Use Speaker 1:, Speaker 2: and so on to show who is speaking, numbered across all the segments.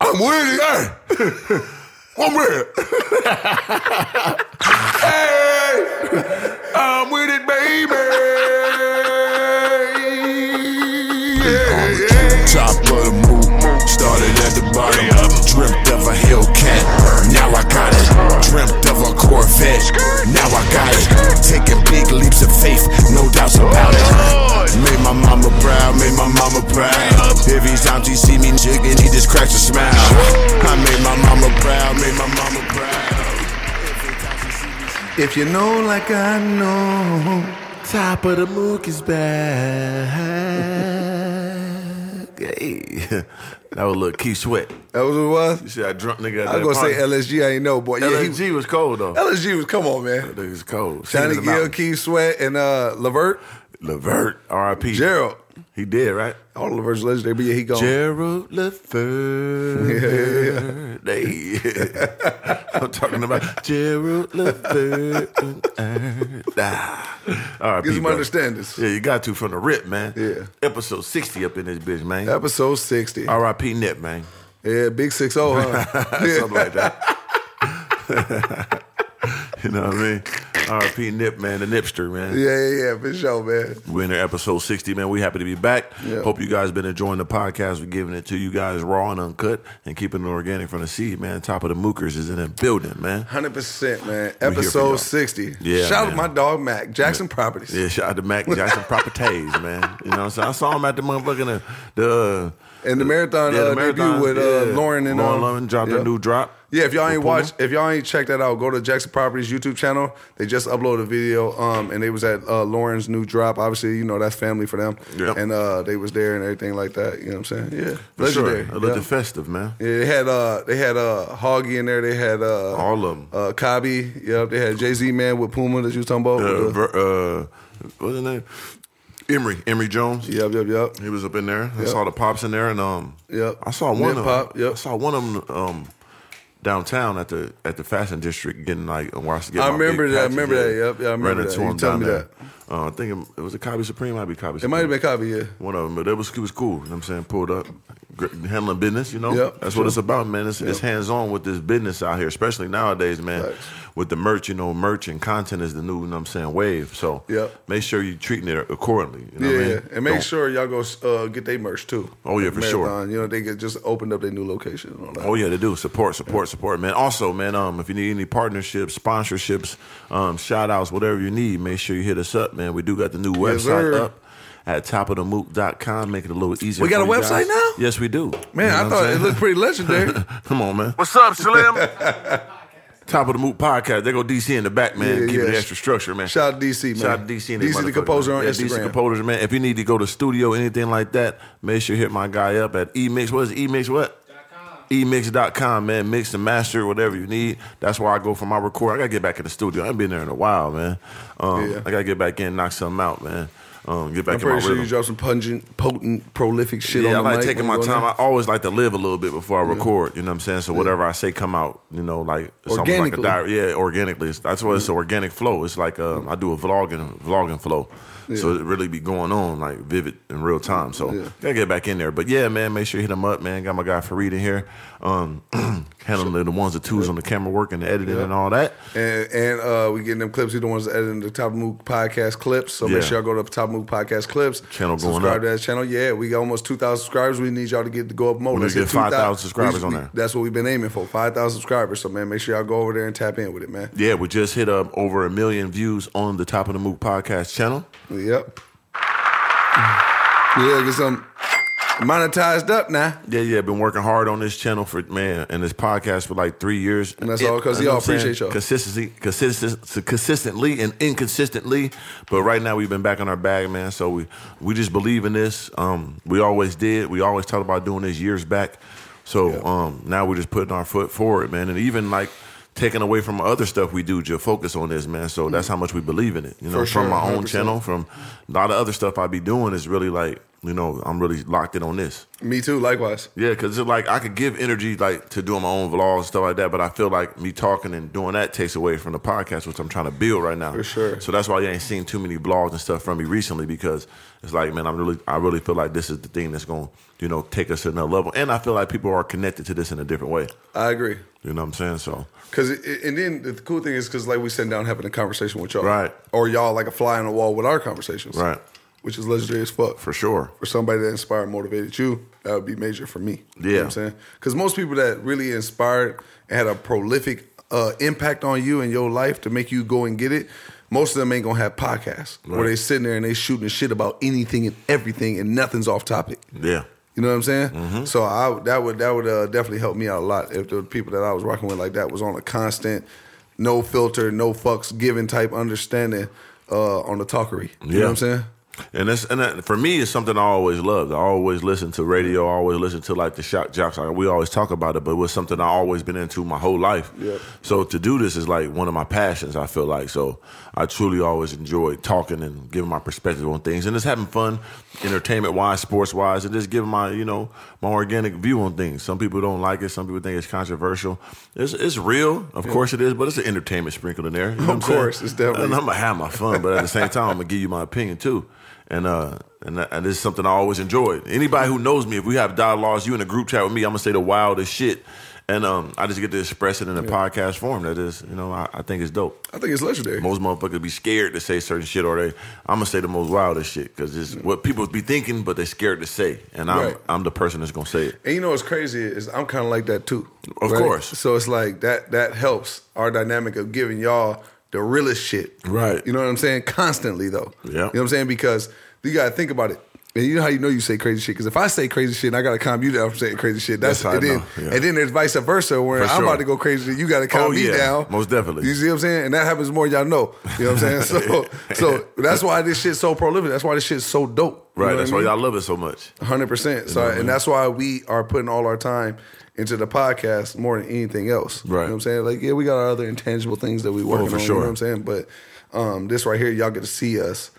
Speaker 1: I'm with it. Hey. I'm with it. hey, I'm with it, baby. Yeah, yeah.
Speaker 2: Top of the move, started at the bottom. Dreamt of a Hellcat, now I got it. Dreamt of a Corvette, now I got it. Taking big leaps of faith, no doubts about it. Made my mama proud, made my mama proud. Every time she see me jigging, he just cracks a smile. I made my mama proud, made my mama proud.
Speaker 3: If you know like I know, top of the mook is back. hey. That was little Key Sweat.
Speaker 1: That was what it was?
Speaker 3: You see that drunk nigga at
Speaker 1: I
Speaker 3: that
Speaker 1: was gonna say
Speaker 3: party.
Speaker 1: LSG. I ain't know, boy. Yeah, he-
Speaker 3: LSG was cold though.
Speaker 1: LSG was come on, man.
Speaker 3: That nigga's cold.
Speaker 1: Johnny
Speaker 3: Singing
Speaker 1: Gill,
Speaker 3: about
Speaker 1: Keith Sweat, and uh, Levert.
Speaker 3: Levert, R.I.P.
Speaker 1: Gerald.
Speaker 3: He did, right?
Speaker 1: All the Levert's legendary, but yeah, he gone.
Speaker 3: Gerald Levert. Hey. I'm talking about Gerald Levert. Ah. All right,
Speaker 1: Get some understandings.
Speaker 3: Yeah, you got to from the rip, man.
Speaker 1: Yeah.
Speaker 3: Episode 60 up in this bitch, man.
Speaker 1: Episode 60.
Speaker 3: R.I.P. Nip, man.
Speaker 1: Yeah, Big 6 0, huh? yeah.
Speaker 3: Something like that. you know what I mean? R.I.P. Nip, man, the Nipster, man.
Speaker 1: yeah, yeah, yeah, for sure, man.
Speaker 3: We're in there, episode 60, man. We happy to be back.
Speaker 1: Yeah.
Speaker 3: Hope you guys been enjoying the podcast. We're giving it to you guys raw and uncut and keeping it organic from the seed, man. Top of the Mookers is in the building, man.
Speaker 1: 100%, man.
Speaker 3: for y'all.
Speaker 1: Episode 60.
Speaker 3: Yeah,
Speaker 1: Shout out
Speaker 3: man.
Speaker 1: to my dog, Mac, Jackson Properties.
Speaker 3: Yeah, shout out to Mac Jackson Properties, man. You know what I'm saying? I saw him at the motherfucking, the, the
Speaker 1: And the marathon, uh, debut with uh, Lauren and
Speaker 3: Lauren
Speaker 1: um,
Speaker 3: Lovin dropped
Speaker 1: yeah.
Speaker 3: a new drop.
Speaker 1: Yeah, if y'all ain't
Speaker 3: With Puma.
Speaker 1: watch, if y'all ain't checked that out, go to Jackson Properties YouTube channel. They just uploaded a video, um, and they was at uh, Lauren's new drop. Obviously, you know that's family for them,
Speaker 3: Yep.
Speaker 1: and uh, they was there and everything like that. You know what I'm saying? Yeah,
Speaker 3: For sure.
Speaker 1: legendary.
Speaker 3: It looked
Speaker 1: yeah.
Speaker 3: festive, man.
Speaker 1: Yeah, they had uh, they had uh, Hoggy in there. They had uh,
Speaker 3: All of 'em.
Speaker 1: Uh, Kabi. Yep. They had Jay Z man with Puma that you was talking about.
Speaker 3: Uh,
Speaker 1: with the-
Speaker 3: ver- uh, what's his name? Emery, Emery Jones.
Speaker 1: yep, yep, yep.
Speaker 3: He was up in there. I saw the pops in there, and um,
Speaker 1: Yep.
Speaker 3: I saw one
Speaker 1: Nip
Speaker 3: of
Speaker 1: Pop, yep.
Speaker 3: I saw one of them um, downtown at the at the fashion district getting like where I used to get
Speaker 1: I
Speaker 3: my big
Speaker 1: remember that, I
Speaker 3: patches
Speaker 1: remember
Speaker 3: at.
Speaker 1: that, yep, yeah, I remember
Speaker 3: Ran
Speaker 1: that.
Speaker 3: into
Speaker 1: You
Speaker 3: him
Speaker 1: told
Speaker 3: down
Speaker 1: me
Speaker 3: there. Uh, I think it, it was a Copy Supreme. Might be Copy.
Speaker 1: It
Speaker 3: Supreme.
Speaker 1: might have been Kabi. Yeah.
Speaker 3: one of them, but it was it was cool. You know what I'm saying pulled up, gr- handling business. You know,
Speaker 1: Yep,
Speaker 3: that's
Speaker 1: sure.
Speaker 3: what it's about, man. It's, it's hands on with this business out here, especially nowadays, man.
Speaker 1: Facts.
Speaker 3: With the merch, you know, merch and content is the new, you know what I'm saying, wave. So
Speaker 1: Yep.
Speaker 3: make sure you're treating it accordingly. You know
Speaker 1: yeah,
Speaker 3: what I mean?
Speaker 1: and make
Speaker 3: Don't-
Speaker 1: sure y'all go uh, get their merch too.
Speaker 3: Oh, yeah, for sure.
Speaker 1: Marathon, You know they could just opened up their new location. And all that.
Speaker 3: Oh yeah, they do. Support, support, support, man. Also, man, um, if you need any partnerships, sponsorships, um, shout outs, whatever you need, make sure you hit us up, man. We do got the new website
Speaker 1: sir.
Speaker 3: up at topofthemook.com. Make it a little easier.
Speaker 1: We got
Speaker 3: for
Speaker 1: a
Speaker 3: you guys.
Speaker 1: website now?
Speaker 3: Yes, we do.
Speaker 1: Man,
Speaker 3: You know
Speaker 1: I
Speaker 3: what
Speaker 1: thought
Speaker 3: I'm
Speaker 1: it
Speaker 3: saying?
Speaker 1: looked pretty legendary.
Speaker 3: Come on, man.
Speaker 4: What's up, Slim?
Speaker 3: Top of the Moot podcast. They go DC in the back, man.
Speaker 1: Yeah,
Speaker 3: Keep it
Speaker 1: yeah.
Speaker 3: extra structure, man.
Speaker 1: Shout out to DC, man.
Speaker 3: Shout out to DC and they
Speaker 1: DC the
Speaker 3: motherfuckers,
Speaker 1: composer
Speaker 3: man.
Speaker 1: on
Speaker 3: yeah, DC
Speaker 1: Instagram.
Speaker 3: composer, man. If you need to go to studio, anything like that, make sure you hit my guy up at emix. What is emix? What? emix.com, man. Mix and master, whatever you need. That's where I go for my record. I gotta get back in the studio. I haven't been there in a while, man. Um,
Speaker 1: Yeah.
Speaker 3: I gotta get back in, knock something out, man. Um, get back
Speaker 1: I'm
Speaker 3: in my
Speaker 1: pretty sure
Speaker 3: rhythm.
Speaker 1: you drop some pungent, potent, prolific shit
Speaker 3: Yeah,
Speaker 1: on
Speaker 3: I
Speaker 1: the
Speaker 3: like
Speaker 1: mic
Speaker 3: taking my
Speaker 1: when you go
Speaker 3: time. I
Speaker 1: in.
Speaker 3: always like to live a little bit before I record. You know what I'm saying? So whatever I say come out, you know, like it's almost like a
Speaker 1: Organically.
Speaker 3: diary. Yeah, organically. It's- That's why it's an organic flow. It's like um, I do a vlogging vlogging flow. So it really be going on like vivid in real time. So gotta get back in there. But yeah, man, make sure you hit him up, man. Got my guy Farid in here, um, handling the ones and twos on the camera work and the editing and all that.
Speaker 1: And, and uh, we getting them clips. We the ones editing the Top Move podcast clips. So
Speaker 3: Yeah.
Speaker 1: make sure y'all go to Top Move podcast clips.
Speaker 3: Channel going
Speaker 1: subscribe
Speaker 3: up.
Speaker 1: to that channel. Yeah, we got almost two thousand subscribers. We need y'all to get to go up more.
Speaker 3: We need
Speaker 1: Let's
Speaker 3: to
Speaker 1: hit
Speaker 3: get 5,000
Speaker 1: 2,000.
Speaker 3: subscribers
Speaker 1: We-
Speaker 3: on
Speaker 1: we-
Speaker 3: there.
Speaker 1: That's what we've been aiming for. Five thousand subscribers. So man, make sure y'all go over there and tap in with it, man.
Speaker 3: Yeah, we just hit up over a million views on the Top of the Mook podcast channel.
Speaker 1: Yep. Yeah, get some monetized up now.
Speaker 3: Yeah, yeah, been working hard on this channel for man and this podcast for like three years. And
Speaker 1: that's all 'cause y'all appreciate y'all.
Speaker 3: Consistency, consistent, consistently and inconsistently. But right now we've been back on our bag, man. So we we just believe in this. Um, we always did. We always talked about doing this years back. So um, now we're just putting our foot forward, man. And even like taking away from other stuff we do, just focus on this, man. So that's how much we believe in it. You know,
Speaker 1: Mm. For
Speaker 3: from
Speaker 1: sure,
Speaker 3: my own
Speaker 1: 100%.
Speaker 3: channel, from a lot of other stuff I be doing is really like you know, I'm really locked in on this.
Speaker 1: Me too, likewise.
Speaker 3: Yeah, because it's like I could give energy like to doing my own vlogs and stuff like that, but I feel like me talking and doing that takes away from the podcast, which I'm trying to build right now.
Speaker 1: For sure.
Speaker 3: So that's why you ain't seen too many blogs and stuff from me recently because it's like, man, I'm really, I really feel like this is the thing that's going, you know, take us to another level, and I feel like people are connected to this in a different way.
Speaker 1: I agree.
Speaker 3: You know what I'm saying? So
Speaker 1: Cause it, it- and then the cool thing is because like we sitting down having a conversation with y'all,
Speaker 3: Right.
Speaker 1: Or y'all like a fly on the wall with our conversations,
Speaker 3: Right.
Speaker 1: Which is legendary as fuck
Speaker 3: for sure,
Speaker 1: for somebody that inspired, and motivated you, that would be major for me. You know
Speaker 3: Yeah.
Speaker 1: what I'm saying? Because most people that really inspired and had a prolific uh, impact on you and your life to make you go and get it, most of them ain't gonna have podcasts where
Speaker 3: Right.
Speaker 1: they sitting there and they shooting shit about anything and everything and nothing's off topic.
Speaker 3: yeah,
Speaker 1: You know what I'm saying? So I that would that would uh, definitely help me out a lot if the people that I was rocking with like that was on a constant, no filter, no fucks given type understanding uh, on the talkery. You know
Speaker 3: Yeah.
Speaker 1: what I'm saying?
Speaker 3: and that's and that, for me, it's something I always loved. I always listen to radio. I always listen to like the shock jocks. Like, we always talk about it, but it was something I always been into my whole life.
Speaker 1: Yeah.
Speaker 3: So to do this is like one of my passions. I feel like so I truly always enjoy talking and giving my perspective on things and just having fun, entertainment wise, sports wise, and just giving my you know my organic view on things. Some people don't like it. Some people think it's controversial. It's it's real, of course it is, but it's an entertainment sprinkled in there. You know what I'm saying?
Speaker 1: course, it's definitely-
Speaker 3: And I'm gonna have my fun, but at the same time, I'm gonna give you my opinion too. And uh, and that- and this is something I always enjoyed. Anybody who knows me, if we have dialogues, you in a group chat with me, I'm gonna say the wildest shit, and um, I just get to express it in a podcast form. That is, you know, I, I think it's dope.
Speaker 1: I think it's legendary.
Speaker 3: Most motherfuckers be scared to say certain shit, or they, I'm gonna say the most wildest shit because it's what people be thinking, but they scared to say, and I'm
Speaker 1: Right.
Speaker 3: I'm the person that's gonna say it.
Speaker 1: And you know what's crazy is I'm kind of like that too.
Speaker 3: Of course.
Speaker 1: So it's like that that helps our dynamic of giving y'all the realest shit.
Speaker 3: Right.
Speaker 1: You know what I'm saying? Constantly though.
Speaker 3: Yeah.
Speaker 1: You know what I'm saying? Because you gotta think about it. And you know how you know you say crazy shit? Because if I say crazy shit and I gotta calm you down from saying crazy shit,
Speaker 3: That's
Speaker 1: that's,
Speaker 3: how I
Speaker 1: and then,
Speaker 3: know, yeah.
Speaker 1: And then there's vice versa
Speaker 3: For
Speaker 1: where I'm
Speaker 3: sure.
Speaker 1: about to go crazy, you gotta calm
Speaker 3: Oh,
Speaker 1: me
Speaker 3: yeah.
Speaker 1: down.
Speaker 3: Most definitely.
Speaker 1: You see what I'm saying? And that happens more than y'all know. You know what I'm saying? So so that's why this shit's so prolific. That's why this shit's so dope. You
Speaker 3: Right.
Speaker 1: know what
Speaker 3: that's
Speaker 1: I mean?
Speaker 3: why y'all love it so much.
Speaker 1: Hundred percent. So, and that's why we are putting all our time into the podcast more than anything else. You
Speaker 3: Right. Oh,
Speaker 1: know what I'm saying? Like, yeah, we got our other intangible things that we working
Speaker 3: for
Speaker 1: on. You
Speaker 3: sure.
Speaker 1: know what I'm saying? But um, this right here, y'all get to see us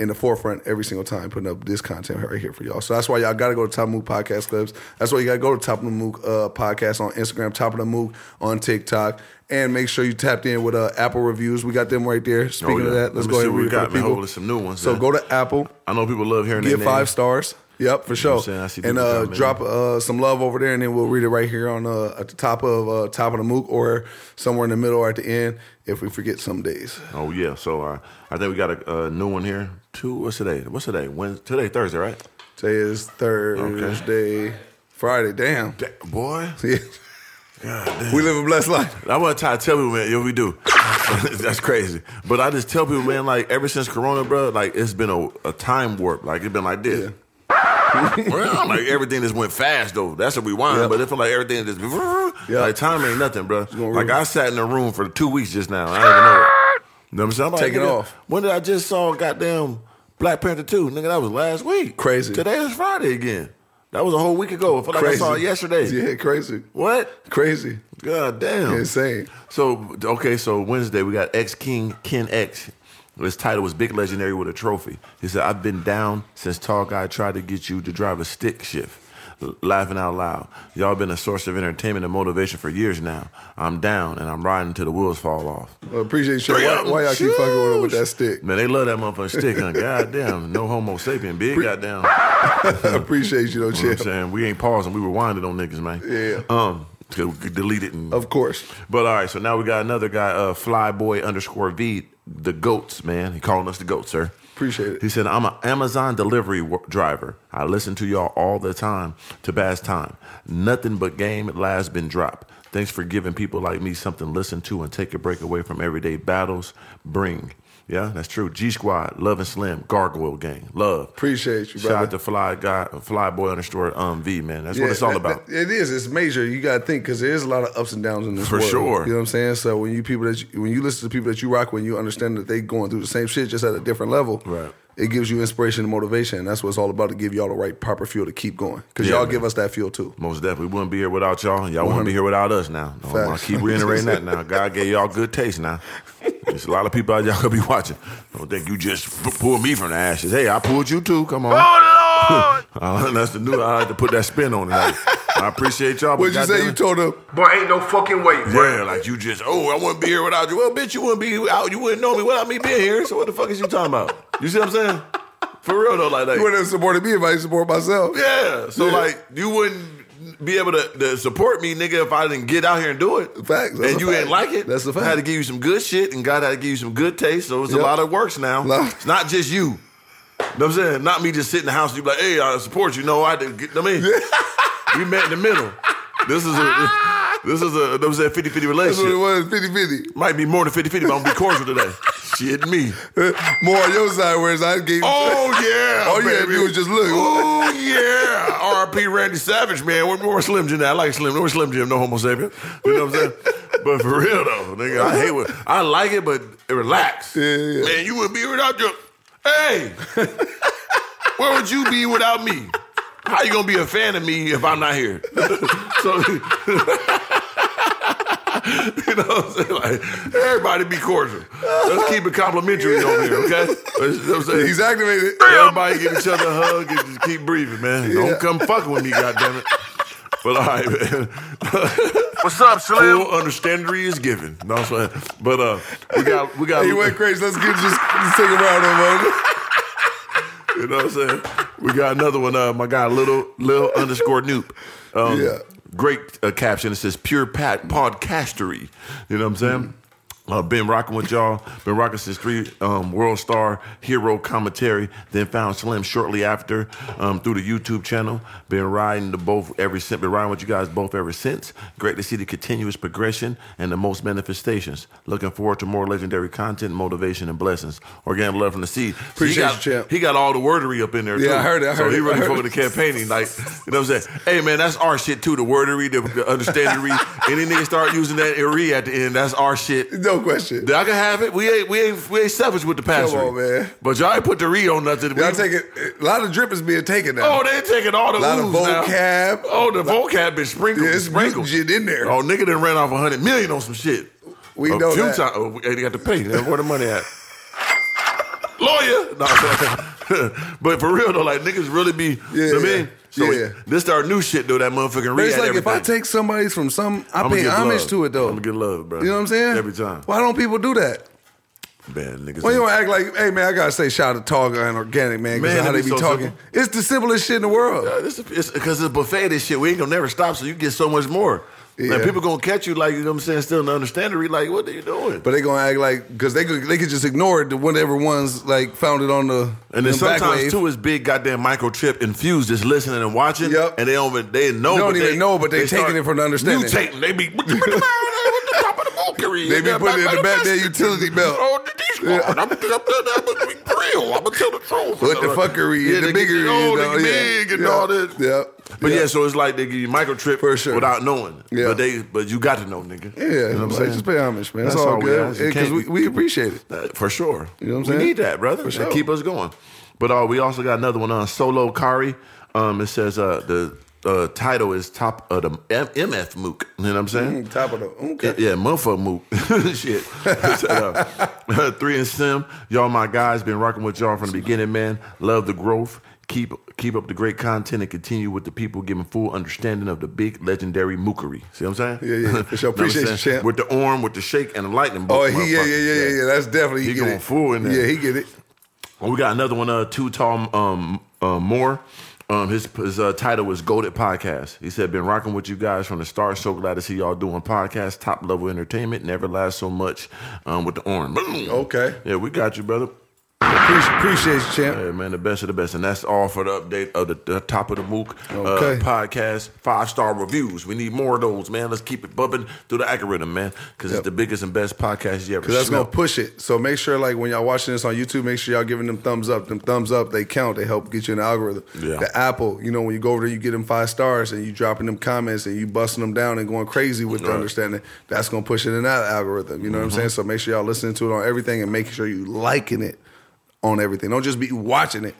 Speaker 1: in the forefront every single time, putting up this content right here for y'all. So that's why y'all got to go to Top Mook Podcast Clips. That's why you got to go to Top of the Mook uh, Podcast on Instagram, Top of the Mook on TikTok, and make sure you tapped in with uh, Apple reviews. We got them right there. Speaking
Speaker 3: Oh, yeah.
Speaker 1: of that,
Speaker 3: Let
Speaker 1: let's
Speaker 3: me
Speaker 1: go
Speaker 3: see
Speaker 1: ahead and
Speaker 3: what we
Speaker 1: read it
Speaker 3: got,
Speaker 1: for the
Speaker 3: man.
Speaker 1: people.
Speaker 3: Hopefully some new ones,
Speaker 1: So
Speaker 3: man.
Speaker 1: go to Apple.
Speaker 3: I know people love hearing
Speaker 1: Give
Speaker 3: their
Speaker 1: five
Speaker 3: names.
Speaker 1: stars. Yep, for sure.
Speaker 3: saying? I see
Speaker 1: and
Speaker 3: people
Speaker 1: uh,
Speaker 3: comment.
Speaker 1: drop uh, some love over there, and then we'll read it right here on uh, at the top of uh, top of the MOOC or somewhere in the middle or at the end if we forget some days.
Speaker 3: Oh yeah, so uh, I think we got a, a new one here. Two. What's today? What's today? Wednesday. Today Thursday, right?
Speaker 1: Today is Thursday, Friday. Damn,
Speaker 3: Da- boy,
Speaker 1: yeah. we live a blessed life.
Speaker 3: I want to try to tell people, man. Yo, we do. That's crazy. But I just tell people, man. Like ever since Corona, bro, like it's been a, a time warp. Like it's been like this. Well, like everything just went fast though. That's a rewind,
Speaker 1: Yep.
Speaker 3: but it felt like everything just like time ain't nothing, bro. Like I sat in the room for two weeks just now. I didn't even know it. You know what I'm saying? I'm like,
Speaker 1: Take it
Speaker 3: nigga,
Speaker 1: off.
Speaker 3: When did I just saw goddamn Black Panther two? Nigga, that was last week.
Speaker 1: Crazy.
Speaker 3: Today is Friday again. That was a whole week ago. I feel like I saw it yesterday.
Speaker 1: Yeah, crazy,
Speaker 3: What?
Speaker 1: crazy,
Speaker 3: God damn.
Speaker 1: insane.
Speaker 3: So okay, so Wednesday we got X King Ken X. His title was Big Legendary with a Trophy. He said, "I've been down since Tall Guy tried to get you to drive a stick shift." L- Laughing out loud, y'all been a source of entertainment and motivation for years now. I'm down and I'm riding till the wheels fall off.
Speaker 1: Well, appreciate you. Why, why y'all keep fucking with, with that stick?
Speaker 3: Man, they love that motherfucking stick. Huh? Goddamn, no Homo sapien, big goddamn.
Speaker 1: appreciate you though,
Speaker 3: You know what I'm
Speaker 1: champ.
Speaker 3: saying we ain't pausing. We rewinded on niggas, man.
Speaker 1: Yeah.
Speaker 3: Um, to delete it and
Speaker 1: Of course.
Speaker 3: But all right, so now we got another guy, uh, Flyboy underscore V, the goats man. He calling us the goats, sir.
Speaker 1: Appreciate it.
Speaker 3: He said, "I'm an Amazon delivery wo- driver. I listen to y'all all the time to pass time. Nothing but game at last been dropped. Thanks for giving people like me something to listen to and take a break away from everyday battles. Bring." Yeah, that's true. G Squad, Love and Slim, Gargoyle Gang, Love.
Speaker 1: Appreciate you, brother.
Speaker 3: Shout out to Fly Guy, Fly Boy underscore um, V, man. That's what it's all
Speaker 1: that-
Speaker 3: about.
Speaker 1: that- it is. It's major. You got to think because there is a lot of ups and downs in this
Speaker 3: For
Speaker 1: world.
Speaker 3: sure.
Speaker 1: You know what I'm saying? So when you people that you, when you listen to people that you rock, when you understand that they going through the same shit just at a different level,
Speaker 3: Right.
Speaker 1: It gives you inspiration and motivation. And that's what it's all about to give y'all the right proper fuel to keep going because
Speaker 3: Yeah,
Speaker 1: y'all
Speaker 3: man.
Speaker 1: give us that fuel too.
Speaker 3: Most definitely. We wouldn't be here without y'all. Y'all wouldn't be here without us now. No, I'm gonna
Speaker 1: Facts.
Speaker 3: keep reiterating that now. God gave y'all good taste now. There's a lot of people out y'all could be watching. Don't think you just f- pulled me from the ashes. Hey, I pulled you too. Come on.
Speaker 4: on.
Speaker 3: Uh, that's the new. I had to put that spin on it. Like, I appreciate y'all.
Speaker 1: What'd you
Speaker 3: but
Speaker 1: say? You
Speaker 3: goddamn-
Speaker 1: told him.
Speaker 4: Boy, ain't no fucking way, bro.
Speaker 3: Yeah, like you just, oh, I wouldn't be here without you. Well, bitch, you wouldn't be out. You wouldn't know me without me being here. So what the fuck is you talking about? You see what I'm saying? For real though, like, like
Speaker 1: You wouldn't have supported me if I didn't support myself.
Speaker 3: yeah. So
Speaker 1: Yeah.
Speaker 3: like, you wouldn't be able to, to support me, nigga, if I didn't get out here and do it.
Speaker 1: Facts. That's
Speaker 3: and
Speaker 1: a
Speaker 3: you
Speaker 1: fact.
Speaker 3: didn't like it.
Speaker 1: That's a
Speaker 3: I had to
Speaker 1: fact.
Speaker 3: give you some good shit, and God had to give you some good taste. So it's
Speaker 1: Yep.
Speaker 3: a lot of works now.
Speaker 1: Lot.
Speaker 3: It's not just you. Know what I'm saying? Not me just sitting in the house and you be like, hey, I support you. No, I didn't get, I mean, we met in the middle. This is a, this is a, know what I'm saying, 50 50
Speaker 1: That's
Speaker 3: relationship.
Speaker 1: what it was 50
Speaker 3: Might be more than 50 50, but I'm gonna be cordial today. Shit, me.
Speaker 1: 50. Uh, More on your side, whereas I gave
Speaker 3: Oh, yeah.
Speaker 1: All you had to
Speaker 3: baby.
Speaker 1: do was just look.
Speaker 3: Oh, yeah. RP Randy Savage, man. We're more Slim Jim. now. I like Slim. We're Slim Jim, no homo sapien. You know what I'm saying? But for real, though, nigga, I hate what I like it, but relax.
Speaker 1: Yeah, yeah.
Speaker 3: Man, you wouldn't be without your. Hey, where would you be without me? How you gonna be a fan of me if I'm not here? so. You know what I'm saying? Like, everybody be cordial. Let's keep it complimentary on here, okay? You know what I'm saying?
Speaker 1: He's activated.
Speaker 3: Everybody give each other a hug and just keep breathing, man. Don't come fucking with me, goddammit. But all right, man.
Speaker 4: What's up, Slim?
Speaker 3: Full understandery is given. No, I'm saying. But uh, we got we got
Speaker 1: He went crazy. Let's get just, just take a round on him.
Speaker 3: you know what I'm saying. We got another one. Uh, my guy, little little underscore Noop. Um,
Speaker 1: Yeah.
Speaker 3: Great uh, caption. It says pure pat podcastery. You know what I'm saying. Uh, been rocking with y'all. Been rocking since three um, world star hero commentary. Then found Slim shortly after um, through the YouTube channel. Been riding to both ever since. Been riding with you guys both ever since. Great to see the continuous progression and the most manifestations. Looking forward to more legendary content, motivation, and blessings. Organic love from the seed. So he
Speaker 1: Appreciate
Speaker 3: got-
Speaker 1: you, champ.
Speaker 3: He got all the wordery up in there.
Speaker 1: Yeah,
Speaker 3: too.
Speaker 1: I heard it, I
Speaker 3: so
Speaker 1: heard
Speaker 3: he
Speaker 1: it,
Speaker 3: really
Speaker 1: I heard
Speaker 3: fucking the campaigning. Like, you know what I'm saying? Hey, man, that's our shit too. The wordery, the, the understandery. Any nigga start using that re at the end, that's our shit.
Speaker 1: No question.
Speaker 3: I can have it. We ain't we ain't we ain't selfish with the pastor.
Speaker 1: on, man.
Speaker 3: But y'all ain't put the re on nothing.
Speaker 1: Y'all
Speaker 3: We-
Speaker 1: take it. A lot of drip is being taken now.
Speaker 3: Oh, they taking all the
Speaker 1: Lot of
Speaker 3: oohs now.
Speaker 1: vocab.
Speaker 3: Oh, the vocab been sprinkled.
Speaker 1: Yeah, it's
Speaker 3: sprinkled.
Speaker 1: mutant shit in there.
Speaker 3: Oh, nigga done ran off a hundred million on some shit.
Speaker 1: We
Speaker 3: a
Speaker 1: know
Speaker 3: few
Speaker 1: that.
Speaker 3: Time, oh, we- hey, they got to pay. Where the money at? Lawyer. No, but for real though, like niggas really be. you know what I
Speaker 1: Yeah,
Speaker 3: mean? So
Speaker 1: yeah.
Speaker 3: this our new shit though. That motherfucking
Speaker 1: But
Speaker 3: re.
Speaker 1: it's
Speaker 3: at
Speaker 1: like if I
Speaker 3: everything.
Speaker 1: take somebody's from some, I
Speaker 3: I'ma
Speaker 1: pay
Speaker 3: get
Speaker 1: homage
Speaker 3: love.
Speaker 1: to it though.
Speaker 3: I'ma get love, bro.
Speaker 1: You know what I'm saying?
Speaker 3: Every time.
Speaker 1: Why don't people do that?
Speaker 3: man, niggas.
Speaker 1: Why you want to act like, hey man, I gotta say shout out to Targa and Organic man
Speaker 3: Man,
Speaker 1: because how
Speaker 3: it
Speaker 1: they
Speaker 3: be
Speaker 1: be
Speaker 3: so
Speaker 1: talking.
Speaker 3: simple.
Speaker 1: It's the simplest shit in the world.
Speaker 3: Because Uh, it's, because it's buffet this shit. We ain't gonna never stop, so you get so much more. Like
Speaker 1: Yeah.
Speaker 3: people gonna catch you, like you know what I'm saying, still in the understandery. Like, what are you doing?
Speaker 1: But they gonna act like because they could they could just ignore it to whenever one's like founded on the
Speaker 3: and then
Speaker 1: the back
Speaker 3: sometimes
Speaker 1: wave.
Speaker 3: too, it's big goddamn microchip infused, just listening and watching.
Speaker 1: Yep.
Speaker 3: And they don't even they know.
Speaker 1: They don't
Speaker 3: but
Speaker 1: even know, but they taking
Speaker 3: start
Speaker 1: it from the understanding.
Speaker 3: Mutating. They be. They
Speaker 1: They be putting it in the back of their utility belt.
Speaker 3: Oh, these I'm, I'm, I'm, gonna be real. I'm gonna tell the truth.
Speaker 1: What the fuckery
Speaker 3: Yeah,
Speaker 1: and
Speaker 3: they
Speaker 1: the
Speaker 3: get
Speaker 1: biggery,
Speaker 3: old,
Speaker 1: you
Speaker 3: they
Speaker 1: know,
Speaker 3: get
Speaker 1: yeah.
Speaker 3: big and
Speaker 1: yeah.
Speaker 3: all that.
Speaker 1: Yep.
Speaker 3: But yeah.
Speaker 1: Yep.
Speaker 3: so it's like they give you microchip
Speaker 1: For sure.
Speaker 3: without knowing.
Speaker 1: Yeah.
Speaker 3: But they but you got to know, nigga.
Speaker 1: Yeah,
Speaker 3: You know what I'm
Speaker 1: like,
Speaker 3: saying?
Speaker 1: just pay homage, man. That's
Speaker 3: That's
Speaker 1: all,
Speaker 3: all we
Speaker 1: good.
Speaker 3: ask. You
Speaker 1: Because
Speaker 3: can't-
Speaker 1: we, we appreciate it.
Speaker 3: That- Uh, for sure.
Speaker 1: You know what I'm
Speaker 3: We
Speaker 1: saying?
Speaker 3: need that, brother.
Speaker 1: For
Speaker 3: To
Speaker 1: sure.
Speaker 3: keep us going. But uh, we also got another one on Solo Kari. Um, it says uh, the uh, title is Top of the M- MF Mook. You know what I'm saying?
Speaker 1: Mm, Top of the okay.
Speaker 3: Yeah, motherfucker mook. Shit. Uh, three and Sim, y'all my guys, been rocking with y'all from the beginning, man. Love the growth. Keep keep up the great content and continue with the people giving full understanding of the big legendary mookery. See what I'm saying?
Speaker 1: Yeah, yeah, yeah, for sure.
Speaker 3: Know what I'm
Speaker 1: Appreciate you,
Speaker 3: saying?
Speaker 1: champ.
Speaker 3: With the arm, with the shake, and the lightning bolt.
Speaker 1: Oh, he yeah, yeah, yeah, yeah, yeah. That's definitely
Speaker 3: He
Speaker 1: get
Speaker 3: going
Speaker 1: it.
Speaker 3: full in there.
Speaker 1: Yeah, he get it.
Speaker 3: Well, we got another one. Uh, two tall um, uh, Moore. Um, his his uh, title was "Goaded Podcast." He said, "Been rocking with you guys from the start. So glad to see y'all doing podcast top level entertainment. Never lasts so much um, with the orange. Boom.
Speaker 1: Okay.
Speaker 3: Yeah, we got you, brother.
Speaker 1: Appreciate, appreciate you, champ.
Speaker 3: Hey, man, the best of the best. And that's all for the update of the, the top of the MOOC uh,
Speaker 1: Okay.
Speaker 3: podcast. Five star reviews. We need more of those, man. Let's keep it bumping through the algorithm, man, because it's
Speaker 1: Yep.
Speaker 3: the biggest and best podcast you ever.
Speaker 1: Cause that's
Speaker 3: smelled.
Speaker 1: gonna push it. So make sure, like when y'all watching this on YouTube, make sure y'all giving them thumbs up. Them thumbs up, they count. They help get you in the algorithm.
Speaker 3: Yeah.
Speaker 1: The Apple, you know, when you go over there, you get them five stars, and you dropping them comments, and you busting them down and going crazy with the
Speaker 3: Right. Mm-hmm.
Speaker 1: understanding. That's gonna push it in that algorithm. You know what I'm saying? So make sure y'all listening to it on everything, and making sure you liking it on everything. Don't just be watching it.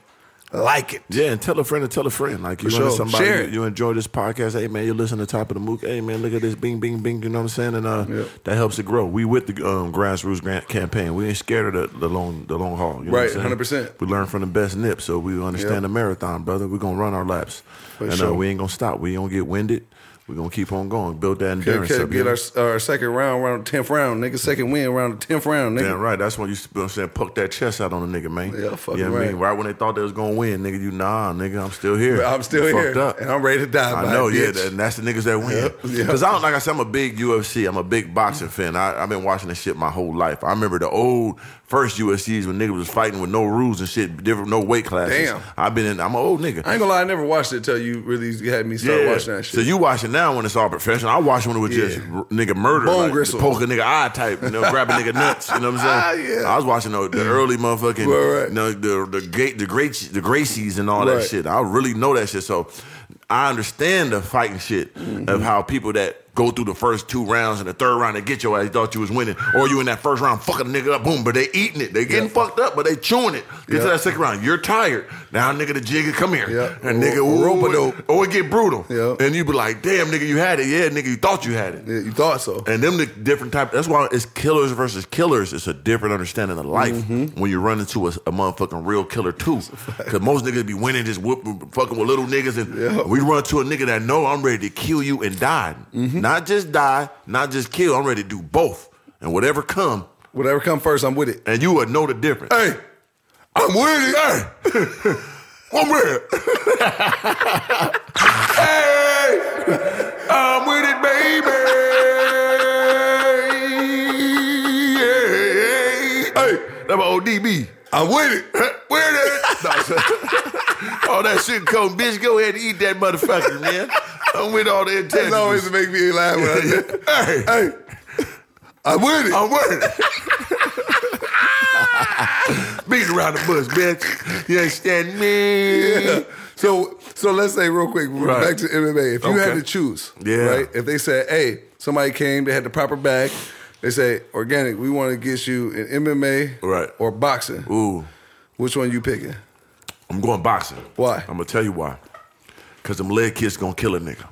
Speaker 1: like it.
Speaker 3: Yeah, and tell a friend to tell a friend. Like you
Speaker 1: For
Speaker 3: know
Speaker 1: sure.
Speaker 3: somebody
Speaker 1: Share
Speaker 3: you,
Speaker 1: it.
Speaker 3: you enjoy this podcast. Hey man, you listen to Top of the Mook. Hey man, look at this bing bing bing. You know what I'm saying? And uh,
Speaker 1: Yeah.
Speaker 3: that helps it grow. We with the um, grassroots grant campaign. We ain't scared of the, the long the long haul. You know what I'm
Speaker 1: Right,
Speaker 3: saying?
Speaker 1: 100%.
Speaker 3: We learn from the best nip, so we understand
Speaker 1: Yeah.
Speaker 3: the marathon, brother. We're gonna run our laps, and uh,
Speaker 1: sure.
Speaker 3: we ain't gonna stop. We ain't gonna get winded. We're gonna keep on going. Build that endurance.
Speaker 1: Okay,
Speaker 3: up, you
Speaker 1: get
Speaker 3: know?
Speaker 1: our, our uh, second round, round tenth round, nigga. Second win, round tenth round, nigga.
Speaker 3: Damn right. That's when you, you know what I'm saying, puck that chest out on a nigga, man.
Speaker 1: Yeah, fucking
Speaker 3: you know what I mean?
Speaker 1: right.
Speaker 3: Right when they thought they was gonna win, nigga, you nah, nigga, I'm still here.
Speaker 1: But I'm still
Speaker 3: You
Speaker 1: here,
Speaker 3: Fucked up.
Speaker 1: and I'm ready to die. by
Speaker 3: I
Speaker 1: a
Speaker 3: know, yeah,
Speaker 1: bitch.
Speaker 3: that- and that's the niggas that win.
Speaker 1: Yep, yep.
Speaker 3: Because I don't like I said, I'm a big UFC. I'm a big boxing fan. I, I've been watching this shit my whole life. I remember the old first UFCs when niggas was fighting with no rules and shit, different no weight classes.
Speaker 1: Damn.
Speaker 3: I've been in. I'm an old nigga.
Speaker 1: I ain't gonna lie, I never watched it till you really had me start watching that shit.
Speaker 3: So you watch it now when it's all professional. I watch it when it was just
Speaker 1: Yeah.
Speaker 3: r- nigga murder,
Speaker 1: Bone
Speaker 3: like,
Speaker 1: gristle.
Speaker 3: poke a nigga eye type, you know, grab a nigga nuts. You know what I'm saying?
Speaker 1: Ah, yeah.
Speaker 3: I was watching the, the early motherfucking,
Speaker 1: Right, right.
Speaker 3: you know, the the great the great the Gracies and all
Speaker 1: Right.
Speaker 3: that shit. I really know that shit. So I understand the fighting shit
Speaker 1: Mm-hmm.
Speaker 3: of how people that. Go through the first two rounds and the third round, they get your ass. Thought you was winning, or you in that first round, fucking nigga up, boom. But they eating it, they getting
Speaker 1: Yep.
Speaker 3: fucked up, but they chewing it. Get to
Speaker 1: Yep.
Speaker 3: that second round, you're tired now, nigga. The jigger, come here,
Speaker 1: Yep.
Speaker 3: and nigga,
Speaker 1: Ro-
Speaker 3: ooh,
Speaker 1: rope-a-dope.
Speaker 3: or Oh, it get brutal.
Speaker 1: Yeah.
Speaker 3: And you be like, damn, nigga, you had it. Yeah, nigga, you thought you had it.
Speaker 1: Yeah, you thought so.
Speaker 3: And them the different type. That's why it's killers versus killers. It's a different understanding of life
Speaker 1: Mm-hmm.
Speaker 3: when you run into a, a motherfucking real killer too. Because most niggas be winning just whoop, fucking with little niggas, and
Speaker 1: Yeah.
Speaker 3: we run to a nigga that know I'm ready to kill you and die,
Speaker 1: Mm-hmm.
Speaker 3: not just die, not just kill. I'm ready to do both, and whatever come,
Speaker 1: Whatever come first, I'm with it.
Speaker 3: and you would know the difference.
Speaker 1: Hey, I'm with it. Hey,
Speaker 3: I'm with it. hey, I'm with it, baby. Hey, that's my old DB.
Speaker 1: I'm with it.
Speaker 3: Where that? all that shit come, bitch. Go ahead and eat that motherfucker, man. I'm with all the
Speaker 1: That's
Speaker 3: intentions.
Speaker 1: always make me laugh. When I say,
Speaker 3: hey,
Speaker 1: hey, I'm with it.
Speaker 3: I'm with it. Beat around the bush, bitch. You understand me?
Speaker 1: Yeah. So so let's say real quick, we're
Speaker 3: Right.
Speaker 1: back to MMA. If you had
Speaker 3: Okay.
Speaker 1: to choose,
Speaker 3: Yeah.
Speaker 1: right? If they said, hey, somebody came, they had the proper bag, they say, organic, we want to get you in MMA
Speaker 3: Right.
Speaker 1: or boxing.
Speaker 3: Ooh.
Speaker 1: Which one you picking?
Speaker 3: I'm going boxing.
Speaker 1: Why?
Speaker 3: I'm gonna tell you why. Cause them leg kicks gonna kill a nigga.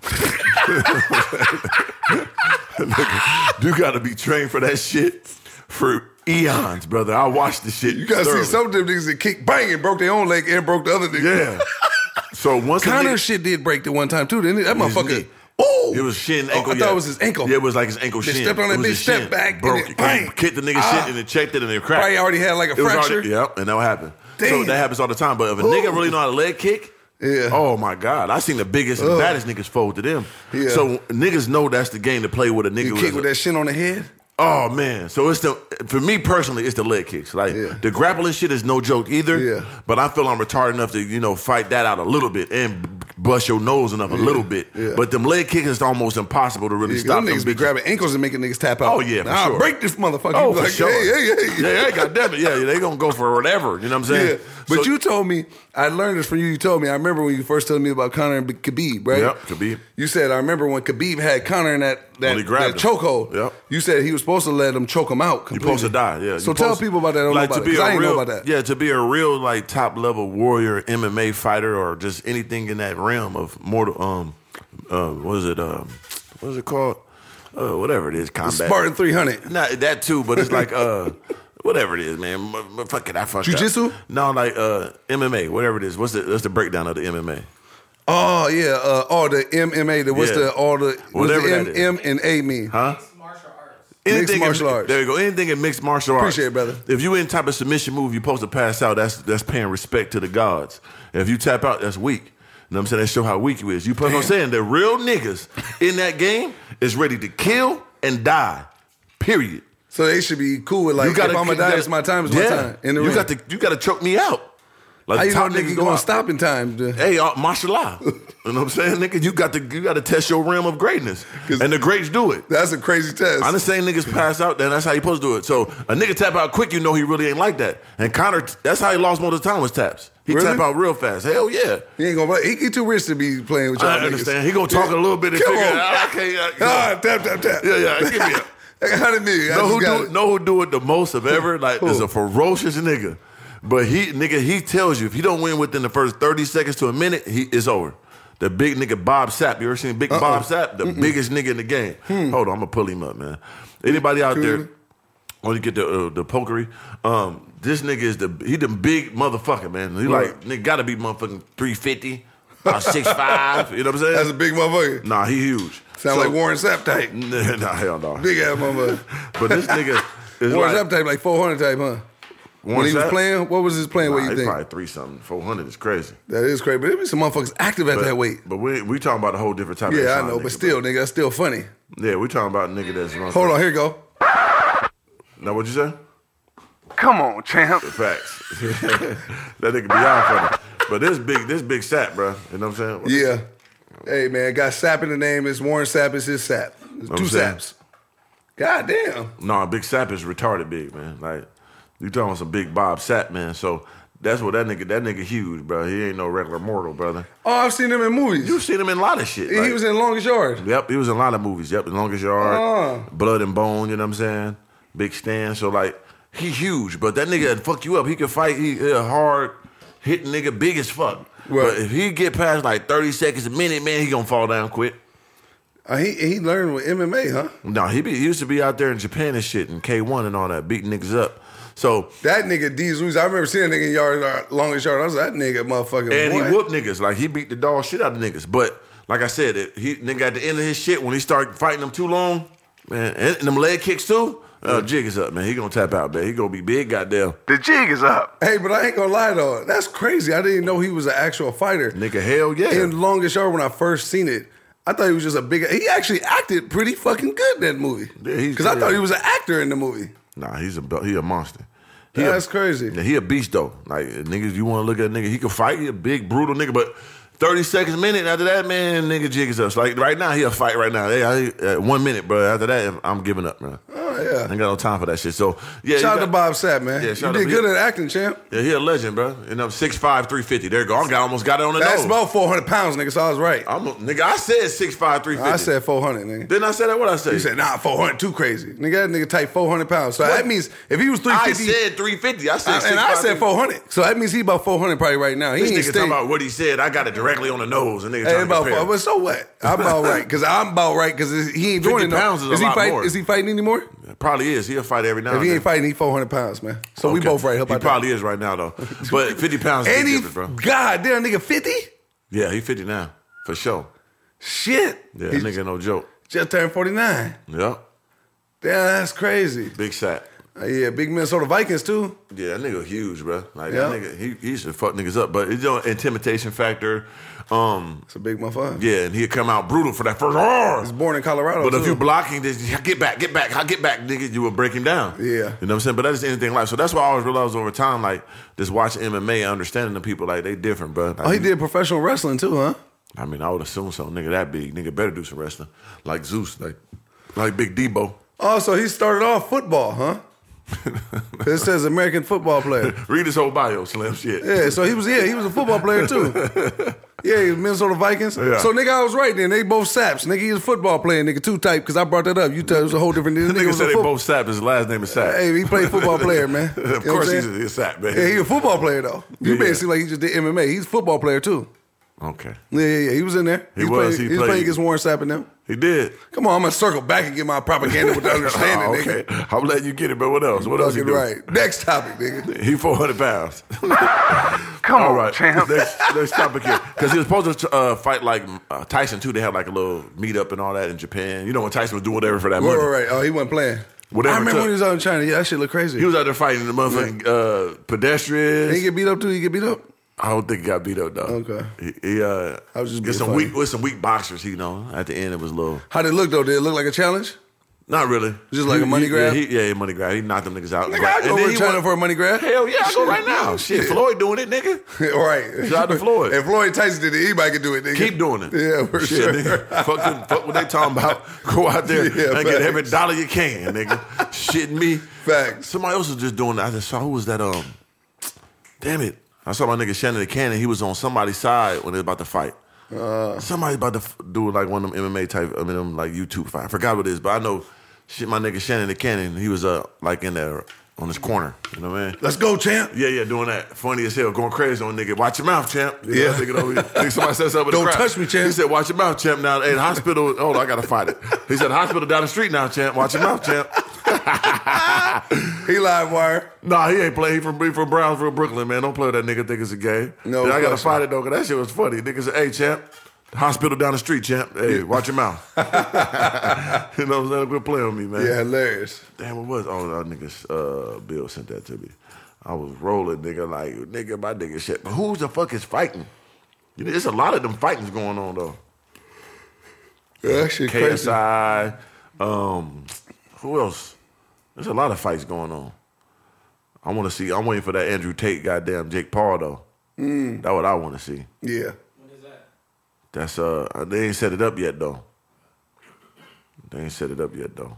Speaker 3: Nigga, you gotta be trained for that shit for eons, brother. I watched the shit.
Speaker 1: You gotta
Speaker 3: thoroughly.
Speaker 1: see some of them niggas that kick bang and broke their own leg and broke the other nigga.
Speaker 3: Yeah. So once a
Speaker 1: Connor's
Speaker 3: nigga-
Speaker 1: shit did break the one time too, didn't it? That
Speaker 3: His
Speaker 1: motherfucker.
Speaker 3: knee.
Speaker 1: Oh,
Speaker 3: It was shin
Speaker 1: Oh,
Speaker 3: ankle.
Speaker 1: I
Speaker 3: yeah.
Speaker 1: thought it was his ankle.
Speaker 3: Yeah, it was like his ankle
Speaker 1: They
Speaker 3: shin.
Speaker 1: stepped on that
Speaker 3: It was
Speaker 1: bitch,
Speaker 3: his
Speaker 1: stepped
Speaker 3: shin.
Speaker 1: back, and
Speaker 3: broke
Speaker 1: then
Speaker 3: it,
Speaker 1: bang.
Speaker 3: kicked the nigga
Speaker 1: Ah.
Speaker 3: shit, and it checked it, and it cracked.
Speaker 1: Probably already had like a
Speaker 3: It was already-
Speaker 1: fracture.
Speaker 3: yep, and that happened.
Speaker 1: Damn.
Speaker 3: So that happens all the time. But if a
Speaker 1: Ooh.
Speaker 3: nigga really know how to leg kick,
Speaker 1: Yeah.
Speaker 3: Oh my God, I seen the biggest and baddest niggas fold to them.
Speaker 1: Yeah.
Speaker 3: So niggas know that's the game to play with a nigga.
Speaker 1: you
Speaker 3: with
Speaker 1: kick
Speaker 3: a-
Speaker 1: with that shit on the head.
Speaker 3: Oh man, so it's the for me personally, it's the leg kicks. Like
Speaker 1: Yeah.
Speaker 3: the grappling shit is no joke either.
Speaker 1: Yeah.
Speaker 3: But I feel I'm retarded enough to you know fight that out a little bit and b- bust your nose enough a little bit.
Speaker 1: Yeah,
Speaker 3: But them leg kicks is almost impossible to really
Speaker 1: Yeah,
Speaker 3: stop.
Speaker 1: them niggas be
Speaker 3: bitches.
Speaker 1: grabbing ankles and making niggas tap out.
Speaker 3: Oh, yeah, for
Speaker 1: Nah,
Speaker 3: sure.
Speaker 1: break this motherfucker.
Speaker 3: Oh,
Speaker 1: You be
Speaker 3: for
Speaker 1: like,
Speaker 3: sure.
Speaker 1: Hey, hey, hey.
Speaker 3: Yeah, yeah, goddamn it. Yeah, they gonna go for whatever. You know what I'm saying?
Speaker 1: Yeah, but
Speaker 3: So-
Speaker 1: you told me I learned this from you. You told me I remember when you first told me about Connor and Khabib, right?
Speaker 3: Yep, Khabib.
Speaker 1: You said I remember when Khabib had Connor in that that,
Speaker 3: When he grabbed
Speaker 1: that
Speaker 3: him.
Speaker 1: chokehold.
Speaker 3: Yep.
Speaker 1: You said he was supposed to let him choke him out.
Speaker 3: You're
Speaker 1: Completely.
Speaker 3: supposed to die, yeah.
Speaker 1: So
Speaker 3: You're
Speaker 1: tell
Speaker 3: supposed-
Speaker 1: people about that. I don't know about it, 'cause I ain't
Speaker 3: real,
Speaker 1: know about that.
Speaker 3: Yeah, to be a real like top level warrior, MMA fighter, or just anything in that realm of mortal. Um, uh, what is it? Um, what is it called? Uh, whatever it is, combat.
Speaker 1: Spartan three hundred.
Speaker 3: Not that too, but it's like uh, whatever it is, man. M- m- Fuck it, I fucked
Speaker 1: Jiu-jitsu?
Speaker 3: up. No, like uh, MMA, whatever it is. What's the what's the breakdown of the MMA?
Speaker 1: Oh yeah, uh, all the MMA. The, what's
Speaker 3: Yeah.
Speaker 1: the all the
Speaker 3: Whatever
Speaker 1: what's
Speaker 3: that
Speaker 1: the
Speaker 3: is.
Speaker 1: M, M and A mean?
Speaker 3: Huh?
Speaker 5: martial arts.
Speaker 1: Mixed
Speaker 3: in-
Speaker 1: martial arts.
Speaker 3: There you go. Anything in mixed martial arts.
Speaker 1: Appreciate it, brother.
Speaker 3: If you in type of submission move, you're supposed to pass out. That's that's paying respect to the gods. If you tap out, that's weak. You know what I'm saying? That show how weak you is. You put what I'm saying? The real niggas in that game is ready to kill and die. Period.
Speaker 1: So they should be cool with like if I'm
Speaker 3: you
Speaker 1: gonna die,
Speaker 3: gotta-
Speaker 1: it's my time. It's my
Speaker 3: yeah.
Speaker 1: time. In the
Speaker 3: you
Speaker 1: ring.
Speaker 3: got to you got to choke me out. Like
Speaker 1: How you know
Speaker 3: top
Speaker 1: nigga
Speaker 3: niggas
Speaker 1: going
Speaker 3: out.
Speaker 1: to stop in time? to-
Speaker 3: Hey, uh, martial law. you know what I'm saying, nigga? You got to you got to test your realm of greatness,
Speaker 1: 'Cause-
Speaker 3: and the greats do it.
Speaker 1: That's a crazy test.
Speaker 3: I'm the same niggas pass out, then that's how you supposed to do it. So a nigga tap out quick, you know he really ain't like that. And Connor, that's how he lost most of the time was taps. He
Speaker 1: Really?
Speaker 3: tap out real fast. Hell yeah.
Speaker 1: He ain't gonna. play. He get too rich to be playing with y'all.
Speaker 3: I
Speaker 1: niggas.
Speaker 3: understand. He gonna talk a little bit and
Speaker 1: Come
Speaker 3: figure
Speaker 1: on.
Speaker 3: it out. I can't- uh, I-
Speaker 1: Ah, tap tap tap.
Speaker 3: Yeah, yeah, give me a-
Speaker 1: I got a million. I
Speaker 3: Know
Speaker 1: just
Speaker 3: who
Speaker 1: got
Speaker 3: do
Speaker 1: it.
Speaker 3: know who do it the most of ever? Like
Speaker 1: Who?
Speaker 3: is a ferocious nigga. But he nigga, he tells you if he don't win within the first thirty seconds to a minute, he it's over. The big nigga Bob Sapp. You ever seen
Speaker 1: Uh-uh.
Speaker 3: Big Bob Sapp? The biggest nigga in the game.
Speaker 1: Hmm.
Speaker 3: Hold on, I'm gonna pull him up, man. Anybody out there? When you get the uh, the pokery, um, this nigga is the he the big motherfucker man. He
Speaker 1: Right.
Speaker 3: like nigga gotta be motherfucking three fifty or six five. You know what I'm saying?
Speaker 1: That's a big motherfucker.
Speaker 3: nah, he huge. So-
Speaker 1: Sound like Warren Sapp type.
Speaker 3: nah, hell no.
Speaker 1: Big ass motherfucker.
Speaker 3: But this nigga is
Speaker 1: Warren
Speaker 3: like,
Speaker 1: Sapp type, like 400 type, huh? when he was
Speaker 3: Sapp?
Speaker 1: playing, what was his playing?
Speaker 3: Nah,
Speaker 1: what you
Speaker 3: he
Speaker 1: think?
Speaker 3: probably three something. Four hundred is crazy.
Speaker 1: That is crazy. But there be some motherfuckers active at
Speaker 3: But,
Speaker 1: that weight.
Speaker 3: But we we talking about a whole different type. of
Speaker 1: Yeah, I
Speaker 3: Sean
Speaker 1: know,
Speaker 3: nigga,
Speaker 1: but still, nigga, that's still funny.
Speaker 3: Yeah, we talking about a nigga that's run.
Speaker 1: Hold on, here you go.
Speaker 3: Now what you say?
Speaker 4: Come on, champ.
Speaker 3: Facts. that nigga beyond funny. But this big this big sap, bro. You know what I'm saying?
Speaker 1: Yeah. Hey, man, got Sap in the name. It's Warren Sap. It's his Sap. It's
Speaker 3: I'm
Speaker 1: two
Speaker 3: saying.
Speaker 1: Saps. God damn.
Speaker 3: No, big sap is retarded big man. Like you talking about some big Bob Sap man. So. That's what that nigga. That nigga huge, bro. He ain't no regular mortal, brother.
Speaker 1: Oh, I've seen him in movies.
Speaker 3: You've seen him in a lot of shit.
Speaker 1: he
Speaker 3: like-
Speaker 1: was in Longest Yard.
Speaker 3: Yep, he was in a lot of movies. Yep, The Longest Yard,
Speaker 1: Oh.
Speaker 3: Blood and Bone. You know what I'm saying? Big Stan. So like, he huge, but that nigga would fuck you up. He could fight. He, he a hard hitting nigga, big as fuck.
Speaker 1: Right.
Speaker 3: But if he get past like 30 seconds a minute, man, he gonna fall down quick.
Speaker 1: Uh, he he learned with MMA, huh?
Speaker 3: No, he, be, he used to be out there in Japan and shit, and K1 and all that, beating niggas up. So
Speaker 1: That nigga D Zeus, I remember seeing a nigga in yard uh, longest yard. I was like, that nigga motherfucking.
Speaker 3: and
Speaker 1: boy.
Speaker 3: he whooped niggas. Like he beat the dog shit out of niggas. But like I said, it, he nigga at the end of his shit when he started fighting them too long, man, and, and them leg kicks too. Uh, jig is up, man. He gonna tap out, man. He gonna be big, goddamn.
Speaker 4: The jig is up.
Speaker 1: Hey, but I ain't gonna lie though, that's crazy. I didn't know he was an actual fighter.
Speaker 3: Nigga, hell yeah.
Speaker 1: In longest yard, when I first seen it, I thought he was just a big. He actually acted pretty fucking good in that movie.
Speaker 3: Yeah, he's
Speaker 1: because I
Speaker 3: good.
Speaker 1: thought he was an actor in the movie.
Speaker 3: nah, he's a bu- he a monster. He
Speaker 1: That's
Speaker 3: a,
Speaker 1: crazy.
Speaker 3: Yeah, he a beast though. Like niggas, you want to look at a nigga, he can fight. He a big brutal nigga, but. 30 seconds, minute after that, man, nigga jig is up. So, Like right now, he'll fight right now. Hey, I, uh, one minute, bro. After that, I'm giving up, man.
Speaker 1: Oh
Speaker 3: I
Speaker 1: yeah.
Speaker 3: ain't got no time for that shit. So, yeah. you
Speaker 1: Shout out
Speaker 3: got-
Speaker 1: to Bob Sapp, man.
Speaker 3: Yeah,
Speaker 1: you
Speaker 3: shout out
Speaker 1: did
Speaker 3: to-
Speaker 1: good at acting, champ.
Speaker 3: Yeah, he a legend, bro. You know, 6'5", 350. There you go. I got- almost got it on the
Speaker 1: That's
Speaker 3: nose.
Speaker 1: about four hundred pounds, nigga. So I was right.
Speaker 3: I'm a, nigga, I said 6'5", 350.
Speaker 1: I said four hundred, nigga.
Speaker 3: Didn't I say that? What I said?
Speaker 1: He said, nah, 400, too crazy. Nigga, that nigga type 400 pounds. So that means if he was
Speaker 3: I
Speaker 1: 350.
Speaker 3: said 350. I said
Speaker 1: I-
Speaker 3: 6'5",
Speaker 1: and I said
Speaker 3: 350.
Speaker 1: 400. So that means he about 400 probably right now. He
Speaker 3: This
Speaker 1: ain't
Speaker 3: nigga
Speaker 1: stay.
Speaker 3: talking about what he said. I got it directly on the nose. And nigga
Speaker 1: Hey,
Speaker 3: trying to
Speaker 1: about
Speaker 3: compare.
Speaker 1: four, but so what? I'm about right because I'm about right because he ain't doing
Speaker 3: 50
Speaker 1: it. no-
Speaker 3: pounds is a
Speaker 1: he
Speaker 3: lot
Speaker 1: fight-
Speaker 3: more.
Speaker 1: Is he fighting anymore?
Speaker 3: Probably is. He'll fight every now
Speaker 1: If
Speaker 3: and
Speaker 1: he
Speaker 3: then.
Speaker 1: ain't fighting, he 400 pounds, man. So we
Speaker 3: Okay.
Speaker 1: both right. Help
Speaker 3: He
Speaker 1: out.
Speaker 3: probably is right now, though. But 50 pounds
Speaker 1: there.
Speaker 3: is
Speaker 1: and he,
Speaker 3: different, bro.
Speaker 1: God damn, nigga, 50?
Speaker 3: Yeah, he 50 now. For sure.
Speaker 1: Shit.
Speaker 3: Yeah,
Speaker 1: He
Speaker 3: that nigga no joke.
Speaker 1: just turned 49.
Speaker 3: Yep.
Speaker 1: Damn, that's crazy.
Speaker 3: Big sack.
Speaker 1: Uh, yeah, big Minnesota Vikings too.
Speaker 3: Yeah, that nigga huge, bro. Like
Speaker 1: Yeah.
Speaker 3: that nigga, he, he used to fuck niggas up. But it's your intimidation factor. Um,
Speaker 1: It's a big motherfucker.
Speaker 3: Yeah, and he'd come out brutal for that first roar.
Speaker 1: He's born in Colorado.
Speaker 3: But if
Speaker 1: too.
Speaker 3: you blocking this, "Yeah, get back, get back, I get back, nigga, you will break him down.
Speaker 1: Yeah.
Speaker 3: You know what I'm saying? But that's anything like so that's why I always realized over time, like just watching MMA, understanding the people, like they different, bro. Like,
Speaker 1: Oh, he did professional wrestling too, huh?
Speaker 3: I mean, I would assume so, nigga that big, nigga better do some wrestling. Like Zeus, like like Big Debo.
Speaker 1: Oh, so he started off football, huh? 'Cause it says American football player.
Speaker 3: Read his whole bio, Slim shit.
Speaker 1: Yeah, so he was yeah, he was a football player too. Yeah, he was Minnesota Vikings.
Speaker 3: Yeah.
Speaker 1: So nigga, I was right then. They both saps. Nigga, he's a football player, nigga, two type, because I brought that up. You tell it was a whole different nigga.
Speaker 3: Nigga
Speaker 1: was a
Speaker 3: said they
Speaker 1: foot-
Speaker 3: both Sap. His last name is Sap.
Speaker 1: Hey, he played football player, man. You know
Speaker 3: of
Speaker 1: what I'm
Speaker 3: course, he's a,
Speaker 1: saying?
Speaker 3: he's Sap, man.
Speaker 1: Yeah, he a football player though. You
Speaker 3: Yeah,
Speaker 1: made
Speaker 3: yeah.
Speaker 1: it seem like he just did MMA. He's a football player too.
Speaker 3: okay,
Speaker 1: Yeah, yeah, yeah. He was in there.
Speaker 3: He was. He
Speaker 1: Playing, was
Speaker 3: played.
Speaker 1: playing against Warren Sapp and them.
Speaker 3: he did.
Speaker 1: Come on, I'm gonna circle back and get my propaganda with the understanding,
Speaker 3: Ah,
Speaker 1: nigga.
Speaker 3: okay, I'm letting you get it, but what else? What else? he
Speaker 1: Fucking
Speaker 3: do?
Speaker 1: right. Next topic, nigga.
Speaker 3: He 400 pounds.
Speaker 4: Come
Speaker 3: All
Speaker 4: on,
Speaker 3: right.
Speaker 4: champ.
Speaker 3: Next, next topic here. Because he was supposed to uh, fight like uh, Tyson, too. They had like a little meetup and all that in Japan. You know, when Tyson was doing whatever for that
Speaker 1: Right,
Speaker 3: money.
Speaker 1: right, right. Oh, he wasn't playing.
Speaker 3: Whatever
Speaker 1: I
Speaker 3: it
Speaker 1: remember
Speaker 3: took.
Speaker 1: when he was out in China. Yeah, that shit look crazy.
Speaker 3: He was out there fighting the motherfucking uh, pedestrians.
Speaker 1: Did he get beat up too? He get beat up?
Speaker 3: I don't think he got beat up, though.
Speaker 1: Okay.
Speaker 3: He, he, uh,
Speaker 1: I was just being
Speaker 3: with some,
Speaker 1: funny.
Speaker 3: weak, with some weak boxers, you know. At the end, it was a little.
Speaker 1: How did it look though? Did it look like a challenge?
Speaker 3: Not really.
Speaker 1: Just like
Speaker 3: He-
Speaker 1: a money
Speaker 3: he-
Speaker 1: grab?
Speaker 3: Yeah, he, yeah, money grab. He knocked them niggas out.
Speaker 1: Nigga, I go
Speaker 3: And then
Speaker 1: over
Speaker 3: he
Speaker 1: to China
Speaker 3: went-
Speaker 1: for a money grab.
Speaker 3: Hell yeah, I go right now.
Speaker 1: Yeah,
Speaker 3: Shit, Floyd doing it, nigga.
Speaker 1: right.
Speaker 3: Shout out to Floyd.
Speaker 1: If Floyd Tyson did it, anybody could do it, nigga.
Speaker 3: Keep doing it.
Speaker 1: Yeah, for
Speaker 3: Shit,
Speaker 1: sure.
Speaker 3: Nigga, fuck, them- fuck what they talking about. Go out there
Speaker 1: Yeah,
Speaker 3: and get
Speaker 1: facts.
Speaker 3: every dollar you can, nigga. Shitting me.
Speaker 1: Facts.
Speaker 3: Somebody else was just doing that. I just saw who was that? Um, damn it. I saw my nigga Shannon the Cannon. He was on somebody's side when they was about to fight.
Speaker 1: Uh.
Speaker 3: Somebody about to f- do like one of them MMA type, I mean, them like YouTube fight. I forgot what it is, but I know shit. My nigga Shannon the Cannon, he was uh like in there on his corner. You know what I mean?
Speaker 1: Let's go, champ.
Speaker 3: Yeah, yeah, doing that. Funny as hell, going crazy on nigga. Watch your mouth, champ. You
Speaker 1: Yeah.
Speaker 3: know, thinking over here. Think somebody says something. in the
Speaker 1: Don't
Speaker 3: crowd.
Speaker 1: touch me, champ.
Speaker 3: He said, "Watch your mouth, champ." Now, hey, the hospital. Hold on, I gotta fight it. He said, "Hospital down the street now, champ. Watch your mouth, champ."
Speaker 1: He live wire.
Speaker 3: Nah, he ain't play. He from, he from Brownsville, Brooklyn, man. Don't play with that nigga. Think it's a game.
Speaker 1: No
Speaker 3: Then I gotta
Speaker 1: question.
Speaker 3: fight it though, cause that shit was funny. Nigga said, "Hey, champ." Hospital down the street, champ. Hey, watch your mouth. you know what I'm saying? Quit playing with me, man.
Speaker 1: Yeah, hilarious.
Speaker 3: Damn, what was? Oh, that niggas, uh, Bill sent that to me. I was rolling, nigga, like, nigga, my nigga shit. But who's the fuck is fighting? You know, there's a lot of them fightings going on, though.
Speaker 1: Yeah, that shit crazy.
Speaker 3: KSI, um, who else? There's a lot of fights going on. I want to see, I'm waiting for that Andrew Tate, goddamn Jake Paul, though. That's what I want to see.
Speaker 1: Yeah.
Speaker 3: That's, uh, they ain't set it up yet, though. They ain't set it up yet, though.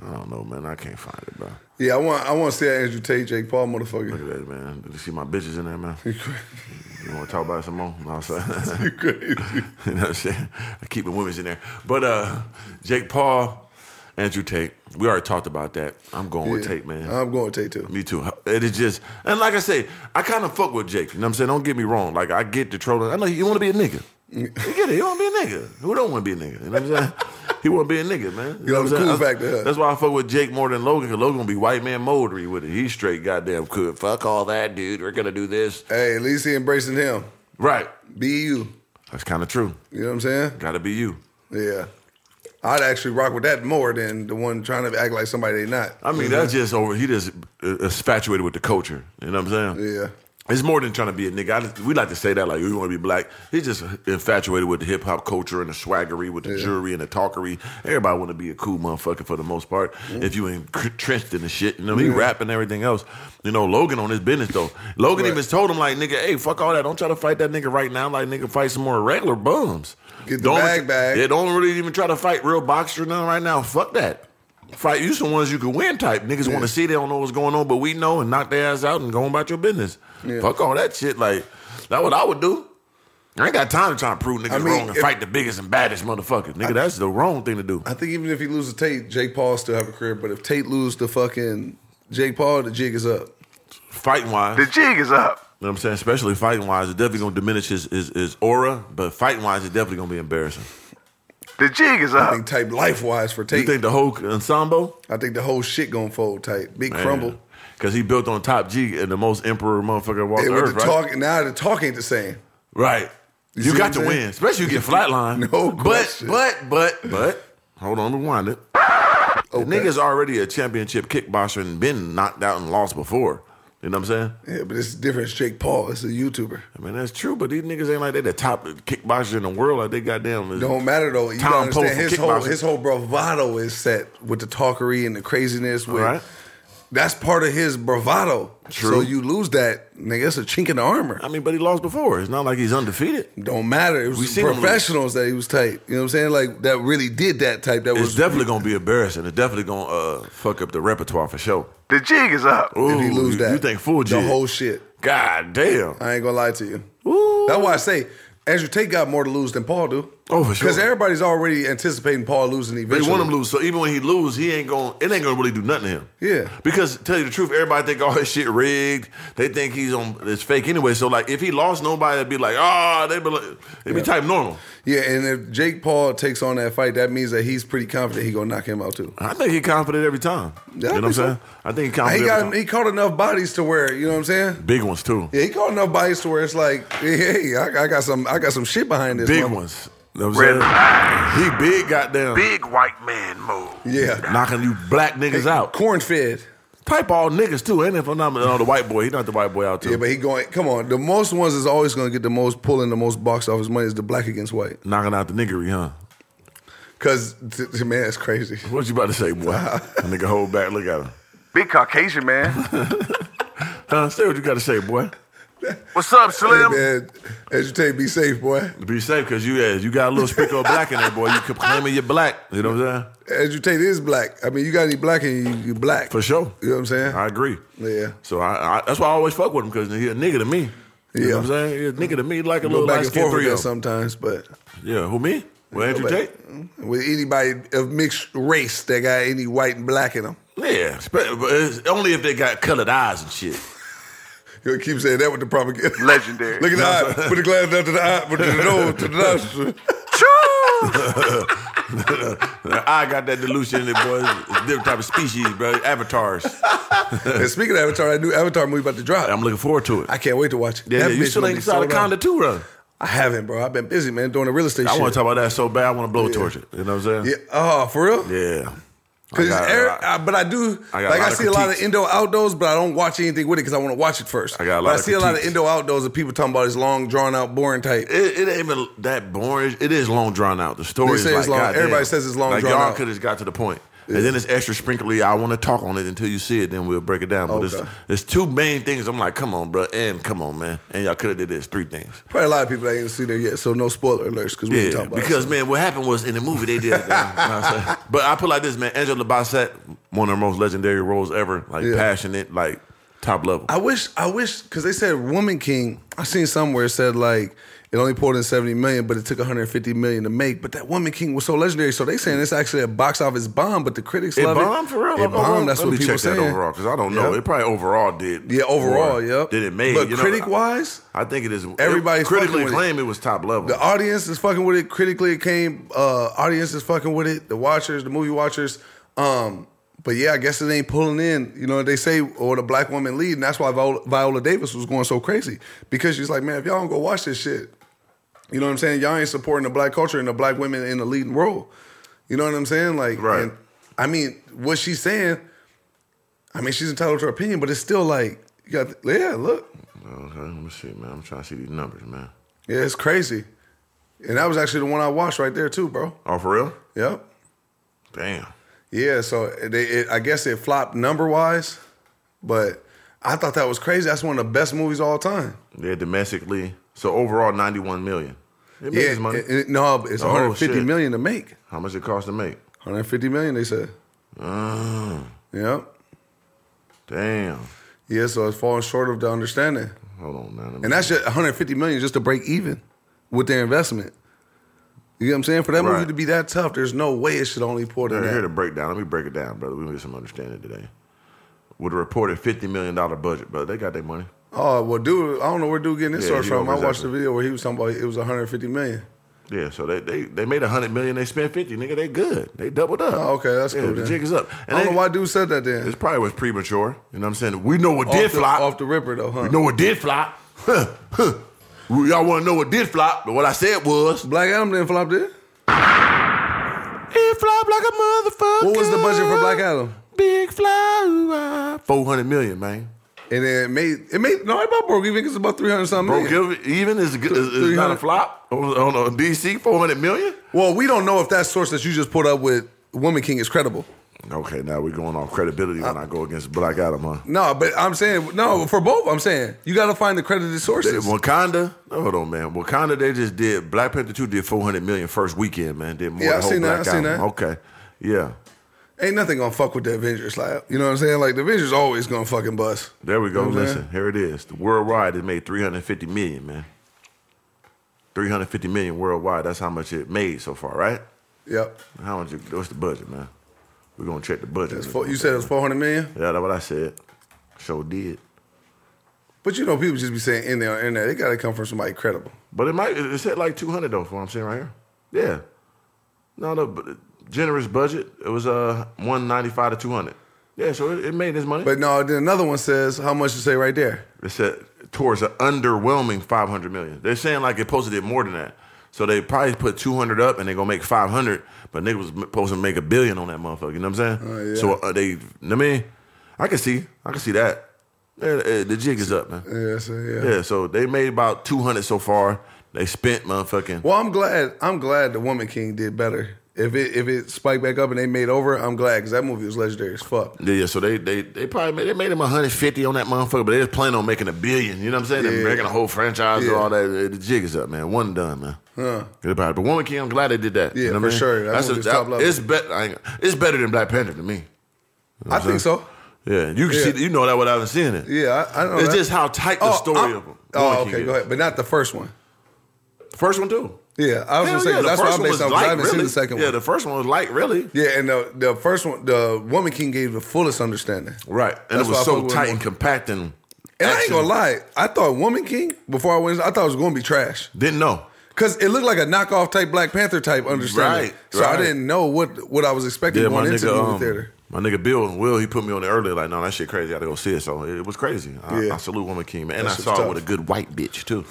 Speaker 3: I don't know, man. I can't find it, bro.
Speaker 1: Yeah, I want I want to see that Andrew Tate, Jake Paul
Speaker 3: Look
Speaker 1: motherfucker.
Speaker 3: at that, man. Did you see my bitches in there, man? You want to talk about it some more? No, I'm sorry.
Speaker 1: You crazy.
Speaker 3: you know what I'm saying? I keep the women's in there. But uh, Jake Paul, Andrew Tate. We already talked about that. I'm going with
Speaker 1: Yeah. Oh,
Speaker 3: Tate, man.
Speaker 1: I'm going Tate too.
Speaker 3: Me too. It is just, and like I say, I kind of fuck with Jake. You know what I'm saying? Don't get me wrong. Like, I get the trolling. I know you want to be a nigga. You get it. You want to be a nigga. Who don't want to be a nigga? You know what I'm saying? He want to be a nigga, man. You
Speaker 1: know,
Speaker 3: what
Speaker 1: the
Speaker 3: I'm saying?
Speaker 1: cool
Speaker 3: That's-
Speaker 1: factor, huh?
Speaker 3: That's why I fuck with Jake more than Logan, because Logan gonna be white man moldery with it. He's straight goddamn good. Fuck all that, dude. We're gonna do this.
Speaker 1: Hey, at least he embracing him.
Speaker 3: Right.
Speaker 1: Be you.
Speaker 3: That's kind of true.
Speaker 1: You know what I'm saying?
Speaker 3: Gotta be you.
Speaker 1: Yeah. I'd actually rock with that more than the one trying to act like somebody they not.
Speaker 3: I mean, that's just over. He just uh, infatuated with the culture. You know what I'm saying?
Speaker 1: Yeah.
Speaker 3: It's more than trying to be a nigga. I just- we like to say that, like, we want to be black. He's just infatuated with the hip hop culture and the swaggery, with the jewelry and the talkery. Everybody want to be a cool motherfucker for the most part. If you ain't entrenched in the shit, you know, he rapping and everything else. You know, Logan on his business though. Logan
Speaker 1: Right.
Speaker 3: even told him like, nigga, hey, fuck all that. Don't try to fight that nigga right now. Like, nigga, fight some more regular bums.
Speaker 1: Get the
Speaker 3: Don't-
Speaker 1: bag back.
Speaker 3: Yeah, don't really even try to fight real boxer now right now. Fuck that. Fight you some ones you can win type. Niggas want to see they don't know what's going on, but we know and knock their ass out and go on about your business.
Speaker 1: Yeah.
Speaker 3: Fuck all that shit. Like that's what I would do. I ain't got time to try to prove niggas
Speaker 1: I mean,
Speaker 3: wrong and
Speaker 1: if-
Speaker 3: fight the biggest and baddest motherfucker. Nigga, that's the wrong thing to do.
Speaker 1: I think even if he loses to Tate, Jake Paul still have a career. But if Tate lose to fucking Jake Paul, the jig is up.
Speaker 3: Fighting wise,
Speaker 4: The jig is up.
Speaker 3: you know what I'm saying? Especially fighting wise, it's definitely gonna diminish his, his, his aura, but fighting wise, it's definitely gonna be embarrassing.
Speaker 4: The jig is
Speaker 1: I
Speaker 4: up.
Speaker 1: think type life wise for
Speaker 3: You
Speaker 1: Tate.
Speaker 3: think the whole ensemble?
Speaker 1: I think the whole shit gonna fold tight. Big crumble.
Speaker 3: Because he built on top G and the most emperor motherfucker walked
Speaker 1: Hey,
Speaker 3: the
Speaker 1: with
Speaker 3: earth,
Speaker 1: the
Speaker 3: right?
Speaker 1: talk now the talk ain't the same.
Speaker 3: Right.
Speaker 1: You
Speaker 3: You,
Speaker 1: see
Speaker 3: got
Speaker 1: what
Speaker 3: to
Speaker 1: I'm saying?
Speaker 3: win, especially you get flatlined.
Speaker 1: No
Speaker 3: but
Speaker 1: question.
Speaker 3: but but but hold on, rewind it. The nigga's already a championship kickboxer and been knocked out and lost before. You know what I'm saying?
Speaker 1: Yeah, but it's different. It's Jake Paul. It's a YouTuber.
Speaker 3: I mean that's true, but these niggas ain't like they the top kickboxers in the world. Like they goddamn is-
Speaker 1: Don't matter though. You
Speaker 3: Tom
Speaker 1: gotta
Speaker 3: Poe
Speaker 1: understand
Speaker 3: from
Speaker 1: his whole
Speaker 3: kickboxing.
Speaker 1: his whole bravado is set with the talkery and the craziness. With
Speaker 3: Alright.
Speaker 1: that's part of his bravado. So
Speaker 3: True.
Speaker 1: you lose that, nigga. It's a chink in the armor.
Speaker 3: I mean, but he lost before. It's not like he's undefeated.
Speaker 1: Don't matter. It
Speaker 3: We
Speaker 1: was
Speaker 3: seen him
Speaker 1: professionals that he was tight. You know what I'm saying? Like that really did that type. That
Speaker 3: It's
Speaker 1: was
Speaker 3: definitely gonna be embarrassing. It's definitely gonna uh, fuck up the repertoire for sure.
Speaker 4: The jig is up.
Speaker 3: Ooh,
Speaker 1: if he lose
Speaker 3: you,
Speaker 1: that.
Speaker 3: you think full G?
Speaker 1: The whole shit.
Speaker 3: God damn.
Speaker 1: I ain't gonna lie to you.
Speaker 3: Ooh.
Speaker 1: That's why I say Andrew Tate got more to lose than Paul do.
Speaker 3: Oh, for sure.
Speaker 1: Because everybody's already anticipating Paul losing
Speaker 3: They
Speaker 1: eventually.
Speaker 3: want him to lose. So even when he lose, he ain't going. It ain't gonna really do nothing to him.
Speaker 1: Yeah.
Speaker 3: Because tell you the truth, everybody think all his shit rigged. They think he's on. It's fake anyway. So like, if he lost, nobody'd be like, ah, they'd be like, it'd be type normal.
Speaker 1: Yeah, and if Jake Paul takes on that fight, that means that he's pretty confident he gonna knock him out too.
Speaker 3: I think he confident every time.
Speaker 1: Yeah,
Speaker 3: you know what
Speaker 1: I
Speaker 3: I'm
Speaker 1: think so.
Speaker 3: saying? I think he
Speaker 1: He
Speaker 3: confident.
Speaker 1: got
Speaker 3: every
Speaker 1: he
Speaker 3: time.
Speaker 1: caught enough bodies to where you know what I'm saying.
Speaker 3: big ones too.
Speaker 1: Yeah, he caught enough bodies to where it's like, hey, I, I got some I got some shit behind this.
Speaker 3: Big
Speaker 1: mother-
Speaker 3: ones. You know what
Speaker 4: Red
Speaker 3: I'm saying? He big, goddamn,
Speaker 4: Big white man move.
Speaker 1: Yeah,
Speaker 3: knocking you black niggas out.
Speaker 1: corn fed.
Speaker 3: Type all niggas too. Ain't it? If I'm not oh, the white boy, he not the white boy out too.
Speaker 1: Yeah, but he going. Come on, the most ones is always gonna get the most pulling, the most box office money is the black against white.
Speaker 3: knocking out the niggery, huh?
Speaker 1: Cause t- t- man, it's crazy.
Speaker 3: What you about to say, boy? nigga, hold back. Look at him.
Speaker 4: Big Caucasian man.
Speaker 3: Huh? Say what you got to say, boy.
Speaker 4: What's up,
Speaker 1: Hey,
Speaker 4: Slim?
Speaker 1: man, as you take, be safe, boy.
Speaker 3: Be safe, cause you yeah, you got a little sprinkle of black in there, boy. You claiming you're black. You know what I'm saying?
Speaker 1: As you take, is black. I mean, you got any black and you, you black
Speaker 3: For sure.
Speaker 1: You know what I'm saying?
Speaker 3: I agree.
Speaker 1: Yeah.
Speaker 3: So I, I that's why I always fuck with him, cause he a nigga to me. You
Speaker 1: Yeah.
Speaker 3: know what I'm saying? He a nigga to me like a
Speaker 1: Go
Speaker 3: little
Speaker 1: back
Speaker 3: light
Speaker 1: and
Speaker 3: skinned
Speaker 1: forth with
Speaker 3: three
Speaker 1: that sometimes, but Mm-hmm.
Speaker 3: Yeah. Who me? Well, Andrew
Speaker 1: but
Speaker 3: Tate.
Speaker 1: with anybody of mixed race that got any white and black in them.
Speaker 3: Yeah, spe- but it's only if they got colored eyes and shit.
Speaker 1: You keep saying that with the propaganda.
Speaker 4: Legendary.
Speaker 1: Look at the eye. Put the glass up to the eye. Put the nose to the nostril.
Speaker 3: I got that delusion in it, boys. It's a different type of species, bro. Avatars.
Speaker 1: And speaking of Avatar, that new Avatar movie about to drop.
Speaker 3: I'm looking forward to it.
Speaker 1: I can't wait to watch it.
Speaker 3: yeah,
Speaker 1: That
Speaker 3: yeah, you
Speaker 1: bitch
Speaker 3: still
Speaker 1: gonna
Speaker 3: ain't
Speaker 1: be
Speaker 3: saw the
Speaker 1: sold out.
Speaker 3: Conda 2 run.
Speaker 1: I haven't, bro. I've been busy, man, doing the real estate
Speaker 3: I
Speaker 1: shit.
Speaker 3: want to talk about that so bad. I want to blow torch it. You know what I'm
Speaker 1: Yeah.
Speaker 3: saying?
Speaker 1: Oh, for real?
Speaker 3: Yeah. yeah.
Speaker 1: Cause every- I- but I do
Speaker 3: I got a
Speaker 1: like
Speaker 3: lot
Speaker 1: I
Speaker 3: of
Speaker 1: see a lot of
Speaker 3: critiques.
Speaker 1: indoor outdoors, but I don't watch anything with it because I want to watch it first.
Speaker 3: I got a
Speaker 1: but
Speaker 3: lot
Speaker 1: I
Speaker 3: of
Speaker 1: see a lot of
Speaker 3: critiques.
Speaker 1: indoor outdoors of people talking about this long, drawn out, boring type.
Speaker 3: It, it ain't even that boring. It is long drawn out. The story
Speaker 1: They
Speaker 3: is
Speaker 1: say
Speaker 3: like
Speaker 1: it's long-
Speaker 3: goddamn.
Speaker 1: everybody says it's long
Speaker 3: like,
Speaker 1: drawn
Speaker 3: y'all
Speaker 1: out.
Speaker 3: could have got to the point. And then it's extra sprinkly. I want to talk on it until you see it. Then we'll break it down. But it's,
Speaker 1: Okay.
Speaker 3: it's two main things. I'm like, come on, bro, and come on, man, and y'all could have did this three things.
Speaker 1: Probably a lot of people that ain't seen it yet, so no spoiler alerts because we can
Speaker 3: Yeah,
Speaker 1: talk about
Speaker 3: because
Speaker 1: it.
Speaker 3: man, what happened was in the movie they did. it, man. You know what I'm saying? but I put it like this, man. Angela Bassett, one of her most legendary roles ever. Like
Speaker 1: Yeah.
Speaker 3: passionate, like top level.
Speaker 1: I wish, I wish, because they said Woman King. I seen somewhere it said like it only poured in seventy million, but it took one hundred fifty million to make. But that Woman King was so legendary, so they saying it's actually a box office bomb. But the critics
Speaker 3: It
Speaker 1: love
Speaker 3: bombed
Speaker 1: it.
Speaker 3: for real.
Speaker 1: It
Speaker 3: Let me-
Speaker 1: bombed. That's
Speaker 3: let
Speaker 1: what
Speaker 3: me
Speaker 1: people
Speaker 3: check
Speaker 1: saying.
Speaker 3: that overall because I don't know.
Speaker 1: Yeah.
Speaker 3: It probably overall did.
Speaker 1: Yeah, overall,
Speaker 3: more
Speaker 1: yep.
Speaker 3: Did it made?
Speaker 1: But
Speaker 3: you know,
Speaker 1: critic wise,
Speaker 3: I, I think it is.
Speaker 1: everybody's
Speaker 3: it, critically
Speaker 1: fucking with it.
Speaker 3: acclaimed. It. was top level.
Speaker 1: The audience is fucking with it. Critically, it came. Uh, audience is fucking with it. The watchers, the movie watchers. Um, but yeah, I guess it ain't pulling in. You know, they say or the black woman lead, and that's why Viola, Viola Davis was going so crazy because she's like, man, if y'all don't go watch this shit, you know what I'm saying? Y'all ain't supporting the black culture and the black women in the leading role. You know what I'm saying? Like,
Speaker 3: Right.
Speaker 1: and- I mean, what she's saying. I mean, she's entitled to her opinion, but it's still like, you got, yeah, look,
Speaker 3: okay, let me see, man. I'm trying to see these numbers, man.
Speaker 1: yeah, it's crazy. And that was actually the one I watched right there too, bro.
Speaker 3: Oh, for real?
Speaker 1: Yep.
Speaker 3: Damn.
Speaker 1: Yeah, so they, it, I guess it flopped number wise, but I thought that was crazy. That's one of the best movies of all time.
Speaker 3: Yeah, domestically. So overall, 91 million. It makes
Speaker 1: yeah,
Speaker 3: money.
Speaker 1: it- it- no, it's
Speaker 3: Oh,
Speaker 1: 150
Speaker 3: shit.
Speaker 1: million to make.
Speaker 3: How much it cost to make?
Speaker 1: 150 million, they said.
Speaker 3: Mm,
Speaker 1: Yep.
Speaker 3: damn.
Speaker 1: Yeah, so it's falling short of the understanding,
Speaker 3: Hold on now. let me-
Speaker 1: and that's just 150 million just to break even with their investment. You get what I'm saying? For that movie
Speaker 3: Right.
Speaker 1: to be that tough, there's no way it should only pour in
Speaker 3: They're here to
Speaker 1: that.
Speaker 3: break down. Let me break it down, brother. We need some understanding today. With a reported fifty million dollar budget, brother, they got their money.
Speaker 1: Oh well, dude, I don't know where dude getting this
Speaker 3: Yeah,
Speaker 1: source
Speaker 3: he
Speaker 1: from. I watched
Speaker 3: overexaggerated.
Speaker 1: the video where he was talking about it was 150 million.
Speaker 3: Yeah, so they they, they made a hundred million, they spent fifty, nigga. They good. They doubled up.
Speaker 1: Oh, okay, that's
Speaker 3: yeah,
Speaker 1: cool
Speaker 3: The
Speaker 1: then.
Speaker 3: jig is up. And
Speaker 1: I don't
Speaker 3: they-
Speaker 1: know why dude said that then.
Speaker 3: This probably was premature. You know what I'm saying? We know what did
Speaker 1: off the,
Speaker 3: flop.
Speaker 1: off the ripper though, huh?
Speaker 3: we know what did flop. Huh, huh. Y'all want to know what did flop? But what I said was
Speaker 1: Black Adam didn't flop did? it?
Speaker 3: it flopped like a motherfucker.
Speaker 1: What was the budget for Black Adam?
Speaker 3: Big fly. Four hundred million, man.
Speaker 1: And then it made it made no, it about broke even. 'cause It's about three hundred something.
Speaker 3: Bro,
Speaker 1: million.
Speaker 3: give, even is, is, is not
Speaker 1: 300.
Speaker 3: a flop on, on, on DC four hundred million.
Speaker 1: Well, we don't know if that source that you just pulled up with Woman King is credible.
Speaker 3: Okay, now we're going off credibility when I go against Black Adam, huh?
Speaker 1: No, but I'm saying no for both. I'm saying you got to find the credited
Speaker 3: They-
Speaker 1: sources.
Speaker 3: Wakanda, hold on, man. Wakanda, they just did Black Panther two did four hundred million first weekend, man. Did more.
Speaker 1: Yeah,
Speaker 3: than
Speaker 1: I
Speaker 3: whole
Speaker 1: seen that,
Speaker 3: Black
Speaker 1: I seen
Speaker 3: Adam. Okay, yeah,
Speaker 1: Ain't nothing gonna fuck with the Avengers. Like you know what I'm saying? Like the Avengers always gonna fucking bust.
Speaker 3: there we go.
Speaker 1: You know what I'm
Speaker 3: Listen, here it is. The worldwide it made three hundred fifty million, man. Thring hundred fifty million worldwide. That's how much it made so far, right?
Speaker 1: Yep.
Speaker 3: How much? It, what's the budget, man? We're gonna check the budget.
Speaker 1: It's four, you said it was four hundred million,
Speaker 3: yeah, that's what I said. Show did.
Speaker 1: but you know people just be saying in there, in there. It gotta come from somebody credible.
Speaker 3: But it might it's at like two hundred though. For what I'm saying right here. Yeah. No, no. But generous budget. It was uh one ninety five to two hundred. Yeah, so it, it made this money.
Speaker 1: But no, then another one says how much you say right there.
Speaker 3: it said towards an underwhelming five hundred million. They're saying like it posted it more than that. So they probably put two hundred up and they gonna make five hundred. But nigga was supposed to make a billion on that motherfucker. You know what I'm saying?
Speaker 1: Oh, yeah.
Speaker 3: So uh, they. I mean, I can see. I can see that. Yeah, the the jig is up, man.
Speaker 1: Yeah, so yeah.
Speaker 3: Yeah. So they made about two hundred so far. They spent motherfucking.
Speaker 1: Well, I'm glad. I'm glad the Woman King did better. If it if it spiked back up and they made over, I'm glad because that movie was legendary as fuck.
Speaker 3: Yeah, yeah. So they they they probably made, they made him 150 on that motherfucker, but they just planning on making a billion. You know what I'm saying? They're
Speaker 1: Yeah.
Speaker 3: making a whole franchise
Speaker 1: Yeah.
Speaker 3: or all that. The the jig is up, man. One done, man. Huh. Good about it. But Woman King, I'm glad they did that.
Speaker 1: Yeah,
Speaker 3: you know
Speaker 1: for
Speaker 3: what I mean?
Speaker 1: sure. That movie's top level.
Speaker 3: It's better. I ain't- It's better than Black Panther to me.
Speaker 1: I think so.
Speaker 3: Yeah, you can
Speaker 1: Yeah.
Speaker 3: see. You know that without seeing it.
Speaker 1: Yeah, I, I know.
Speaker 3: it's
Speaker 1: that. Oh,
Speaker 3: just how tight the story
Speaker 1: I'm-
Speaker 3: of Woman
Speaker 1: Oh,
Speaker 3: King
Speaker 1: okay,
Speaker 3: is.
Speaker 1: go ahead. But not the first one.
Speaker 3: First one too.
Speaker 1: Yeah, I was
Speaker 3: Hell
Speaker 1: gonna say
Speaker 3: yeah, the
Speaker 1: that's what
Speaker 3: first
Speaker 1: I'm
Speaker 3: one was
Speaker 1: based on. 'cause I
Speaker 3: light,
Speaker 1: haven't seen
Speaker 3: really.
Speaker 1: the second
Speaker 3: Yeah,
Speaker 1: one.
Speaker 3: the first one was light, really.
Speaker 1: yeah, and the the first one, the Woman King gave the fullest understanding.
Speaker 3: Right, and
Speaker 1: That's
Speaker 3: it
Speaker 1: why
Speaker 3: was
Speaker 1: I fuck
Speaker 3: so
Speaker 1: with
Speaker 3: tight
Speaker 1: it
Speaker 3: and
Speaker 1: more.
Speaker 3: compact, and
Speaker 1: And I ain't
Speaker 3: action.
Speaker 1: gonna lie, I thought Woman King before I went, I thought it was gonna be trash.
Speaker 3: Didn't know.
Speaker 1: Cause it looked like a knockoff type Black Panther type understanding.
Speaker 3: Right,
Speaker 1: so I
Speaker 3: right.
Speaker 1: didn't know what what I was expecting
Speaker 3: Yeah, my
Speaker 1: going into
Speaker 3: nigga,
Speaker 1: the movie
Speaker 3: um,
Speaker 1: theater.
Speaker 3: my nigga Bill and Will, he put me on it earlier. Like, no, that shit crazy. I gotta go see it. So it was crazy. I,
Speaker 1: Yeah.
Speaker 3: I salute Woman King, man. And
Speaker 1: That
Speaker 3: I
Speaker 1: shit's
Speaker 3: saw
Speaker 1: tough.
Speaker 3: it with a good white bitch too.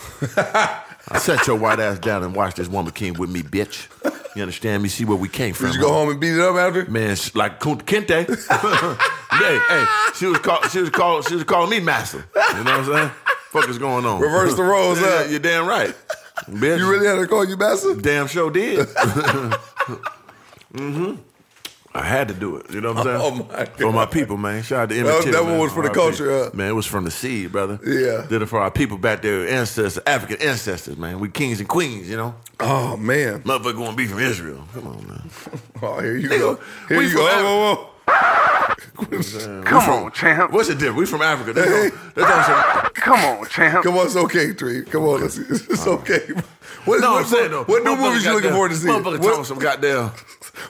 Speaker 3: I sat your white ass down and watched this Woman King with me, bitch. You understand me? See where we came from.
Speaker 1: Did you go home and beat it up after?
Speaker 3: man. She, like Kun- Kente. hey, hey, she was call, she was called she was calling me master. You know what I'm saying? Fuck is going on?
Speaker 1: Reverse the roles
Speaker 3: Yeah,
Speaker 1: up.
Speaker 3: You're damn right, bitch.
Speaker 1: You really had to call you bastard?
Speaker 3: Damn sure did. mm-hmm. I had to do it. You know what I'm saying?
Speaker 1: Oh, my
Speaker 3: For my
Speaker 1: God.
Speaker 3: people, man. Shout out to
Speaker 1: That-
Speaker 3: Emmett Till,
Speaker 1: that one
Speaker 3: man.
Speaker 1: was for the
Speaker 3: RIP.
Speaker 1: culture, huh?
Speaker 3: Man, it was from the seed, brother.
Speaker 1: Yeah.
Speaker 3: Did it for our people back there, ancestors, African ancestors, man. We kings and queens, you know?
Speaker 1: Oh man.
Speaker 3: Motherfucker gonna be from Israel. Come on, man.
Speaker 1: Oh, here you
Speaker 3: Nigga,
Speaker 1: go. Here
Speaker 3: we
Speaker 1: you go.
Speaker 3: from-
Speaker 1: Oh,
Speaker 4: Come on, champ.
Speaker 3: What's the difference? We from Africa. They don't- they don't say-
Speaker 4: Come on, champ.
Speaker 1: Come on, it's okay, three. Come on, let's, it's it's okay. What,
Speaker 3: No,
Speaker 1: what,
Speaker 3: I'm saying though.
Speaker 1: what new
Speaker 3: motherfucker
Speaker 1: movies you looking
Speaker 3: goddamn-
Speaker 1: forward to see?
Speaker 3: Motherfucker talking
Speaker 1: What,
Speaker 3: some goddamn.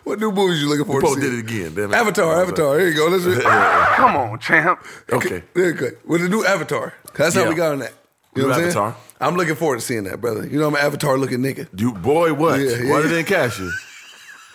Speaker 1: what new movies you looking forward
Speaker 3: Paul
Speaker 1: to see?
Speaker 3: did it again, damn it.
Speaker 1: Avatar, Avatar. Here you go. Let's
Speaker 4: Come on, champ.
Speaker 3: Okay.
Speaker 1: There you go. With the new Avatar. 'Cause That's how
Speaker 3: Yeah.
Speaker 1: we got on that. You know
Speaker 3: New
Speaker 1: what I'm
Speaker 3: Avatar.
Speaker 1: saying? I'm looking forward to seeing that, brother. You know I'm an Avatar looking nigga.
Speaker 3: You boy, what?
Speaker 1: Yeah, yeah.
Speaker 3: Why they didn't cash you?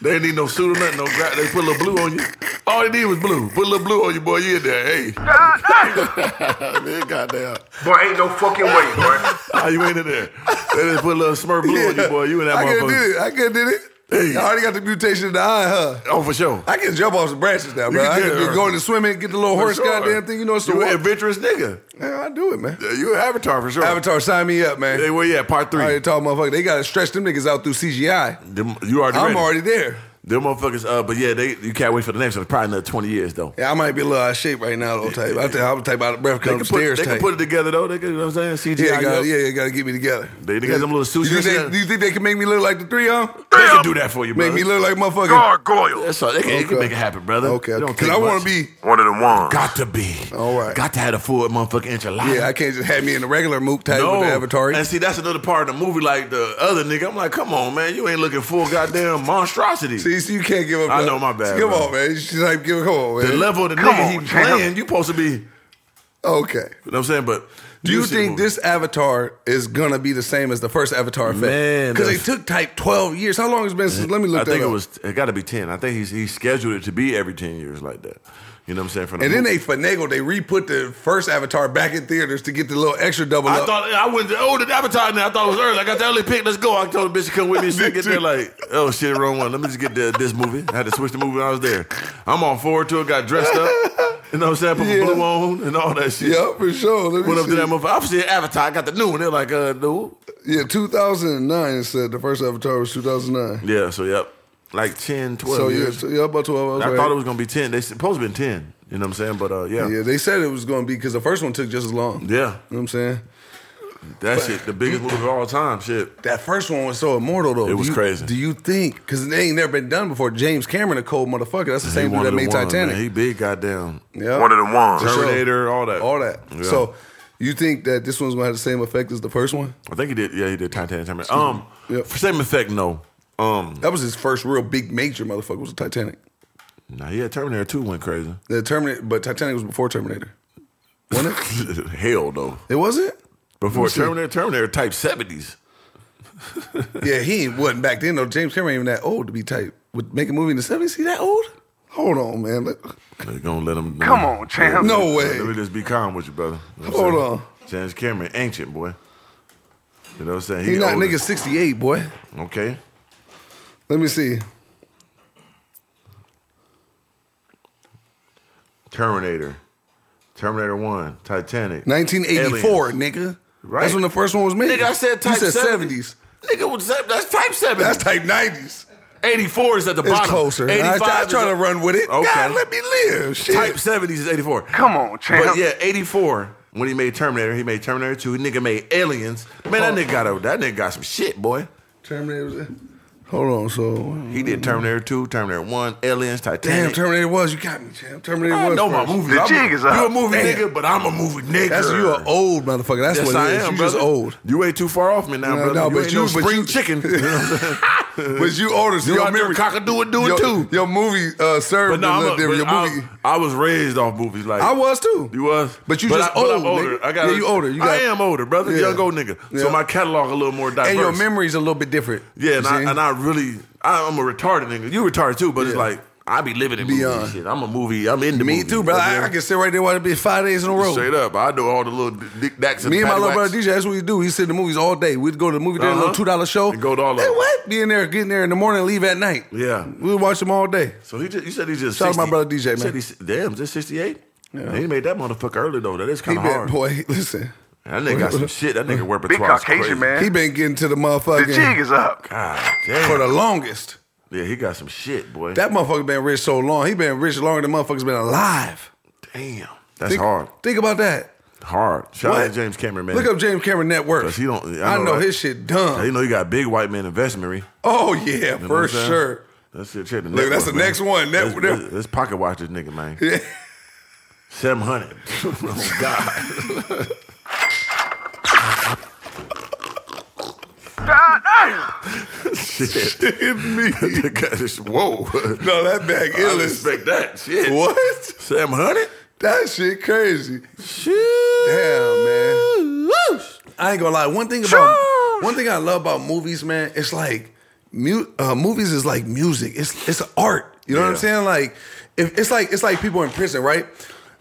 Speaker 3: They didn't need no suit or nothing. No, gra- they put a little blue on you. All they did was blue. Put a little blue on you, boy. You in there? Hey, man, goddamn.
Speaker 4: Boy, ain't no fucking way, boy.
Speaker 3: How you ain't in there? They just put a little smirk blue on you, boy. You in that
Speaker 1: I could
Speaker 3: motherfucker?
Speaker 1: did it. I could did it.
Speaker 3: Hey.
Speaker 1: I already got the mutation in the eye, huh?
Speaker 3: Oh, for sure.
Speaker 1: I can jump off some branches now, bro.
Speaker 3: can
Speaker 1: I
Speaker 3: do
Speaker 1: can
Speaker 3: it,
Speaker 1: just
Speaker 3: bro.
Speaker 1: go in the swimming, get the little
Speaker 3: For
Speaker 1: horse
Speaker 3: sure.
Speaker 1: goddamn thing. You know it's the
Speaker 3: You an
Speaker 1: walk.
Speaker 3: adventurous nigga.
Speaker 1: Yeah, I do it, man.
Speaker 3: You an avatar for sure.
Speaker 1: Avatar, sign me up, man.
Speaker 3: Hey, where you at? Part
Speaker 1: I
Speaker 3: three.
Speaker 1: already told motherfucker they gotta stretch them niggas out through CGI.
Speaker 3: Them- you already.
Speaker 1: I'm
Speaker 3: ready.
Speaker 1: already there.
Speaker 3: Them motherfuckers. Uh, but yeah, they. You can't wait for the next one. Probably another twenty years though.
Speaker 1: Yeah, I might be a little out of shape right now, though. Type, I think I'm the type out of breath.
Speaker 3: They
Speaker 1: Come
Speaker 3: can, put,
Speaker 1: upstairs,
Speaker 3: they
Speaker 1: type.
Speaker 3: can put it together though. They can, you know what I'm saying? CGI.
Speaker 1: yeah,
Speaker 3: up.
Speaker 1: gotta, yeah, gotta get me together.
Speaker 3: They- they got them little suits
Speaker 1: Do you,
Speaker 3: and
Speaker 1: think,
Speaker 3: shit.
Speaker 1: do you think they can make me look like the three of 'em?
Speaker 3: They can do that for you,
Speaker 1: Make
Speaker 3: brother.
Speaker 1: me look like motherfucker.
Speaker 4: Gargoyle.
Speaker 3: That's all. They can, they
Speaker 1: Okay.
Speaker 3: can make it happen, brother. It
Speaker 1: Okay,
Speaker 3: don't
Speaker 1: because
Speaker 3: take
Speaker 1: I want
Speaker 3: much.
Speaker 1: to be.
Speaker 4: One of the ones.
Speaker 3: Got to be.
Speaker 1: All right.
Speaker 3: Got to have a full motherfucking enchilada.
Speaker 1: Yeah, I can't just have me in the regular mook type with the avatar.
Speaker 3: And see, that's another part of the movie. Like the other nigga, I'm like, come on, man, you ain't looking full goddamn monstrosity.
Speaker 1: See, so you can't give up.
Speaker 3: I
Speaker 1: the-
Speaker 3: know, my bad,
Speaker 1: Come
Speaker 3: bro.
Speaker 1: on, man. You should like give. Come on, man.
Speaker 3: the level of the
Speaker 4: Come
Speaker 3: nigga
Speaker 4: on,
Speaker 3: he
Speaker 4: champ.
Speaker 3: playing, you supposed to be. You
Speaker 1: okay.
Speaker 3: know what I'm saying? But
Speaker 1: Do you
Speaker 3: see the
Speaker 1: think
Speaker 3: movie.
Speaker 1: this Avatar is gonna be the same as the first Avatar effect?
Speaker 3: Man,
Speaker 1: because they
Speaker 3: that's-
Speaker 1: took type twelve years. How long has it been since? Let me look.
Speaker 3: I
Speaker 1: that
Speaker 3: think it
Speaker 1: up.
Speaker 3: was. It got to be ten. I think he's he scheduled it to be every ten years like that. You know what I'm saying? For the
Speaker 1: And then
Speaker 3: movie.
Speaker 1: they finagled. They re-put the first Avatar back in theaters to get the little extra double
Speaker 3: I
Speaker 1: up.
Speaker 3: thought I went. Oh, the avatar now. I thought it was early. I got the early pick. Let's go. I told the bitch to come with me. She get there like, oh shit, wrong one. Let me just get the, this movie. I had to switch the movie when I was there. I'm on forward to it. Got dressed up. You know what I'm saying? Put
Speaker 1: Yeah.
Speaker 3: my blue on and all that shit.
Speaker 1: yeah, for sure. Let me
Speaker 3: Went up to
Speaker 1: see.
Speaker 3: that motherfucker. I'm seeing Avatar. I got the new one. They're like, uh, no.
Speaker 1: yeah, 2009 it said the first Avatar was 2009.
Speaker 3: Yeah. So yep, like 10, 12
Speaker 1: so yeah,
Speaker 3: years.
Speaker 1: t- yeah, about 12
Speaker 3: I
Speaker 1: hours.
Speaker 3: thought it was gonna be ten. They supposed to been ten. You know what I'm saying? But uh, yeah,
Speaker 1: Yeah,
Speaker 3: yeah.
Speaker 1: they said it was going to be because the first one took just as long. You know what I'm saying?
Speaker 3: That shit, the biggest movie of all time. Shit.
Speaker 1: That first one was so immortal, though.
Speaker 3: It
Speaker 1: Do
Speaker 3: was
Speaker 1: you-
Speaker 3: crazy.
Speaker 1: Do you think? Because it ain't never been done before. James Cameron, a cold motherfucker. That's the
Speaker 3: He
Speaker 1: same dude
Speaker 3: one of
Speaker 1: that
Speaker 3: the
Speaker 1: made
Speaker 3: ones,
Speaker 1: Titanic.
Speaker 3: man. He big, goddamn.
Speaker 1: yeah.
Speaker 4: One of the ones.
Speaker 1: sure.
Speaker 3: Terminator, all that.
Speaker 1: All that.
Speaker 3: Yeah.
Speaker 1: So you think that this one's going to have the same effect as the first one?
Speaker 3: I think he did. Yeah, he did Titanic. Terminator. Um,
Speaker 1: Yep.
Speaker 3: for same effect, no. Um,
Speaker 1: That was his first real big major motherfucker was the Titanic.
Speaker 3: nah, yeah, Terminator Two went crazy.
Speaker 1: The Terminator, but Titanic was before Terminator. Wasn't it?
Speaker 3: Hell no.
Speaker 1: it wasn't.
Speaker 3: Before Terminator, Terminator type seventies.
Speaker 1: Yeah, he wasn't back then though. James Cameron ain't even that old to be tight. Would make a movie in the seventies? He that old? Hold on, man. Let-
Speaker 3: They're gonna let him.
Speaker 4: Come on, champ.
Speaker 1: No way.
Speaker 3: Let me just be calm with you, brother. You know what I'm
Speaker 1: Hold
Speaker 3: saying?
Speaker 1: on.
Speaker 3: James Cameron, ancient boy. You know what I'm saying?
Speaker 1: He, not
Speaker 3: older.
Speaker 1: nigga sixty eight, boy.
Speaker 3: Okay.
Speaker 1: Let me see.
Speaker 3: Terminator, Terminator One, Titanic,
Speaker 1: Nineteen eighty four,
Speaker 3: Aliens.
Speaker 1: nigga.
Speaker 3: Right.
Speaker 1: That's when the first one was made.
Speaker 3: Nigga, I said
Speaker 1: you
Speaker 3: type
Speaker 1: said
Speaker 3: 70.
Speaker 1: seventies.
Speaker 3: Nigga, what's that? that's type seven.
Speaker 1: That's type nineties.
Speaker 3: 84 is at the
Speaker 1: It's
Speaker 3: bottom.
Speaker 1: closer. I,
Speaker 3: 85
Speaker 1: I
Speaker 3: is
Speaker 1: try
Speaker 3: at-
Speaker 1: to run with it.
Speaker 3: Okay.
Speaker 1: God, let me live. Shit.
Speaker 3: Type 70s is 84.
Speaker 4: Come on, champ.
Speaker 3: But yeah, 84. When he made Terminator, he made
Speaker 1: Oh.
Speaker 3: Terminator 2. Nigga made Aliens. Man, that nigga got a, that nigga got some shit, boy.
Speaker 1: Terminator. was- Hold on, so
Speaker 3: He did Terminator 2, Terminator 1, Aliens,
Speaker 1: damn,
Speaker 3: Titanic.
Speaker 1: Terminator was you got me, champ. Terminator
Speaker 3: I
Speaker 1: was.
Speaker 3: know my
Speaker 1: first.
Speaker 3: movie.
Speaker 4: The jig is up.
Speaker 3: You a movie
Speaker 1: Damn.
Speaker 3: nigga, but I'm a movie nigga.
Speaker 1: That's you are old motherfucker. That's
Speaker 3: Yes,
Speaker 1: what
Speaker 3: I
Speaker 1: it is.
Speaker 3: am,
Speaker 1: you
Speaker 3: brother. Uh-huh.
Speaker 1: just old.
Speaker 3: You ain't too far off me now,
Speaker 1: No,
Speaker 3: brother.
Speaker 1: no,
Speaker 3: you
Speaker 1: but
Speaker 3: ain't
Speaker 1: you-
Speaker 3: no
Speaker 1: but
Speaker 3: spring
Speaker 1: you-
Speaker 3: chicken. You know what I'm saying?
Speaker 1: But you older. So
Speaker 3: You
Speaker 1: your
Speaker 3: out there
Speaker 1: memory-
Speaker 3: cockadoo do
Speaker 1: your,
Speaker 3: it too.
Speaker 1: Your movie uh, served
Speaker 3: But no,
Speaker 1: a
Speaker 3: I'm
Speaker 1: little
Speaker 3: a,
Speaker 1: different.
Speaker 3: but
Speaker 1: Your
Speaker 3: I,
Speaker 1: movie.
Speaker 3: I was raised off movies. Like
Speaker 1: I was too.
Speaker 3: You was,
Speaker 1: But you just
Speaker 3: I, but I'm
Speaker 1: old,
Speaker 3: older.
Speaker 1: nigga.
Speaker 3: I got.
Speaker 1: Yeah, you older. You got-
Speaker 3: I am older, brother.
Speaker 1: Yeah.
Speaker 3: Young old nigga.
Speaker 1: Yeah.
Speaker 3: So my catalog a little more diverse.
Speaker 1: and your memory's a little bit different.
Speaker 3: Yeah, and
Speaker 1: You
Speaker 3: I,
Speaker 1: see?
Speaker 3: and I really, I, I'm a retarded nigga. You retarded too, but it's
Speaker 1: Yeah.
Speaker 3: like I be living in movies.
Speaker 1: Beyond.
Speaker 3: and Shit. I'm a movie. I'm into
Speaker 1: me
Speaker 3: movies,
Speaker 1: too, brother.
Speaker 3: you know
Speaker 1: I, I
Speaker 3: what
Speaker 1: can sit right there watching it five days in a
Speaker 3: I'm saying?
Speaker 1: row.
Speaker 3: Straight up, I do all the little dick dacks.
Speaker 1: Me and my
Speaker 3: patty
Speaker 1: little brother
Speaker 3: whacks.
Speaker 1: DJ, that's what we do. He sit in the movies all day. We'd go to the movie, theater, a
Speaker 3: Uh-huh.
Speaker 1: little two dollar show,
Speaker 3: And go to all of
Speaker 1: Hey,
Speaker 3: them.
Speaker 1: What? Be in there, get in there in the morning, leave at night.
Speaker 3: Yeah.
Speaker 1: we'd watch them all day.
Speaker 3: So he just, you said he just
Speaker 1: Shout out
Speaker 3: 60.
Speaker 1: my brother DJ,
Speaker 3: You said
Speaker 1: man.
Speaker 3: he's- damn, just 68. He made that motherfucker early though. That is
Speaker 1: He
Speaker 3: kind of
Speaker 1: been
Speaker 3: hard.
Speaker 1: boy, listen.
Speaker 3: That nigga got some shit. That nigga
Speaker 4: Big
Speaker 3: repertoire. is crazy.
Speaker 4: Caucasian man.
Speaker 1: He been getting to the
Speaker 4: The jig
Speaker 1: motherfucking
Speaker 4: is up.
Speaker 3: God
Speaker 1: for
Speaker 3: damn.
Speaker 1: the longest.
Speaker 3: yeah, he got some shit, boy.
Speaker 1: That motherfucker been rich so long. He been rich longer than motherfuckers been alive.
Speaker 3: damn, that's
Speaker 1: Think,
Speaker 3: hard.
Speaker 1: Think about that.
Speaker 3: Hard. Shout out
Speaker 1: What?
Speaker 3: to James Cameron, man.
Speaker 1: Look up James Cameron net worth.
Speaker 3: 'Cause he don't-
Speaker 1: I know,
Speaker 3: I know, right?
Speaker 1: his shit dumb.
Speaker 3: You know you got big white man investmentary.
Speaker 1: oh yeah,
Speaker 3: You know what
Speaker 1: for
Speaker 3: I'm saying?
Speaker 1: sure.
Speaker 3: That's it. Check the
Speaker 1: Look, that's
Speaker 3: network,
Speaker 1: the next one. That-
Speaker 3: Let's- let's, let's pocket watch this nigga, man. Seven hundred. oh God.
Speaker 4: God damn.
Speaker 3: Shit.
Speaker 1: Hit me.
Speaker 3: The guy just- Whoa.
Speaker 1: no, that bag
Speaker 3: I didn't
Speaker 1: illness.
Speaker 3: expect that. Shit.
Speaker 1: What?
Speaker 3: Seven hundred.
Speaker 1: That shit crazy.
Speaker 3: Shit.
Speaker 1: Damn, man.
Speaker 3: Whoosh.
Speaker 1: I ain't gonna lie. One thing about
Speaker 3: Sure.
Speaker 1: one thing I love about movies, man, it's like mu- uh, movies is like music. It's it's art. You know what I'm
Speaker 3: Yeah.
Speaker 1: saying? Like if it's like it's like people in prison, right?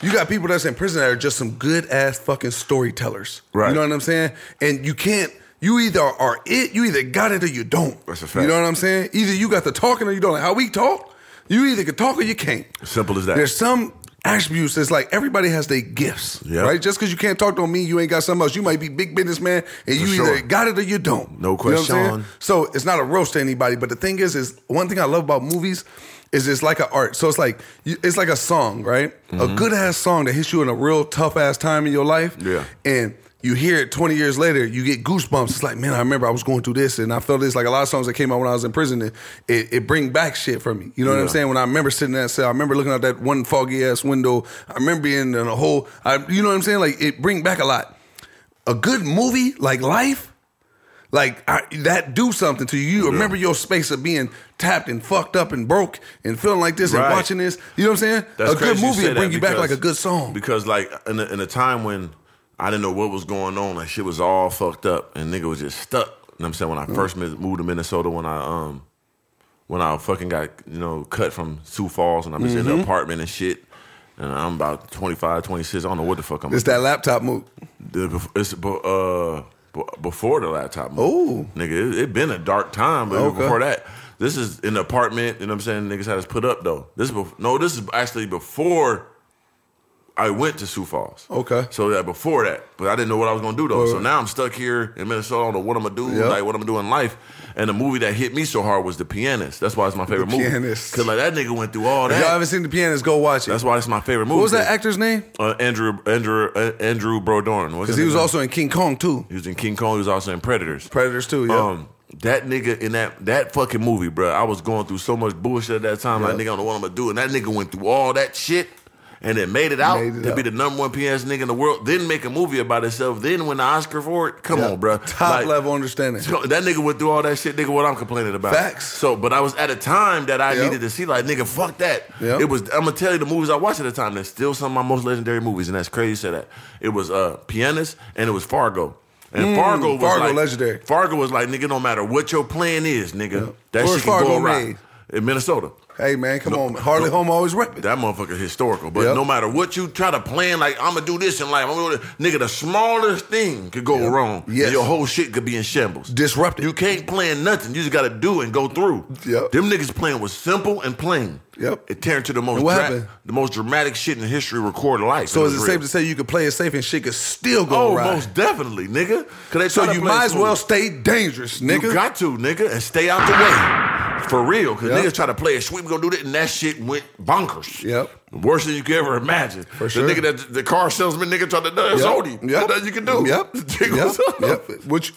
Speaker 1: You got people that's in prison that are just some good ass fucking storytellers.
Speaker 3: Right.
Speaker 1: You know what I'm saying? And you can't. You either are it. You either got it or you don't.
Speaker 3: That's a fact.
Speaker 1: You know what I'm saying? Either you got the talking or you don't. Like how we talk, you either can talk or you can't.
Speaker 3: Simple as that.
Speaker 1: There's some attributes that's like everybody has their gifts,
Speaker 3: Yep.
Speaker 1: right? Just because you can't talk to me, you ain't got something else. You might be big businessman, and you
Speaker 3: sure.
Speaker 1: either got it or you don't.
Speaker 3: No
Speaker 1: You know what I'm saying?
Speaker 3: question.
Speaker 1: Mm-hmm. so it's not a roast to anybody. But the thing is, is one thing I love about movies is it's like an art. So it's like you- it's like a song, right?
Speaker 3: Mm-hmm.
Speaker 1: A good ass song that hits you in a real tough ass time in your life.
Speaker 3: Yeah.
Speaker 1: and. You hear it 20 years later, you get goosebumps. It's like, man, I remember I was going through this and I felt this. Like a lot of songs that came out when I was in prison, it, it, it bring back shit for me. You know what I'm
Speaker 3: Yeah.
Speaker 1: saying? When I remember sitting in that cell, I remember looking out that one foggy ass window. I remember being in a hole. I, you know what I'm saying? Like it bring back a lot. A good movie like Life, like I, that do something to you. You remember your space of being tapped and fucked up and broke and feeling like this
Speaker 3: Right.
Speaker 1: and watching this. You know what I'm saying? a good
Speaker 3: crazy you
Speaker 1: movie
Speaker 3: say
Speaker 1: will
Speaker 3: that
Speaker 1: bring you back
Speaker 3: because-
Speaker 1: like a good song.
Speaker 3: Because like in a, in a time when I didn't know what was going on, like shit was all fucked up, and nigga was just stuck. You know what I'm saying when I
Speaker 1: Mm.
Speaker 3: first mi- moved to Minnesota, when I um when I fucking got you know cut from Sioux Falls, and I'm just
Speaker 1: Mm-hmm.
Speaker 3: in the apartment and shit. And I'm about 25, 26. I don't know what the fuck I'm.
Speaker 1: It's that laptop move.
Speaker 3: The- bef- It's bu- uh, bu- before the laptop. move.
Speaker 1: Oh.
Speaker 3: nigga, it, it been a dark time, but
Speaker 1: Okay.
Speaker 3: before that, this is in the apartment. You know what I'm saying? Niggas had us put up though. This is bef- no, this is actually before I went to Sioux Falls.
Speaker 1: Okay.
Speaker 3: so that before that, but I didn't know what I was gonna do though. So now I'm stuck here in Minnesota. I don't know what I'm gonna do,
Speaker 1: Yep.
Speaker 3: like what I'm gonna do in life. And the movie that hit me so hard was The Pianist. That's why it's my favorite movie.
Speaker 1: Pianist.
Speaker 3: Cause like that nigga went through all
Speaker 1: If y'all
Speaker 3: that.
Speaker 1: haven't seen The Pianist, go watch it.
Speaker 3: That's why it's my favorite movie.
Speaker 1: what was that actor's name?
Speaker 3: Uh, Andrew Andrew uh, Andrew Brodorn.
Speaker 1: Because he was also in King Kong too.
Speaker 3: he was in King Kong. He was also in Predators.
Speaker 1: Predators too, yeah.
Speaker 3: Um, that nigga in that that fucking movie, bro. I was going through so much bullshit at that time. Like nigga, I don't know what I'm gonna do. And that nigga went through all that shit and then made it out
Speaker 1: Made it
Speaker 3: to be
Speaker 1: out.
Speaker 3: the number one PS nigga in the world. Then make a movie about itself. Then win the Oscar for it. Come
Speaker 1: Yeah.
Speaker 3: on, bro.
Speaker 1: Top
Speaker 3: Like,
Speaker 1: level understanding.
Speaker 3: so That nigga went through all that shit, nigga. What I'm complaining about?
Speaker 1: Facts.
Speaker 3: So, but I was at a time that I
Speaker 1: Yep.
Speaker 3: needed to see, like, nigga, fuck that.
Speaker 1: Yep.
Speaker 3: It was. I'm gonna tell you the movies I watched at the time. That's still some of my most legendary movies, and that's crazy. to Say that. It was uh, Pianist and it was Fargo. And Fargo was
Speaker 1: Mm, Fargo
Speaker 3: like,
Speaker 1: legendary.
Speaker 3: Fargo was like, nigga, no matter what your plan is, nigga, that
Speaker 1: Where's
Speaker 3: shit can
Speaker 1: Fargo
Speaker 3: go right
Speaker 1: made?
Speaker 3: in Minnesota.
Speaker 1: Hey man, come on, man. Harley Holm always repping.
Speaker 3: That motherfucker historical. But
Speaker 1: Yep.
Speaker 3: no matter what you try to plan, like I'm gonna do this in life, I'm gonna do this. nigga, the smallest thing could go wrong.
Speaker 1: Yes.
Speaker 3: And your whole shit could be in shambles.
Speaker 1: Disrupted.
Speaker 3: You can't plan nothing. You just gotta do and go through.
Speaker 1: Yep.
Speaker 3: Them niggas plan was simple and plain.
Speaker 1: Yep.
Speaker 3: It turned to the most
Speaker 1: And what
Speaker 3: dra-
Speaker 1: happened?
Speaker 3: the most dramatic shit in history recorded life.
Speaker 1: so is it
Speaker 3: was
Speaker 1: safe
Speaker 3: real.
Speaker 1: to say you could play it safe and shit could still go
Speaker 3: Oh,
Speaker 1: awry?
Speaker 3: most definitely, nigga. 'Cause they try
Speaker 1: So
Speaker 3: to
Speaker 1: you
Speaker 3: play
Speaker 1: might as
Speaker 3: smooth.
Speaker 1: well stay dangerous, nigga.
Speaker 3: You got to, nigga, and stay out the way. For real. Cause
Speaker 1: Yep.
Speaker 3: niggas try to play a sweep, we gonna do that, and that shit went bonkers.
Speaker 1: Yep.
Speaker 3: Worse than you could ever imagine. For
Speaker 1: sure.
Speaker 3: The nigga that the car salesman nigga tried to do it's
Speaker 1: Yep.
Speaker 3: Odie.
Speaker 1: Yep.
Speaker 3: Nothing you can do.
Speaker 1: Yep.
Speaker 3: Nigga,
Speaker 1: Yep.
Speaker 3: what's up?
Speaker 1: Yep. Which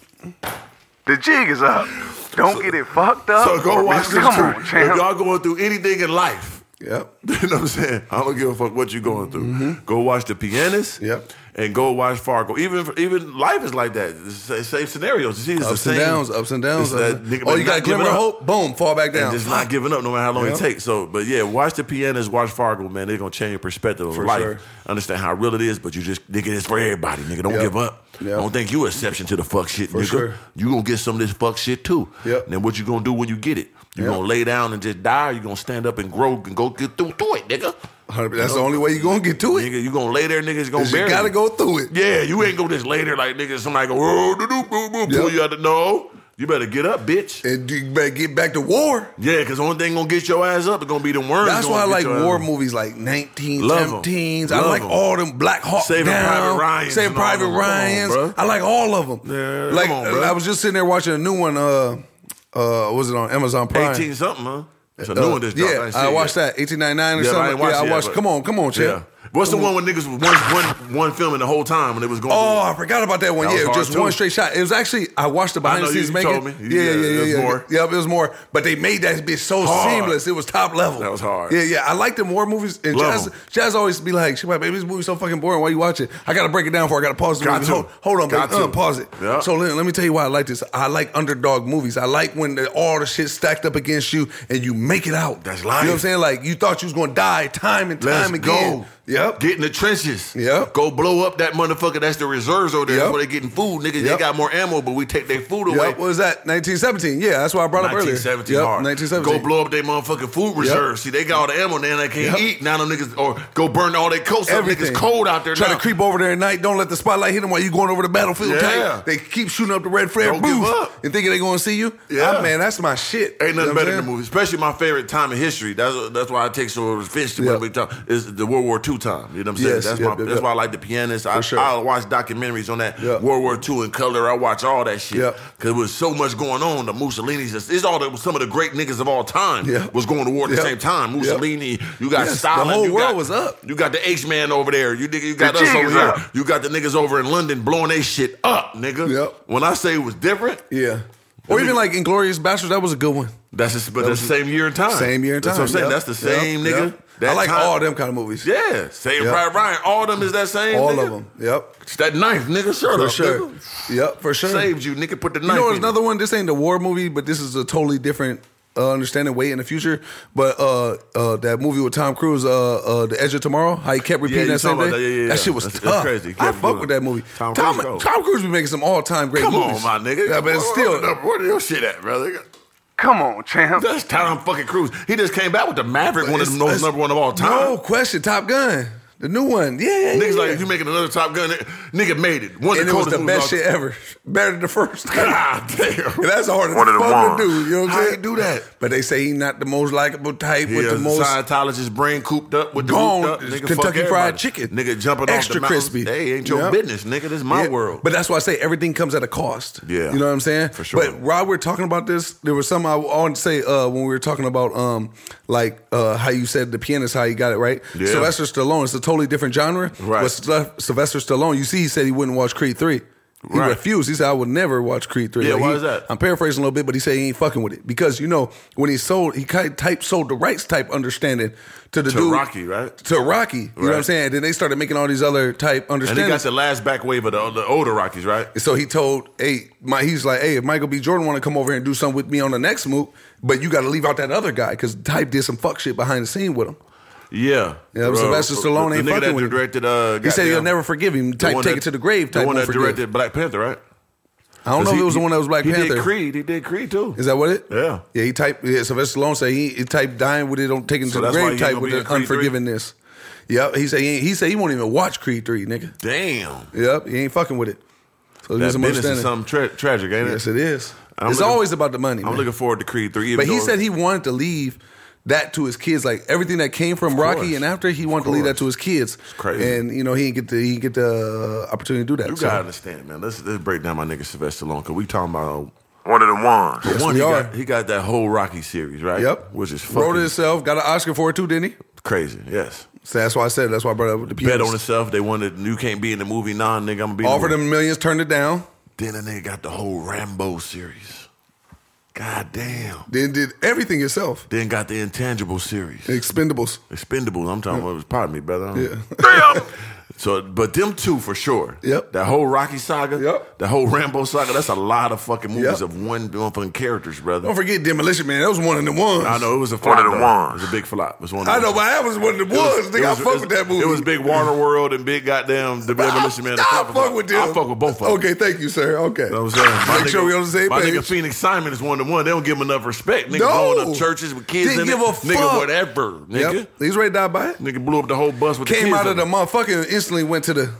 Speaker 4: The jig is up. Don't get it fucked up.
Speaker 3: So go
Speaker 4: or
Speaker 3: watch
Speaker 4: bitch,
Speaker 3: this
Speaker 4: Come
Speaker 3: too.
Speaker 4: on,
Speaker 3: If
Speaker 4: champ.
Speaker 3: y'all going through anything in life,
Speaker 1: Yep.
Speaker 3: you know what I'm saying? I don't give a fuck what you going through. Go watch The Pianist.
Speaker 1: Mm-hmm. Yep.
Speaker 3: And go watch Fargo. Even even life is like that. It's the same scenarios. You see, it's
Speaker 1: Ups
Speaker 3: the
Speaker 1: and
Speaker 3: same
Speaker 1: downs, ups and downs.
Speaker 3: It's that
Speaker 1: ups and-
Speaker 3: nigga
Speaker 1: oh,
Speaker 3: been
Speaker 1: you
Speaker 3: not
Speaker 1: got a glimmer
Speaker 3: giving
Speaker 1: of
Speaker 3: up.
Speaker 1: hope. Boom, fall back down.
Speaker 3: And just not giving up no matter how long it
Speaker 1: Yeah.
Speaker 3: takes. So, but yeah, watch the pianist, watch Fargo, man. They're gonna change your perspective of
Speaker 1: For
Speaker 3: life.
Speaker 1: sure.
Speaker 3: Understand how real it is, but you just nigga, it's for everybody. Nigga, don't
Speaker 1: Yep.
Speaker 3: give up.
Speaker 1: Yep.
Speaker 3: Don't think you exception to the fuck shit, nigga.
Speaker 1: sure.
Speaker 3: You gonna get some of this fuck shit too.
Speaker 1: Yep.
Speaker 3: And then what you gonna do when you get it? You
Speaker 1: Yep.
Speaker 3: gonna lay down and just die, or you gonna stand up and grow and go get through, through it, nigga.
Speaker 1: That's the only way you're gonna get to it.
Speaker 3: Nigga, you gonna lay there, nigga, it's gonna
Speaker 1: is You
Speaker 3: bury
Speaker 1: gotta
Speaker 3: you.
Speaker 1: go through it.
Speaker 3: Yeah, you ain't go just lay there like nigga, somebody go, oh, do, do, boo, boo, pull
Speaker 1: Yep.
Speaker 3: you out the no. You better get up, bitch.
Speaker 1: And you better get back to war.
Speaker 3: Yeah, because the only thing gonna get your ass up is gonna be the worms.
Speaker 1: That's why I
Speaker 3: gonna
Speaker 1: like
Speaker 3: get your
Speaker 1: war
Speaker 3: ass up.
Speaker 1: movies like 19,
Speaker 3: Love 'em.
Speaker 1: 17s. I
Speaker 3: Love
Speaker 1: like
Speaker 3: 'em.
Speaker 1: all them Black Hawk
Speaker 3: Saving
Speaker 1: Down,
Speaker 3: Private Ryan's
Speaker 1: Saving
Speaker 3: and all
Speaker 1: Private
Speaker 3: them. Come on,
Speaker 1: Ryan's.
Speaker 3: bruh.
Speaker 1: I like all of them.
Speaker 3: Yeah,
Speaker 1: like
Speaker 3: come on, bruh.
Speaker 1: I was just sitting there watching a new one. Uh, uh, was it on Amazon Prime?
Speaker 3: 18 something, huh? That's a
Speaker 1: Uh,
Speaker 3: new one that's dropped.
Speaker 1: yeah, I, watched that 1899 or
Speaker 3: Yeah, but I ain't
Speaker 1: something.
Speaker 3: watched
Speaker 1: yeah,
Speaker 3: it
Speaker 1: I
Speaker 3: yet,
Speaker 1: watched.
Speaker 3: but-
Speaker 1: come on, come on, champ.
Speaker 3: What's the one when niggas was one, one, one filming the whole time when it was going?
Speaker 1: Oh, I forgot about that one.
Speaker 3: That was
Speaker 1: yeah,
Speaker 3: hard
Speaker 1: just
Speaker 3: too.
Speaker 1: one straight shot. It was actually I watched the behind
Speaker 3: I
Speaker 1: the
Speaker 3: know you-
Speaker 1: scenes
Speaker 3: you
Speaker 1: making.
Speaker 3: told me. You-
Speaker 1: Yeah, yeah,
Speaker 3: yeah,
Speaker 1: yeah, yeah.
Speaker 3: there's
Speaker 1: yeah.
Speaker 3: more.
Speaker 1: Yep, it was more. But they made that bitch so
Speaker 3: Hard.
Speaker 1: seamless. It was top level.
Speaker 3: That was hard.
Speaker 1: Yeah, yeah. I like the war movies. And
Speaker 3: Love
Speaker 1: Jazz,
Speaker 3: 'em.
Speaker 1: Jazz always be like, "She like, baby, this movie's so fucking boring. Why you watch it? I gotta break it down for. I gotta pause the
Speaker 3: Got
Speaker 1: movie.
Speaker 3: to.
Speaker 1: Hold, hold on,
Speaker 3: Got
Speaker 1: baby. Uh,
Speaker 3: to.
Speaker 1: pause it.
Speaker 3: Yeah.
Speaker 1: So let, let me tell you why I like this. I like underdog movies. I like when the, all the shit stacked up against you and you make it out.
Speaker 3: That's
Speaker 1: You know what I'm
Speaker 3: life.
Speaker 1: saying? Like you thought you was gonna die time and
Speaker 3: Let's
Speaker 1: time again.
Speaker 3: go.
Speaker 1: Yep.
Speaker 3: Get in the trenches.
Speaker 1: Yep.
Speaker 3: Go blow up that motherfucker. That's the reserves over there
Speaker 1: Yep.
Speaker 3: before they getting food. Niggas,
Speaker 1: Yep.
Speaker 3: they got more ammo, but we take their food away.
Speaker 1: Yeah, what was that? 1917. Yeah, that's why I brought up earlier.
Speaker 3: 1917
Speaker 1: Yep,
Speaker 3: hard.
Speaker 1: 1917.
Speaker 3: Go blow up their motherfucking food reserves. See, they got all the ammo now. They can't
Speaker 1: Yep.
Speaker 3: eat. Now them niggas, or go burn all their coats. Some
Speaker 1: Everything.
Speaker 3: niggas cold out there
Speaker 1: Try
Speaker 3: now.
Speaker 1: to creep over there at night. Don't let the spotlight hit them while you going over the battlefield.
Speaker 3: Yeah.
Speaker 1: tank. They keep shooting up the red flare
Speaker 3: Don't
Speaker 1: booth
Speaker 3: give up.
Speaker 1: and thinking they going to see you.
Speaker 3: Yeah.
Speaker 1: Ah, man, that's my shit.
Speaker 3: Ain't
Speaker 1: You know
Speaker 3: nothing
Speaker 1: what
Speaker 3: better than
Speaker 1: I'm
Speaker 3: the
Speaker 1: saying?
Speaker 3: movie, especially my favorite time in history. That's that's why I take so offense to
Speaker 1: Yeah.
Speaker 3: when we talk is the World War II time. You know what I'm saying?
Speaker 1: Yes,
Speaker 3: that's
Speaker 1: yep,
Speaker 3: my,
Speaker 1: yep,
Speaker 3: that's
Speaker 1: yep.
Speaker 3: why I like the pianist. I,
Speaker 1: sure.
Speaker 3: I watch documentaries on that
Speaker 1: Yeah.
Speaker 3: World War II in color. I watch all that shit
Speaker 1: Yeah.
Speaker 3: because there was so much going on. The Mussolini's, it's all the, some of the great niggas of all time
Speaker 1: Yeah.
Speaker 3: was going to war at the
Speaker 1: Yeah.
Speaker 3: same time.
Speaker 1: Yeah.
Speaker 3: Mussolini, you got
Speaker 1: Yes, the
Speaker 3: Stalin,
Speaker 1: whole
Speaker 3: you
Speaker 1: world
Speaker 3: got,
Speaker 1: was up.
Speaker 3: You got the H man over there. You nigga, you got
Speaker 4: The
Speaker 3: us
Speaker 4: G's
Speaker 3: over here.
Speaker 4: up.
Speaker 3: You got the niggas over in London blowing they shit up, nigga.
Speaker 1: Yep.
Speaker 3: When I say it was different,
Speaker 1: Yeah. Or
Speaker 3: Let me-
Speaker 1: even like Inglorious Bastards, that was a good one.
Speaker 3: that's just, but that's the same year and time.
Speaker 1: Same year and time.
Speaker 3: That's what I'm saying.
Speaker 1: Yep,
Speaker 3: That's the
Speaker 1: yep,
Speaker 3: same
Speaker 1: yep.
Speaker 3: nigga. That
Speaker 1: I like
Speaker 3: time-
Speaker 1: all them kind of movies.
Speaker 3: Yeah, Saving
Speaker 1: Yep.
Speaker 3: Private Ryan. All of them is that same.
Speaker 1: All
Speaker 3: nigga.
Speaker 1: of them. Yep.
Speaker 3: It's that knife, nigga. Shirt
Speaker 1: For
Speaker 3: up,
Speaker 1: sure.
Speaker 3: Nigga.
Speaker 1: Yep, for sure.
Speaker 3: Saved you, nigga. Put the knife.
Speaker 1: You know, there's
Speaker 3: in
Speaker 1: another
Speaker 3: it.
Speaker 1: one. This ain't a war movie, but this is a totally different uh, understanding way in the future. But uh, uh, that movie with Tom Cruise, uh, uh, The Edge of Tomorrow, how he kept repeating
Speaker 3: you
Speaker 1: that same
Speaker 3: talking
Speaker 1: thing.
Speaker 3: about that. Yeah, yeah, yeah.
Speaker 1: shit was
Speaker 3: That's-
Speaker 1: tough.
Speaker 3: that's crazy. He
Speaker 1: I
Speaker 3: kept
Speaker 1: fuck
Speaker 3: doing
Speaker 1: with
Speaker 3: it.
Speaker 1: that movie. Tom,
Speaker 3: Tom
Speaker 1: Tom
Speaker 3: Cruise dope.
Speaker 1: Cruise, be making some all time great
Speaker 3: Come on,
Speaker 1: movies.
Speaker 3: my nigga.
Speaker 1: Yeah, but it's
Speaker 3: Where-
Speaker 1: still.
Speaker 3: where- where your shit at, brother?
Speaker 4: Come on, champ.
Speaker 3: That's Tom fucking Cruise. He just came back with the Maverick, one of the most number one of all time.
Speaker 1: No question. Top Gun, the new one. Yeah, yeah,
Speaker 3: Niggas
Speaker 1: yeah.
Speaker 3: like you making another Top Gun. Nigga made it. One of
Speaker 1: and
Speaker 3: the
Speaker 1: it was
Speaker 3: coldest
Speaker 1: the
Speaker 3: movies
Speaker 1: best
Speaker 3: of all-
Speaker 1: shit ever. Better than the first.
Speaker 3: God damn.
Speaker 1: And that's hard
Speaker 4: One
Speaker 1: as
Speaker 4: of the
Speaker 1: fuck
Speaker 4: ones.
Speaker 1: to do. You know what I'm
Speaker 3: How
Speaker 1: saying?
Speaker 3: you do that?
Speaker 1: But they say he not the most likable type
Speaker 3: Yeah,
Speaker 1: with the most
Speaker 3: Scientologist brain cooped up with
Speaker 1: Gone
Speaker 3: the cooped up,
Speaker 1: is
Speaker 3: nigga,
Speaker 1: Kentucky
Speaker 3: fuck
Speaker 1: Fried
Speaker 3: everybody.
Speaker 1: Chicken.
Speaker 3: Nigga jumping
Speaker 1: Extra
Speaker 3: off the mountain.
Speaker 1: crispy.
Speaker 3: Hey, ain't your
Speaker 1: Yep.
Speaker 3: business, nigga. This is my
Speaker 1: Yeah,
Speaker 3: world.
Speaker 1: But that's why I say everything comes at a cost.
Speaker 3: Yeah.
Speaker 1: You know what I'm saying?
Speaker 3: For sure.
Speaker 1: But while we're talking about this, there was something I want to say uh, when we were talking about um, like uh, how you said the pianist, how you got it right.
Speaker 3: Yeah.
Speaker 1: Sylvester Stallone, it's a totally different genre.
Speaker 3: Right.
Speaker 1: But Sylve- Sylvester Stallone, you see, he said he wouldn't watch Creed 3. He
Speaker 3: Right.
Speaker 1: refused. He said, I would never watch Creed 3.
Speaker 3: Yeah,
Speaker 1: Like,
Speaker 3: why
Speaker 1: he-
Speaker 3: is that?
Speaker 1: I'm paraphrasing a little bit, but he said he ain't fucking with it. Because, you know, when he sold, he kind of type sold the rights type understanding to the
Speaker 3: To
Speaker 1: dude.
Speaker 3: Rocky, right?
Speaker 1: To Rocky. You know what I'm
Speaker 3: Right.
Speaker 1: saying? then they started making all these other type
Speaker 3: and he
Speaker 1: understandings.
Speaker 3: got the last back wave of the, the older Rockies, right?
Speaker 1: And so he told, hey, my, he's like, hey, if Michael B. Jordan want to come over here and do something with me on the next move, but you got to leave out that other guy because Type did some fuck shit behind the scene with him.
Speaker 3: Yeah.
Speaker 1: Yeah, but Sylvester Stallone
Speaker 3: the
Speaker 1: ain't
Speaker 3: nigga
Speaker 1: fucking
Speaker 3: that
Speaker 1: with him.
Speaker 3: directed, Uh,
Speaker 1: He said he'll
Speaker 3: goddamn-
Speaker 1: never forgive him.
Speaker 3: the
Speaker 1: Type,
Speaker 3: one
Speaker 1: take
Speaker 3: that-
Speaker 1: it to the grave. Type
Speaker 3: The one
Speaker 1: won't
Speaker 3: that
Speaker 1: forgive.
Speaker 3: directed Black Panther, right?
Speaker 1: I don't know if it was the one that was Black
Speaker 3: he
Speaker 1: Panther.
Speaker 3: Did Creed. He did Creed too.
Speaker 1: Is that what it?
Speaker 3: Yeah.
Speaker 1: Yeah, he typed, yeah, Sylvester Stallone said he, he typed dying with it, don't take it to
Speaker 3: So
Speaker 1: the
Speaker 3: that's why he
Speaker 1: grave type
Speaker 3: gonna
Speaker 1: with
Speaker 3: be
Speaker 1: the
Speaker 3: in Creed three?
Speaker 1: unforgiveness. Yep, he said he, ain't, he said he won't even watch Creed 3, nigga.
Speaker 3: Damn.
Speaker 1: Yep, he ain't fucking with it. So there's
Speaker 3: That
Speaker 1: some
Speaker 3: business is
Speaker 1: understanding.
Speaker 3: something tra- tragic, ain't it?
Speaker 1: Yes, it is.
Speaker 3: I'm
Speaker 1: it's
Speaker 3: looking-
Speaker 1: always about the money.
Speaker 3: I'm
Speaker 1: man.
Speaker 3: looking forward to Creed three. even
Speaker 1: But he
Speaker 3: though-
Speaker 1: said he wanted to leave that to his kids, like everything that came from
Speaker 3: course.
Speaker 1: Rocky and after, he wanted to
Speaker 3: Of
Speaker 1: leave that
Speaker 3: course.
Speaker 1: to his kids.
Speaker 3: crazy.
Speaker 1: And you know he didn't get the he didn't get the uh, opportunity to do that.
Speaker 3: You
Speaker 1: so.
Speaker 3: gotta understand, man. Let's let's break down my nigga Sylvester Stallone because we talking about
Speaker 4: One of the ones.
Speaker 3: uh, one.
Speaker 1: we
Speaker 3: he,
Speaker 1: are.
Speaker 3: Got, he got that whole Rocky series, right?
Speaker 1: Yep.
Speaker 3: Which is fucking
Speaker 1: wrote it himself, got an Oscar for it too, didn't he?
Speaker 3: crazy. Yes.
Speaker 1: So that's why I said that's why I brought up with the
Speaker 3: Bet on
Speaker 1: pianist.
Speaker 3: himself. They wanted you can't be in the movie. Nah, nigga, I'm gonna be. in the
Speaker 1: Offered
Speaker 3: movie.
Speaker 1: him millions, turned it down.
Speaker 3: Then a nigga got the whole Rambo series. God damn.
Speaker 1: Then did everything yourself.
Speaker 3: Then got the intangible series.
Speaker 1: Expendables.
Speaker 3: Expendables. I'm talking about pardon me, brother.
Speaker 1: Yeah.
Speaker 3: So but them two for sure.
Speaker 1: Yep.
Speaker 3: That whole Rocky saga.
Speaker 1: Yep.
Speaker 3: That whole Rambo saga. That's a lot of fucking movies
Speaker 1: Yep.
Speaker 3: of one motherfucking characters, brother.
Speaker 1: Don't forget Demolition Man. That was one of the ones.
Speaker 3: I know it was a flop.
Speaker 4: One of the
Speaker 3: though.
Speaker 4: ones.
Speaker 3: It was a big flop. It was one of
Speaker 1: I know,
Speaker 3: those-
Speaker 1: but that was one of the ones. Nigga, I
Speaker 3: it
Speaker 1: fuck with that movie.
Speaker 3: It was big Warner World and big goddamn The Demolition Man.
Speaker 1: I,
Speaker 3: and Flop
Speaker 1: I
Speaker 3: and
Speaker 1: fuck
Speaker 3: Flop.
Speaker 1: with them.
Speaker 3: I fuck with both of them.
Speaker 1: Okay, thank you, sir. Okay.
Speaker 3: You know what I'm saying? My
Speaker 1: Make sure we on the same
Speaker 3: my
Speaker 1: page.
Speaker 3: nigga Phoenix Simon is one to one. They don't give him enough respect. Nigga
Speaker 1: No.
Speaker 3: blowing up churches with kids
Speaker 1: Didn't
Speaker 3: in it.
Speaker 1: give a
Speaker 3: Nigga,
Speaker 1: fuck.
Speaker 3: whatever. Nigga.
Speaker 1: Yep. He's ready to die by it.
Speaker 3: Nigga blew up the whole bus with the
Speaker 1: Came
Speaker 3: kids
Speaker 1: out
Speaker 3: in
Speaker 1: of the
Speaker 3: it.
Speaker 1: motherfucker and instantly went to the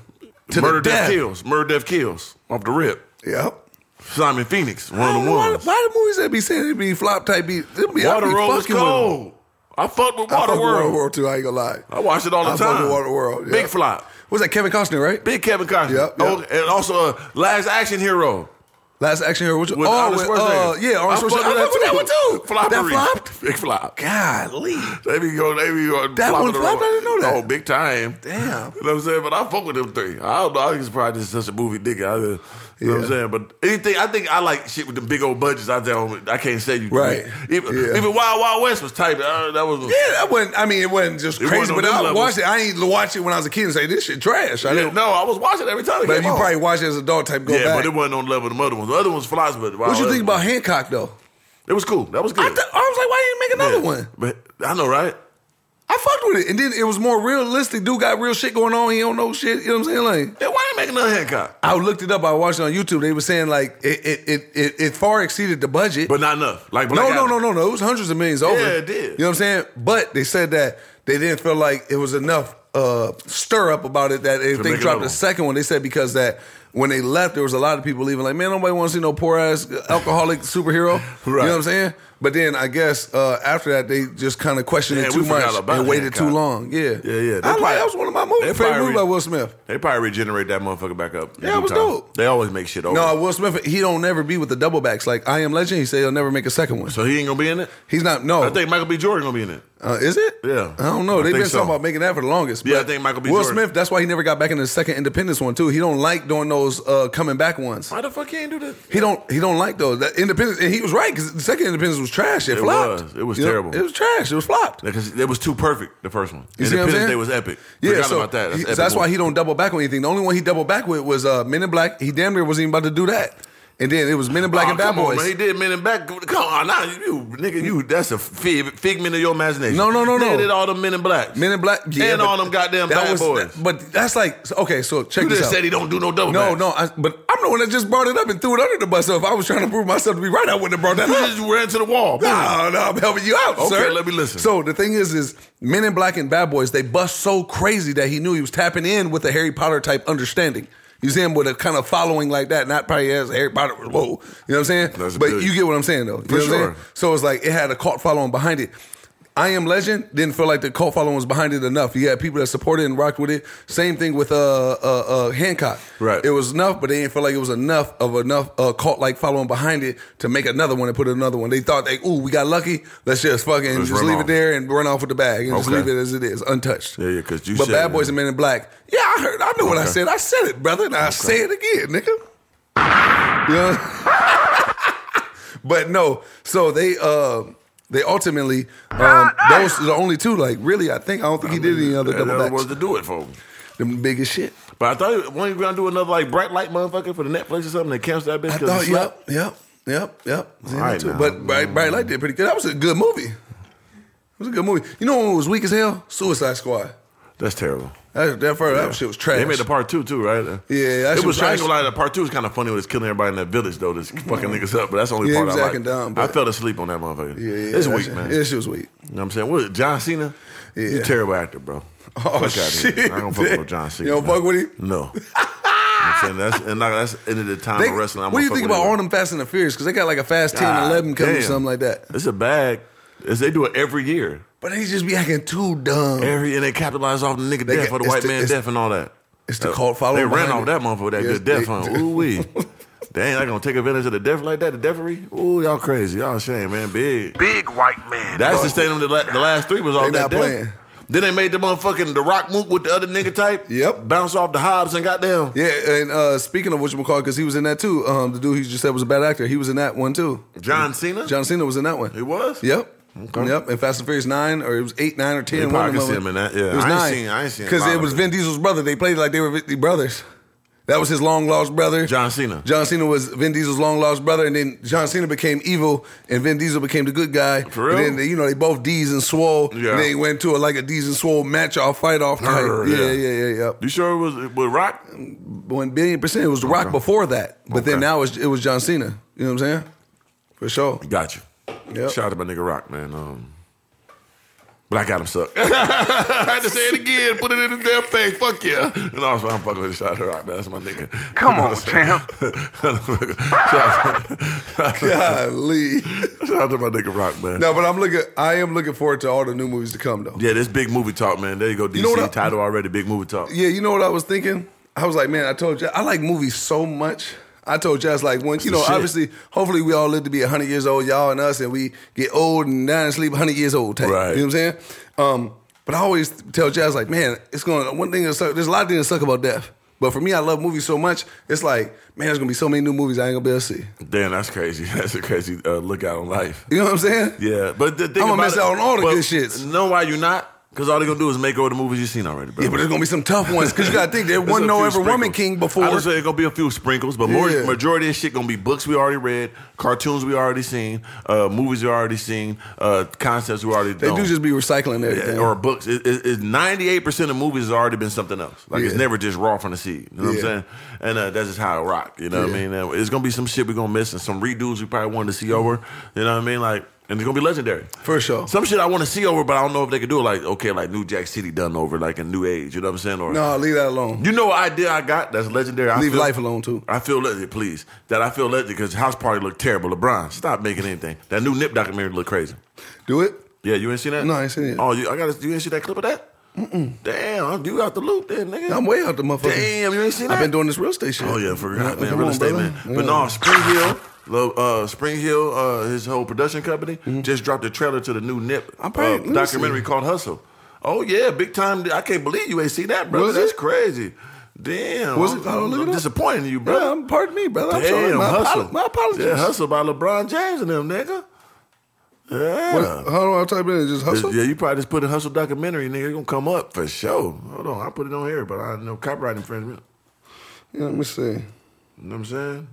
Speaker 1: to
Speaker 3: murder
Speaker 1: the death.
Speaker 3: death kills. Murder death kills off the rip.
Speaker 1: Yep.
Speaker 3: Simon Phoenix,
Speaker 1: I
Speaker 3: one of
Speaker 1: don't
Speaker 3: the
Speaker 1: know Why,
Speaker 3: ones.
Speaker 1: why the movies that be saying it be flop type be, it be I
Speaker 3: Water
Speaker 1: be
Speaker 3: World was
Speaker 1: fucking with 'em.
Speaker 3: cold. I fucked with
Speaker 1: I fuck
Speaker 3: Water
Speaker 1: with Water
Speaker 3: World.
Speaker 1: World too. I ain't gonna lie.
Speaker 3: I watched it all the
Speaker 1: I fuck
Speaker 3: time.
Speaker 1: with Water World, yeah.
Speaker 3: Big flop.
Speaker 1: Was that Kevin Costner, right?
Speaker 3: Big Kevin Costner.
Speaker 1: Yep, yep.
Speaker 3: Oh, and also uh, Last Action Hero.
Speaker 1: Last Action Hero. Which,
Speaker 3: With
Speaker 1: oh,
Speaker 3: Arnold
Speaker 1: with,
Speaker 3: Schwarzenegger.
Speaker 1: uh, yeah,
Speaker 3: I
Speaker 1: Arnold
Speaker 3: fuck-
Speaker 1: Schwarzenegger.
Speaker 3: I fuck with that one too.
Speaker 1: That
Speaker 3: Floppery.
Speaker 1: flopped.
Speaker 3: Big flop.
Speaker 1: Golly.
Speaker 3: They be going, they be going.
Speaker 1: That
Speaker 3: flopping
Speaker 1: one
Speaker 3: around.
Speaker 1: flopped? I didn't know that.
Speaker 3: Oh, big time. Damn. You know what I'm saying? But I fuck with them three. I don't know. I was probably just such a movie nigga. I, just- you know what I'm
Speaker 1: Yeah.
Speaker 3: saying? But anything, I think I like shit with the big old budgets out there. I can't say you.
Speaker 1: Right.
Speaker 3: Even,
Speaker 1: Yeah.
Speaker 3: even Wild Wild West was tight. but I- that was.
Speaker 1: Yeah, that wasn't. I mean, it wasn't just
Speaker 3: It
Speaker 1: crazy,
Speaker 3: wasn't on
Speaker 1: but
Speaker 3: them
Speaker 1: I
Speaker 3: levels.
Speaker 1: watched it. I ain't watched it when I was a kid and say this shit trash. I
Speaker 3: Yeah,
Speaker 1: didn't.
Speaker 3: no, I was watching every time. it
Speaker 1: but
Speaker 3: came
Speaker 1: you
Speaker 3: on.
Speaker 1: probably watched it as an adult type. Go
Speaker 3: Oh. Yeah,
Speaker 1: back.
Speaker 3: but it wasn't on the level of the other ones. The other ones flies, but
Speaker 1: what you think about Hancock though?
Speaker 3: It was cool. That was good.
Speaker 1: I, th- I was like, why didn't you make another
Speaker 3: Yeah.
Speaker 1: one?
Speaker 3: But I know, right?
Speaker 1: I fucked with it, and then it was more realistic. Dude got real shit going on. He don't know shit. You know what I'm saying? Like.
Speaker 3: Yeah, why they make another Hancock?
Speaker 1: I looked it up. I watched it on YouTube. They were saying like it it it, it, it far exceeded the budget.
Speaker 3: But not enough. Like
Speaker 1: no,
Speaker 3: Black
Speaker 1: no,
Speaker 3: Adam.
Speaker 1: no, no, no. It was hundreds of millions over.
Speaker 3: Yeah, it did.
Speaker 1: You know what I'm saying? But they said that they didn't feel like it was enough uh, stir up about it that if
Speaker 3: To
Speaker 1: they
Speaker 3: make
Speaker 1: dropped
Speaker 3: another one.
Speaker 1: the second one, they said because that when they left, there was a lot of people leaving. Like, man, nobody wants to see no poor ass alcoholic superhero. You know
Speaker 3: Right.
Speaker 1: what I'm saying? But then I guess uh, after that, they just kind of questioned
Speaker 3: Yeah,
Speaker 1: it
Speaker 3: we
Speaker 1: too
Speaker 3: forgot
Speaker 1: much
Speaker 3: about
Speaker 1: and waited
Speaker 3: Hancock.
Speaker 1: too long. Yeah,
Speaker 3: Yeah, yeah. They
Speaker 1: I like-
Speaker 3: probably-
Speaker 1: that was one of my
Speaker 3: they
Speaker 1: movies, favorite
Speaker 3: probably-
Speaker 1: movies by Will Smith.
Speaker 3: They probably regenerate that motherfucker back up. in
Speaker 1: Yeah, it
Speaker 3: due
Speaker 1: was
Speaker 3: time.
Speaker 1: dope.
Speaker 3: They always make shit over.
Speaker 1: No, Will Smith, he don't never be with the double backs. Like I Am Legend, he said he'll never make a second one.
Speaker 3: so he ain't gonna be in it.
Speaker 1: He's not. No,
Speaker 3: I think Michael B. Jordan gonna be in it.
Speaker 1: Uh, is it?
Speaker 3: Yeah.
Speaker 1: I don't know.
Speaker 3: I
Speaker 1: They've
Speaker 3: think
Speaker 1: been
Speaker 3: so.
Speaker 1: talking about making that for the longest.
Speaker 3: Yeah, I
Speaker 1: but
Speaker 3: think Michael B.
Speaker 1: Will
Speaker 3: Jordan.
Speaker 1: Smith. That's why he never got back in the second Independence one too. He don't like doing those uh, coming back ones.
Speaker 3: Why the fuck he ain't do that?
Speaker 1: He don't. He don't like those. That Independence. And he was right because the second Independence was trash. It,
Speaker 3: It
Speaker 1: flopped.
Speaker 3: was. It was
Speaker 1: You know,
Speaker 3: terrible.
Speaker 1: it was trash. It was flopped.
Speaker 3: Because it was too perfect. The first one.
Speaker 1: You see what I'm
Speaker 3: Independence
Speaker 1: saying?
Speaker 3: Day was epic.
Speaker 1: Yeah,
Speaker 3: Forgot
Speaker 1: so
Speaker 3: about that.
Speaker 1: he- so
Speaker 3: epic
Speaker 1: that's why
Speaker 3: one.
Speaker 1: he don't double back on anything. The only one he double back with was uh, Men in Black. He damn near wasn't even about to do that. And then it was Men in Black
Speaker 3: Oh,
Speaker 1: and Bad
Speaker 3: come on,
Speaker 1: Boys.
Speaker 3: man. He did Men in Black. Come on, nah, you nigga, you that's a fig, figment of your imagination.
Speaker 1: No, no, no,
Speaker 3: nigga
Speaker 1: no.
Speaker 3: Did all them Men in Black.
Speaker 1: Men in Black yeah,
Speaker 3: And
Speaker 1: but
Speaker 3: all them goddamn
Speaker 1: that
Speaker 3: Bad
Speaker 1: was-
Speaker 3: Boys.
Speaker 1: But that's like okay. So check
Speaker 3: You
Speaker 1: this
Speaker 3: just
Speaker 1: out.
Speaker 3: said he don't do no double.
Speaker 1: No,
Speaker 3: back.
Speaker 1: no, I, but I'm the one that just brought it up and threw it under the bus. So if I was trying to prove myself to be right, I wouldn't have brought that
Speaker 3: You
Speaker 1: up.
Speaker 3: just ran to the wall.
Speaker 1: No, no, I'm helping you out,
Speaker 3: Okay,
Speaker 1: sir.
Speaker 3: let me listen.
Speaker 1: So the thing is, is Men in Black and Bad Boys, they bust so crazy that he knew he was tapping in with a Harry Potter type understanding. You see him with a kind of following like that, not probably as Harry Potter. Whoa, you know what I'm saying?
Speaker 3: That's
Speaker 1: but
Speaker 3: good.
Speaker 1: you get what I'm saying, though. You know what I'm
Speaker 3: sure.
Speaker 1: saying? So it's like it had a cult following behind it. I Am Legend didn't feel like the cult following was behind it enough. You had people that supported and rocked with it. Same thing with uh, uh, uh, Hancock.
Speaker 3: Right.
Speaker 1: It was enough, but they didn't feel like it was enough of enough uh, cult like following behind it to make another one and put another one. They thought they, ooh, we got lucky. Let's just fucking
Speaker 3: Let's
Speaker 1: just
Speaker 3: run
Speaker 1: leave
Speaker 3: off.
Speaker 1: it there and run off with the bag and just
Speaker 3: Okay.
Speaker 1: leave it as it is, untouched.
Speaker 3: Yeah, yeah, 'cause you
Speaker 1: But
Speaker 3: said-
Speaker 1: Bad Boys and Men in Black. Yeah, I heard. I know what I
Speaker 3: Okay.
Speaker 1: said. I said it, brother, and I say it again, nigga. You know? But no, so they uh they ultimately um those are the only two. Like really, I think I don't think he did any other
Speaker 3: That
Speaker 1: double backs.
Speaker 3: was to do it for him.
Speaker 1: Them biggest shit.
Speaker 3: But I thought when you were gonna do another like bright light motherfucker for the Netflix or something, they canceled that bitch.
Speaker 1: I
Speaker 3: 'cause
Speaker 1: thought,
Speaker 3: it
Speaker 1: yep,
Speaker 3: slept.
Speaker 1: yep, yep, yep.
Speaker 3: All right now.
Speaker 1: but Bright, Bright Light did pretty good. That was a good movie. It was a good movie. You know when it was weak as hell? Suicide Squad.
Speaker 3: That's terrible.
Speaker 1: That, that, first, that shit was trash.
Speaker 3: They made the part two too, right?
Speaker 1: Yeah, that
Speaker 3: it
Speaker 1: shit
Speaker 3: was.
Speaker 1: was
Speaker 3: I ain't
Speaker 1: trash.
Speaker 3: gonna lie, the part two is kind of funny when it's killing everybody in that village though. This fucking niggas up, but that's the only
Speaker 1: Yeah, he
Speaker 3: part
Speaker 1: was
Speaker 3: I like.
Speaker 1: acting dumb,
Speaker 3: I
Speaker 1: but-
Speaker 3: fell asleep on that motherfucker.
Speaker 1: Yeah, yeah,
Speaker 3: it's
Speaker 1: that
Speaker 3: weak,
Speaker 1: shit-
Speaker 3: man.
Speaker 1: Yeah, she was weak.
Speaker 3: You know what I'm saying? What is it, John Cena?
Speaker 1: Yeah.
Speaker 3: You terrible actor, bro.
Speaker 1: Oh,
Speaker 3: Fuck outta here.
Speaker 1: shit.
Speaker 3: I don't fuck with John Cena.
Speaker 1: You don't
Speaker 3: man.
Speaker 1: fuck with him?
Speaker 3: No. You know what I'm saying that's and like, that's the end of the time
Speaker 1: They-
Speaker 3: of wrestling. I'm
Speaker 1: what do you
Speaker 3: gonna
Speaker 1: think
Speaker 3: fuck
Speaker 1: about
Speaker 3: with
Speaker 1: all
Speaker 3: him.
Speaker 1: them Fast and the Furious? Because they got like a Fast 10,
Speaker 3: God
Speaker 1: 11 coming,
Speaker 3: damn.
Speaker 1: something like that.
Speaker 3: It's a bag. It's, they do it every year.
Speaker 1: But they just be acting too dumb.
Speaker 3: Every and they capitalize off the nigga
Speaker 1: They
Speaker 3: death
Speaker 1: got-
Speaker 3: or the
Speaker 1: it's
Speaker 3: white
Speaker 1: the-
Speaker 3: man
Speaker 1: it's-
Speaker 3: death and all that.
Speaker 1: It's the
Speaker 3: Uh,
Speaker 1: cult following.
Speaker 3: They ran
Speaker 1: behind
Speaker 3: off that
Speaker 1: it.
Speaker 3: motherfucker with that
Speaker 1: Yes,
Speaker 3: good death
Speaker 1: they
Speaker 3: on.
Speaker 1: do.
Speaker 3: Ooh wee. They ain't not gonna take advantage of the death like that, the deafery. Ooh, y'all crazy. Y'all shame, man. Big.
Speaker 4: Big white man.
Speaker 3: That's the same the, la- the last three was all
Speaker 1: They
Speaker 3: that
Speaker 1: not
Speaker 3: death.
Speaker 1: playing.
Speaker 3: Then they made the motherfucking the rock move with the other nigga type.
Speaker 1: Yep.
Speaker 3: Bounce off the Hobbs and goddamn.
Speaker 1: Yeah, and uh, speaking of which we call because he was in that too. Um, the dude he just said was a bad actor. He was in that one too.
Speaker 3: John Cena.
Speaker 1: John Cena was in that one.
Speaker 3: He was.
Speaker 1: Yep. Yep. In Fast and Furious nine, or it was eight, nine, or ten.
Speaker 3: They
Speaker 1: one of
Speaker 3: probably can see
Speaker 1: them
Speaker 3: him in that, yeah.
Speaker 1: it was
Speaker 3: I ain't
Speaker 1: nine.
Speaker 3: seen- I ain't seen a
Speaker 1: because
Speaker 3: lot
Speaker 1: it
Speaker 3: of
Speaker 1: was
Speaker 3: it.
Speaker 1: Vin Diesel's brother. They played like they were Vin- brothers. That was his long lost brother.
Speaker 3: John Cena.
Speaker 1: John Cena was Vin Diesel's long lost brother, and then John Cena became evil, and Vin Diesel became the good guy.
Speaker 3: For real?
Speaker 1: And then you know they both D's and swole.
Speaker 3: Yeah.
Speaker 1: And they went to a, like a D's and swole match off, fight off type.
Speaker 3: Brr,
Speaker 1: yeah, yeah,
Speaker 3: yeah.
Speaker 1: yeah, yeah.
Speaker 3: You sure it was with Rock?
Speaker 1: One billion percent. It was The Rock before that, but then
Speaker 3: Okay.
Speaker 1: now it's, it was John Cena. You know what I'm saying? For sure.
Speaker 3: Gotcha.
Speaker 1: Yep.
Speaker 3: Shout out to my nigga Rock, man. Um, but I got him sucked. I had to say it again. Put it in his damn face. Fuck yeah. And also, I'm fucking with Shout out to Rock, man. That's my nigga.
Speaker 4: Come on, champ.
Speaker 3: Shout out-
Speaker 1: Golly.
Speaker 3: Shout out to my nigga Rock, man.
Speaker 1: No, but I'm looking. I am looking forward to all the new movies to come, though.
Speaker 3: Yeah, this big movie talk, man. There you go, DC.
Speaker 1: know what I-
Speaker 3: title already, big movie talk.
Speaker 1: Yeah, you know what I was thinking? I was like, man, I told you, I like movies so much. I told you, I was like, once you
Speaker 3: the
Speaker 1: know,
Speaker 3: shit.
Speaker 1: obviously, hopefully, we all live to be hundred years old, y'all and us, and we get old and down and sleep hundred years old. Type,
Speaker 3: Right.
Speaker 1: You know what I'm saying? Um, but I always tell Jazz like, man, it's going. One thing that suck. There's a lot of things that suck about death. But for me, I love movies so much. It's like, man, there's gonna be so many new movies I ain't gonna be able to see.
Speaker 3: Damn, that's crazy. That's a crazy uh, lookout on life.
Speaker 1: You know what I'm saying?
Speaker 3: Yeah, but the thing
Speaker 1: I'ma
Speaker 3: about
Speaker 1: miss
Speaker 3: it-
Speaker 1: out on all the
Speaker 3: but
Speaker 1: good shits.
Speaker 3: Know why you not? Because all they gonna do is make over the movies you seen already, bro.
Speaker 1: Yeah, but there's gonna be some tough ones because you gotta think there
Speaker 3: There's
Speaker 1: wasn't
Speaker 3: a
Speaker 1: no
Speaker 3: few
Speaker 1: ever woman
Speaker 3: sprinkles.
Speaker 1: king
Speaker 3: I
Speaker 1: before.
Speaker 3: just say it's gonna be a few sprinkles, but more,
Speaker 1: Yeah.
Speaker 3: majority of this shit gonna be books we already read, cartoons we already seen, uh, movies we already seen, uh, concepts we already
Speaker 1: They do just be recycling everything.
Speaker 3: or books. It ninety eight percent of movies has already been something else. Like it's
Speaker 1: Yeah.
Speaker 3: never just raw from the seed. You know
Speaker 1: Yeah.
Speaker 3: what I'm saying? And uh, that's just how it rock. You know what I
Speaker 1: Yeah.
Speaker 3: mean? And it's gonna be some shit we gonna miss and some redos we probably wanted to see over. You know what I mean? Like and it's gonna be legendary.
Speaker 1: For sure.
Speaker 3: Some shit I want to see over, but I don't know if they could do it. Like okay, like New Jack City done over, like in New Age. You know what I'm saying? Or
Speaker 1: no, leave that alone.
Speaker 3: you know what idea I got that's legendary. I
Speaker 1: Leave
Speaker 3: feel-
Speaker 1: life alone, too.
Speaker 3: I feel legendary, please. That I feel legendary because House Party looked terrible. LeBron, stop making anything. That new Nip documentary looked crazy.
Speaker 1: Do it.
Speaker 3: Yeah, you ain't seen that?
Speaker 1: No, I ain't seen it.
Speaker 3: Oh, you, I got. You ain't seen that clip of that? Mm-mm. Damn, you out the loop then, nigga.
Speaker 1: I'm way out the motherfucker.
Speaker 3: Damn, you ain't seen that?
Speaker 1: I've been doing this real estate shit.
Speaker 3: Oh yeah, I forgot, man.
Speaker 1: come
Speaker 3: Real
Speaker 1: on,
Speaker 3: estate,
Speaker 1: brother.
Speaker 3: man.
Speaker 1: Yeah.
Speaker 3: But no, Spring Hill, lo- uh, Spring Hill, uh, his whole production company just dropped a trailer to the new Nip
Speaker 1: I probably-
Speaker 3: uh,
Speaker 1: Mm-hmm. let me
Speaker 3: documentary
Speaker 1: see.
Speaker 3: called Hustle. Oh yeah, big time! I can't believe you ain't seen that, brother.
Speaker 1: Was
Speaker 3: That's
Speaker 1: it?
Speaker 3: crazy. Damn,
Speaker 1: Was
Speaker 3: I'm-
Speaker 1: it? I don't look
Speaker 3: I'm
Speaker 1: it up.
Speaker 3: disappointing you, bro.
Speaker 1: Yeah, I'm, pardon me, brother. I'm
Speaker 3: Damn,
Speaker 1: sorry. My,
Speaker 3: hustle.
Speaker 1: apo- my apologies.
Speaker 3: Yeah, hustle by LeBron James and them, nigga. Yeah.
Speaker 1: What, uh, how do I type in? Just hustle?
Speaker 3: Yeah, you probably just put a hustle documentary, nigga. It's gonna come up for sure. Hold on, I put it on here, but I know copyright infringement.
Speaker 1: Yeah, let me see.
Speaker 3: You know what I'm saying?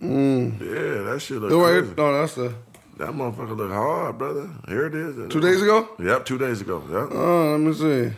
Speaker 1: Mm.
Speaker 3: Yeah, that shit look
Speaker 1: Do right
Speaker 3: crazy.
Speaker 1: here? No, that's the.
Speaker 3: That motherfucker look hard, brother. Here it is.
Speaker 1: Two days ago?
Speaker 3: Yep, two days ago. Yep.
Speaker 1: Oh, let me see.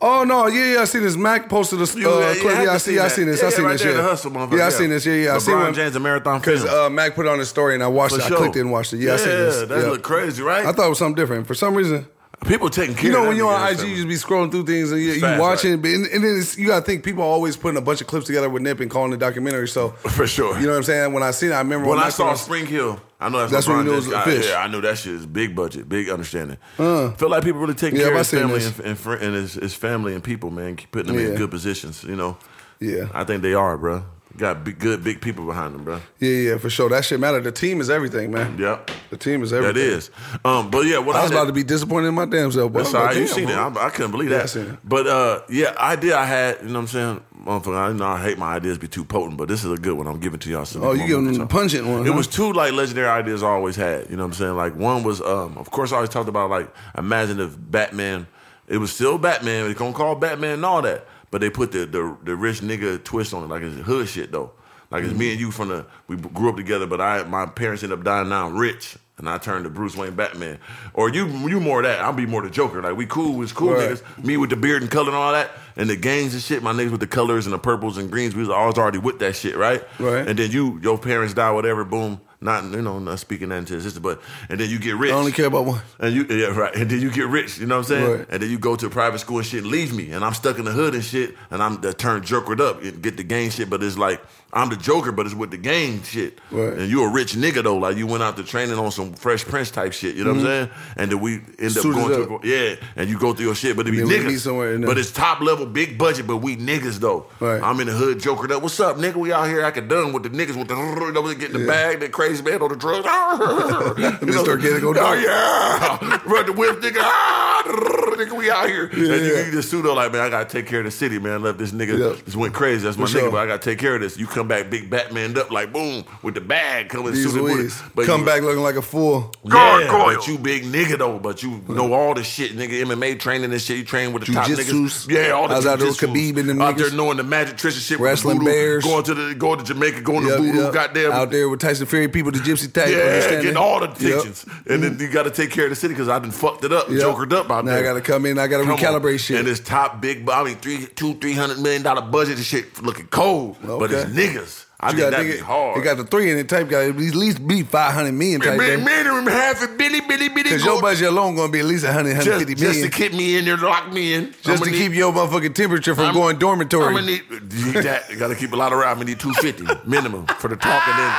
Speaker 1: Oh no! Yeah, yeah, I seen this. Mac posted this uh,
Speaker 3: You- you
Speaker 1: clip.
Speaker 3: had
Speaker 1: Yeah,
Speaker 3: to
Speaker 1: I
Speaker 3: see
Speaker 1: see, I
Speaker 3: that.
Speaker 1: seen this.
Speaker 3: Yeah,
Speaker 1: I seen
Speaker 3: right
Speaker 1: this.
Speaker 3: there,
Speaker 1: yeah,
Speaker 3: the hustle, motherfucker,
Speaker 1: yeah, I
Speaker 3: yeah.
Speaker 1: seen this. Yeah, yeah, I seen
Speaker 3: LeBron
Speaker 1: when-
Speaker 3: James and Marathon
Speaker 1: Cause
Speaker 3: Films.
Speaker 1: uh, Mac put it on his story and I watched
Speaker 3: For
Speaker 1: it. I
Speaker 3: sure.
Speaker 1: clicked it and watched it. Yeah, I seen this.
Speaker 3: Yeah, that
Speaker 1: yeah.
Speaker 3: look crazy, right?
Speaker 1: I thought it was something different. For some reason,
Speaker 3: People taking care
Speaker 1: You know,
Speaker 3: of
Speaker 1: when
Speaker 3: that
Speaker 1: you're
Speaker 3: nigga,
Speaker 1: on
Speaker 3: that's
Speaker 1: IG, you
Speaker 3: something.
Speaker 1: just be scrolling through things and you, you
Speaker 3: Fast,
Speaker 1: watching.
Speaker 3: right.
Speaker 1: But and, and then it's, you got to think people are always putting a bunch of clips together with Nip and calling it documentary. So
Speaker 3: For sure.
Speaker 1: you know what I'm saying. When I seen, it, I remember
Speaker 3: when I
Speaker 1: Mac
Speaker 3: saw
Speaker 1: was-
Speaker 3: Spring Hill, I know that's,
Speaker 1: That's
Speaker 3: LeBron
Speaker 1: when you knew it was
Speaker 3: James.
Speaker 1: a
Speaker 3: I-
Speaker 1: fish.
Speaker 3: Yeah, I know that shit is big budget, big understanding. Feel like people really taking
Speaker 1: Uh. Yeah,
Speaker 3: care
Speaker 1: I
Speaker 3: of his
Speaker 1: seen
Speaker 3: family
Speaker 1: this.
Speaker 3: and, and, fri- and his, his family and people, man, keep putting them
Speaker 1: Yeah.
Speaker 3: in good positions. You know,
Speaker 1: Yeah.
Speaker 3: I think they are, bro. Got big, good, big people behind them, bro.
Speaker 1: yeah, yeah, for sure. That shit matter. The team is everything, man.
Speaker 3: Yep,
Speaker 1: The team is
Speaker 3: that
Speaker 1: everything.
Speaker 3: is. Um, but yeah, what
Speaker 1: I was
Speaker 3: said-
Speaker 1: about to be disappointed in my damn self. But
Speaker 3: That's
Speaker 1: I'm
Speaker 3: all
Speaker 1: like,
Speaker 3: right.
Speaker 1: oh,
Speaker 3: You
Speaker 1: damn,
Speaker 3: seen it.
Speaker 1: bro.
Speaker 3: I, I couldn't believe
Speaker 1: Yeah, I
Speaker 3: that.
Speaker 1: seen it.
Speaker 3: But uh, yeah, idea I had, you know what I'm saying? Motherfucker, I know I hate my ideas be too potent, but this is a good one. I'm giving to y'all.
Speaker 1: Oh, you giving them the pungent one,
Speaker 3: It
Speaker 1: huh?
Speaker 3: was two like legendary ideas I always had. You know what I'm saying? Like one was um, of course I always talked about like imagine if Batman it was still Batman, they gonna call Batman and all that. But they put the the, the rich nigga twist on it, like it's hood shit though. Like it's me and you from the we grew up together, but I my parents ended up dying. Now I'm rich, and I turned to Bruce Wayne Batman. Or you you more that I'll be more the Joker. Like we cool, it's cool
Speaker 1: Right.
Speaker 3: niggas. Me with the beard and color and all that, and the gangs and shit. My niggas with the colors and the purples and greens. We was always already with that shit, right?
Speaker 1: Right.
Speaker 3: And then you your parents die, whatever. Boom. Not you know not speaking that into existence, but and then you get rich.
Speaker 1: I only care about one.
Speaker 3: And you yeah, right. And then you get rich, you know what I'm saying?
Speaker 1: Right.
Speaker 3: And then you go to private school and shit and leave me. And I'm stuck in the hood and shit. And I'm the turn jerked up and get the gang shit. But it's like I'm the Joker, but it's with the gang shit.
Speaker 1: Right.
Speaker 3: And you a rich nigga though, like you went out to training on some Fresh Prince type shit. You know what I'm saying? And then we end up
Speaker 1: Mm-hmm. Suited
Speaker 3: going
Speaker 1: up.
Speaker 3: to a, yeah, and you go through your shit, but it be
Speaker 1: Then we meet
Speaker 3: niggas.
Speaker 1: somewhere and-
Speaker 3: but it's top level, big budget, but we niggas though.
Speaker 1: Right.
Speaker 3: I'm in the hood, Joker. Up. What's up, nigga? We out here. I can done with the niggas with the you know, we getting the bag, the crazy man on the drugs. You know,
Speaker 1: start getting go
Speaker 3: oh
Speaker 1: down.
Speaker 3: yeah, run the whip, nigga. Ah, nigga, we out here. and you,
Speaker 1: yeah.
Speaker 3: you just pseudo like, man, I gotta take care of the city, man. Left this nigga
Speaker 1: Yeah.
Speaker 3: just went crazy. That's my
Speaker 1: For
Speaker 3: nigga,
Speaker 1: sure.
Speaker 3: but I gotta take care of this. You come back, big Batman up, like boom, with the bag coming
Speaker 1: Jeez
Speaker 3: suited with it.
Speaker 1: Louise.
Speaker 3: But
Speaker 1: Come
Speaker 3: you-
Speaker 1: back looking like a fool.
Speaker 3: yeah,
Speaker 4: Gargoyle.
Speaker 3: but you big nigga though, but you know all the shit, nigga. MMA training and shit. You train with the top
Speaker 1: Jujitsus.
Speaker 3: niggas. Yeah, all the
Speaker 1: I was out there with
Speaker 3: jujitsus.
Speaker 1: Khabib and them
Speaker 3: out there
Speaker 1: niggas.
Speaker 3: knowing the magic tricks and shit. with the
Speaker 1: Wrestling
Speaker 3: voodoo,
Speaker 1: bears.
Speaker 3: going to the going to Jamaica, going
Speaker 1: Yep,
Speaker 3: to voodoo.
Speaker 1: yep.
Speaker 3: Goddamn,
Speaker 1: Out there with Tyson Fury, people, the gypsy type.
Speaker 3: yeah,
Speaker 1: understand
Speaker 3: getting
Speaker 1: that?
Speaker 3: all the
Speaker 1: Yep. Mm.
Speaker 3: attentions, and then you got to take care of the city because I done fucked it up,
Speaker 1: Yep.
Speaker 3: jokered up out
Speaker 1: now
Speaker 3: there.
Speaker 1: I gotta come in. I gotta
Speaker 3: Come on.
Speaker 1: recalibrate shit.
Speaker 3: And it's top big, I mean, three, two, three hundred million dollar budget and shit, looking cold, but
Speaker 1: Okay.
Speaker 3: it's niggas. I
Speaker 1: You
Speaker 3: think
Speaker 1: gotta
Speaker 3: that'd
Speaker 1: think
Speaker 3: be
Speaker 1: it-
Speaker 3: hard.
Speaker 1: It got the three in it type. Got to at least be five hundred million type.
Speaker 3: Man,
Speaker 1: thing.
Speaker 3: minimum half a billy, billy, billy.
Speaker 1: Cause
Speaker 3: gold.
Speaker 1: your budget alone gonna be at least 100,
Speaker 3: just,
Speaker 1: 150
Speaker 3: just
Speaker 1: million.
Speaker 3: to keep me in there, lock me in.
Speaker 1: Just to keep your motherfucking temperature from going dormitory.
Speaker 3: I'm gonna need, you need that. You gotta keep a lot around. I'm gonna need 250 minimum for the talk, and then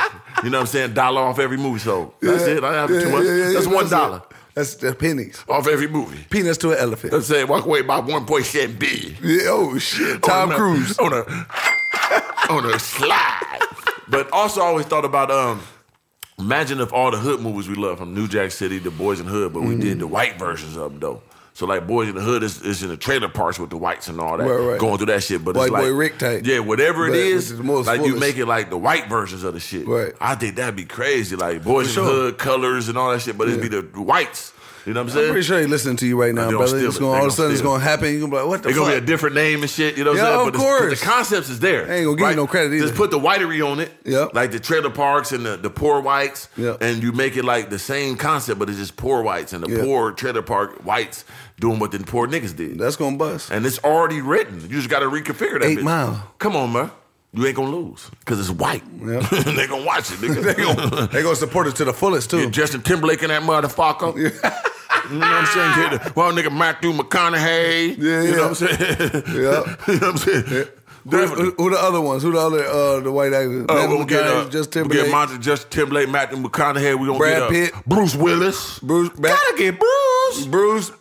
Speaker 3: you know what I'm saying. Dollar off every movie, so that's it. I don't have too
Speaker 1: Yeah,
Speaker 3: much.
Speaker 1: yeah, yeah,
Speaker 3: that's
Speaker 1: yeah,
Speaker 3: one
Speaker 1: it.
Speaker 3: dollar
Speaker 1: That's the pennies.
Speaker 3: off every movie.
Speaker 1: Peanuts to an elephant.
Speaker 3: Let's say walk away by 1.7 billion.
Speaker 1: yeah, oh shit. Tom
Speaker 3: on a-
Speaker 1: Cruise.
Speaker 3: on a on a slide. But also, I always thought about um. Imagine if all the hood movies we love from New Jack City to Boys in the Hood, but we
Speaker 1: Mm.
Speaker 3: did the white versions of them though. So like Boys in the Hood is, is in the trailer parks with the whites and all that,
Speaker 1: Right, right.
Speaker 3: going through that shit. But
Speaker 1: White
Speaker 3: it's like
Speaker 1: boy Rick type.
Speaker 3: yeah, whatever
Speaker 1: But
Speaker 3: it
Speaker 1: which
Speaker 3: is,
Speaker 1: is the most
Speaker 3: like you
Speaker 1: fullest.
Speaker 3: make it like the white versions of the shit.
Speaker 1: Right.
Speaker 3: I think that'd be crazy, like Boys
Speaker 1: For
Speaker 3: in the
Speaker 1: sure.
Speaker 3: Hood colors and all that shit. But it'd be the whites. You know what I'm saying?
Speaker 1: I'm pretty sure he listening to you right now,
Speaker 3: They gonna
Speaker 1: brother.
Speaker 3: steal
Speaker 1: It's
Speaker 3: it.
Speaker 1: gonna,
Speaker 3: They
Speaker 1: all of a
Speaker 3: gonna
Speaker 1: sudden it's
Speaker 3: steal it.
Speaker 1: gonna happen. You're gonna be like, what the
Speaker 3: It's
Speaker 1: fuck?
Speaker 3: gonna be a different name and shit. You know what I'm
Speaker 1: Yeah,
Speaker 3: saying?
Speaker 1: of
Speaker 3: but it's-
Speaker 1: course.
Speaker 3: The, concepts is there.
Speaker 1: They ain't gonna give you no credit either.
Speaker 3: Just put the whitery on it.
Speaker 1: Yep.
Speaker 3: Like the trailer parks and the, the poor whites.
Speaker 1: Yep.
Speaker 3: And you make it like the same concept, but it's just poor whites and the
Speaker 1: Yeah.
Speaker 3: poor trailer park whites doing what the poor niggas did.
Speaker 1: That's gonna bust.
Speaker 3: and it's already written. You just gotta reconfigure that
Speaker 1: Eight
Speaker 3: bitch.
Speaker 1: Mile.
Speaker 3: Come on, man. You ain't gonna lose. Cause it's white.
Speaker 1: Yep.
Speaker 3: they gonna watch it, nigga. they gonna
Speaker 1: They gonna support it to the fullest too.
Speaker 3: Get Justin Timberlake in that motherfucker. You know what I'm saying? Get the, well, nigga, Matthew McConaughey. You
Speaker 1: Yeah, yeah.
Speaker 3: know what I'm saying?
Speaker 1: Yeah.
Speaker 3: you know what I'm saying?
Speaker 1: Who,
Speaker 3: Definitely.
Speaker 1: who, who the other ones? Who the other uh, the white actors?
Speaker 3: Uh,
Speaker 1: Matthew
Speaker 3: we'll get,
Speaker 1: McConaughey,
Speaker 3: uh,
Speaker 1: Justin
Speaker 3: we'll get
Speaker 1: Timberlake.
Speaker 3: Monty, Justin Timberlake, Matthew McConaughey. We gonna
Speaker 1: Brad
Speaker 3: get uh,
Speaker 1: Pitt.
Speaker 3: Bruce Willis.
Speaker 1: Bruce-
Speaker 3: gotta get Bruce.
Speaker 1: Bruce.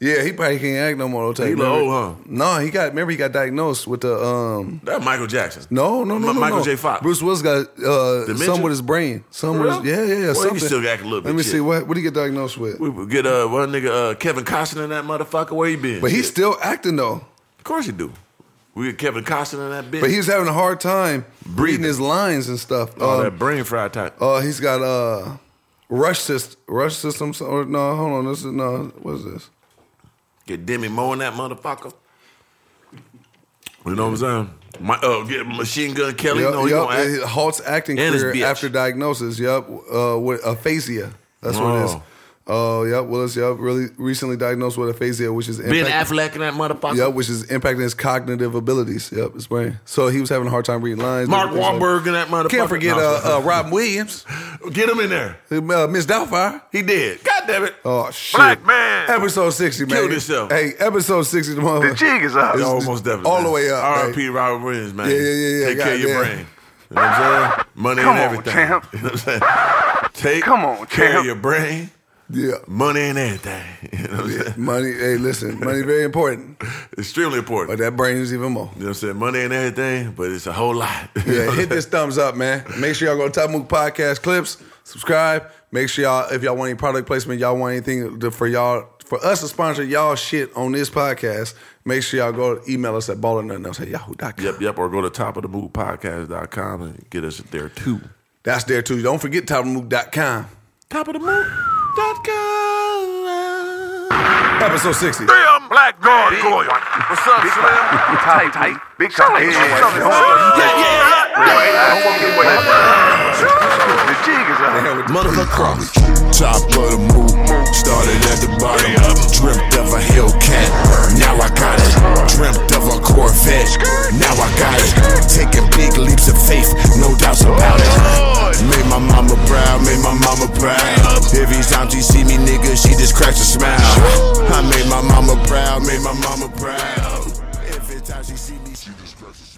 Speaker 1: Yeah, he probably can't act no more. He
Speaker 3: He look old, huh?
Speaker 1: No, he got. Remember, he got diagnosed with the um.
Speaker 3: That Michael Jackson.
Speaker 1: No, no, no,
Speaker 3: Mi-
Speaker 1: no,
Speaker 3: Michael
Speaker 1: no.
Speaker 3: J. Fox.
Speaker 1: Bruce Willis got uh,
Speaker 3: Dementia?
Speaker 1: some with his brain. Some with his,
Speaker 3: For
Speaker 1: yeah,
Speaker 3: real?
Speaker 1: yeah, yeah.
Speaker 3: Well, he
Speaker 1: something.
Speaker 3: can still act a little bit,
Speaker 1: Let me
Speaker 3: shit.
Speaker 1: see what what did he get diagnosed with.
Speaker 3: We would get uh one nigga uh, Kevin Costner in that motherfucker. Where he been?
Speaker 1: But he's
Speaker 3: Shit.
Speaker 1: still acting though.
Speaker 3: of course he do. We get Kevin Costner in that bitch.
Speaker 1: But he was having a hard time
Speaker 3: Breathing.
Speaker 1: reading his lines and stuff.
Speaker 3: oh,
Speaker 1: Um,
Speaker 3: that brain fried type.
Speaker 1: uh, he's got uh, rush system, rush system. so- Or, no, hold on. This is no. What is this?
Speaker 3: Get Demi Moore in that motherfucker. You know what I'm saying? My, uh, get Machine Gun Kelly.
Speaker 1: Yup,
Speaker 3: no, he
Speaker 1: yup,
Speaker 3: gonna act.
Speaker 1: it halts acting
Speaker 3: And his
Speaker 1: career
Speaker 3: bitch.
Speaker 1: after diagnosis. Yep, uh, with aphasia. That's what it is.
Speaker 3: Oh.
Speaker 1: Oh, yep. Willis, yep. Really recently diagnosed with aphasia, which is
Speaker 3: Ben
Speaker 1: impact-
Speaker 3: Affleck in that motherfucker.
Speaker 1: Yep, which is impacting his cognitive abilities. Yep, his brain. So he was having a hard time reading lines.
Speaker 3: Mark
Speaker 1: Things like-
Speaker 3: Wahlberg in that motherfucker.
Speaker 1: Can't forget
Speaker 3: No, I'm
Speaker 1: uh, uh, Robin Williams,
Speaker 3: sorry. get him in there.
Speaker 1: uh, Miss Doubtfire.
Speaker 3: He did. God damn it.
Speaker 1: Oh shit!
Speaker 4: Black man.
Speaker 1: Episode sixty, man.
Speaker 3: Killed himself.
Speaker 1: Hey, episode sixty, the
Speaker 4: The
Speaker 1: motherfucker.
Speaker 4: jig is up.
Speaker 3: Yo,
Speaker 1: it's-
Speaker 3: almost definitely.
Speaker 1: all the way up,
Speaker 3: R.I.P. Robert Williams, man.
Speaker 1: Yeah, yeah, yeah, yeah,
Speaker 3: Take care of your
Speaker 1: goddamn.
Speaker 3: brain. You know what I'm saying? Money
Speaker 4: Come
Speaker 3: and
Speaker 4: on,
Speaker 3: everything.
Speaker 4: champ.
Speaker 3: You know what I'm saying? Take
Speaker 4: Come on,
Speaker 3: care of
Speaker 4: champ.
Speaker 3: your brain,
Speaker 1: Yeah,
Speaker 3: money and everything. You know what I'm saying?
Speaker 1: money. Hey, listen, money very important,
Speaker 3: Extremely important.
Speaker 1: but that brain is even more.
Speaker 3: You know what I'm saying? Money and everything, but it's a whole lot.
Speaker 1: Yeah, hit this thumbs up, man. Make sure y'all go to Top Mook Podcast clips. Subscribe. Make sure y'all, if y'all want any product placement, y'all want anything to, for y'all, for us to sponsor y'all shit on this podcast. Make sure y'all go email us at ball and nothing else at yahoo.com.
Speaker 3: Yep, yep. Or go to top of the move podcast.com and get us there too.
Speaker 1: That's there too. Don't forget topmook.com.
Speaker 3: Top of the move.com.
Speaker 1: Episode 60.
Speaker 4: Damn black gargoyle.
Speaker 3: What's up, Slim?
Speaker 4: Tight, tight. Big shot. Yeah, The jig is up.
Speaker 3: Motherfucker cross.
Speaker 2: Top of the move, started at the bottom. Dreamt of a Hellcat, now I got it. Dreamt of a Corvette, now I got it. Taking big leaps of faith, no doubts about it. Made my mama proud, made my mama proud. Every time she see me, nigga, she just cracks a smile. I made my mama proud, made my mama proud. Every time she see me, she just cracks a smile.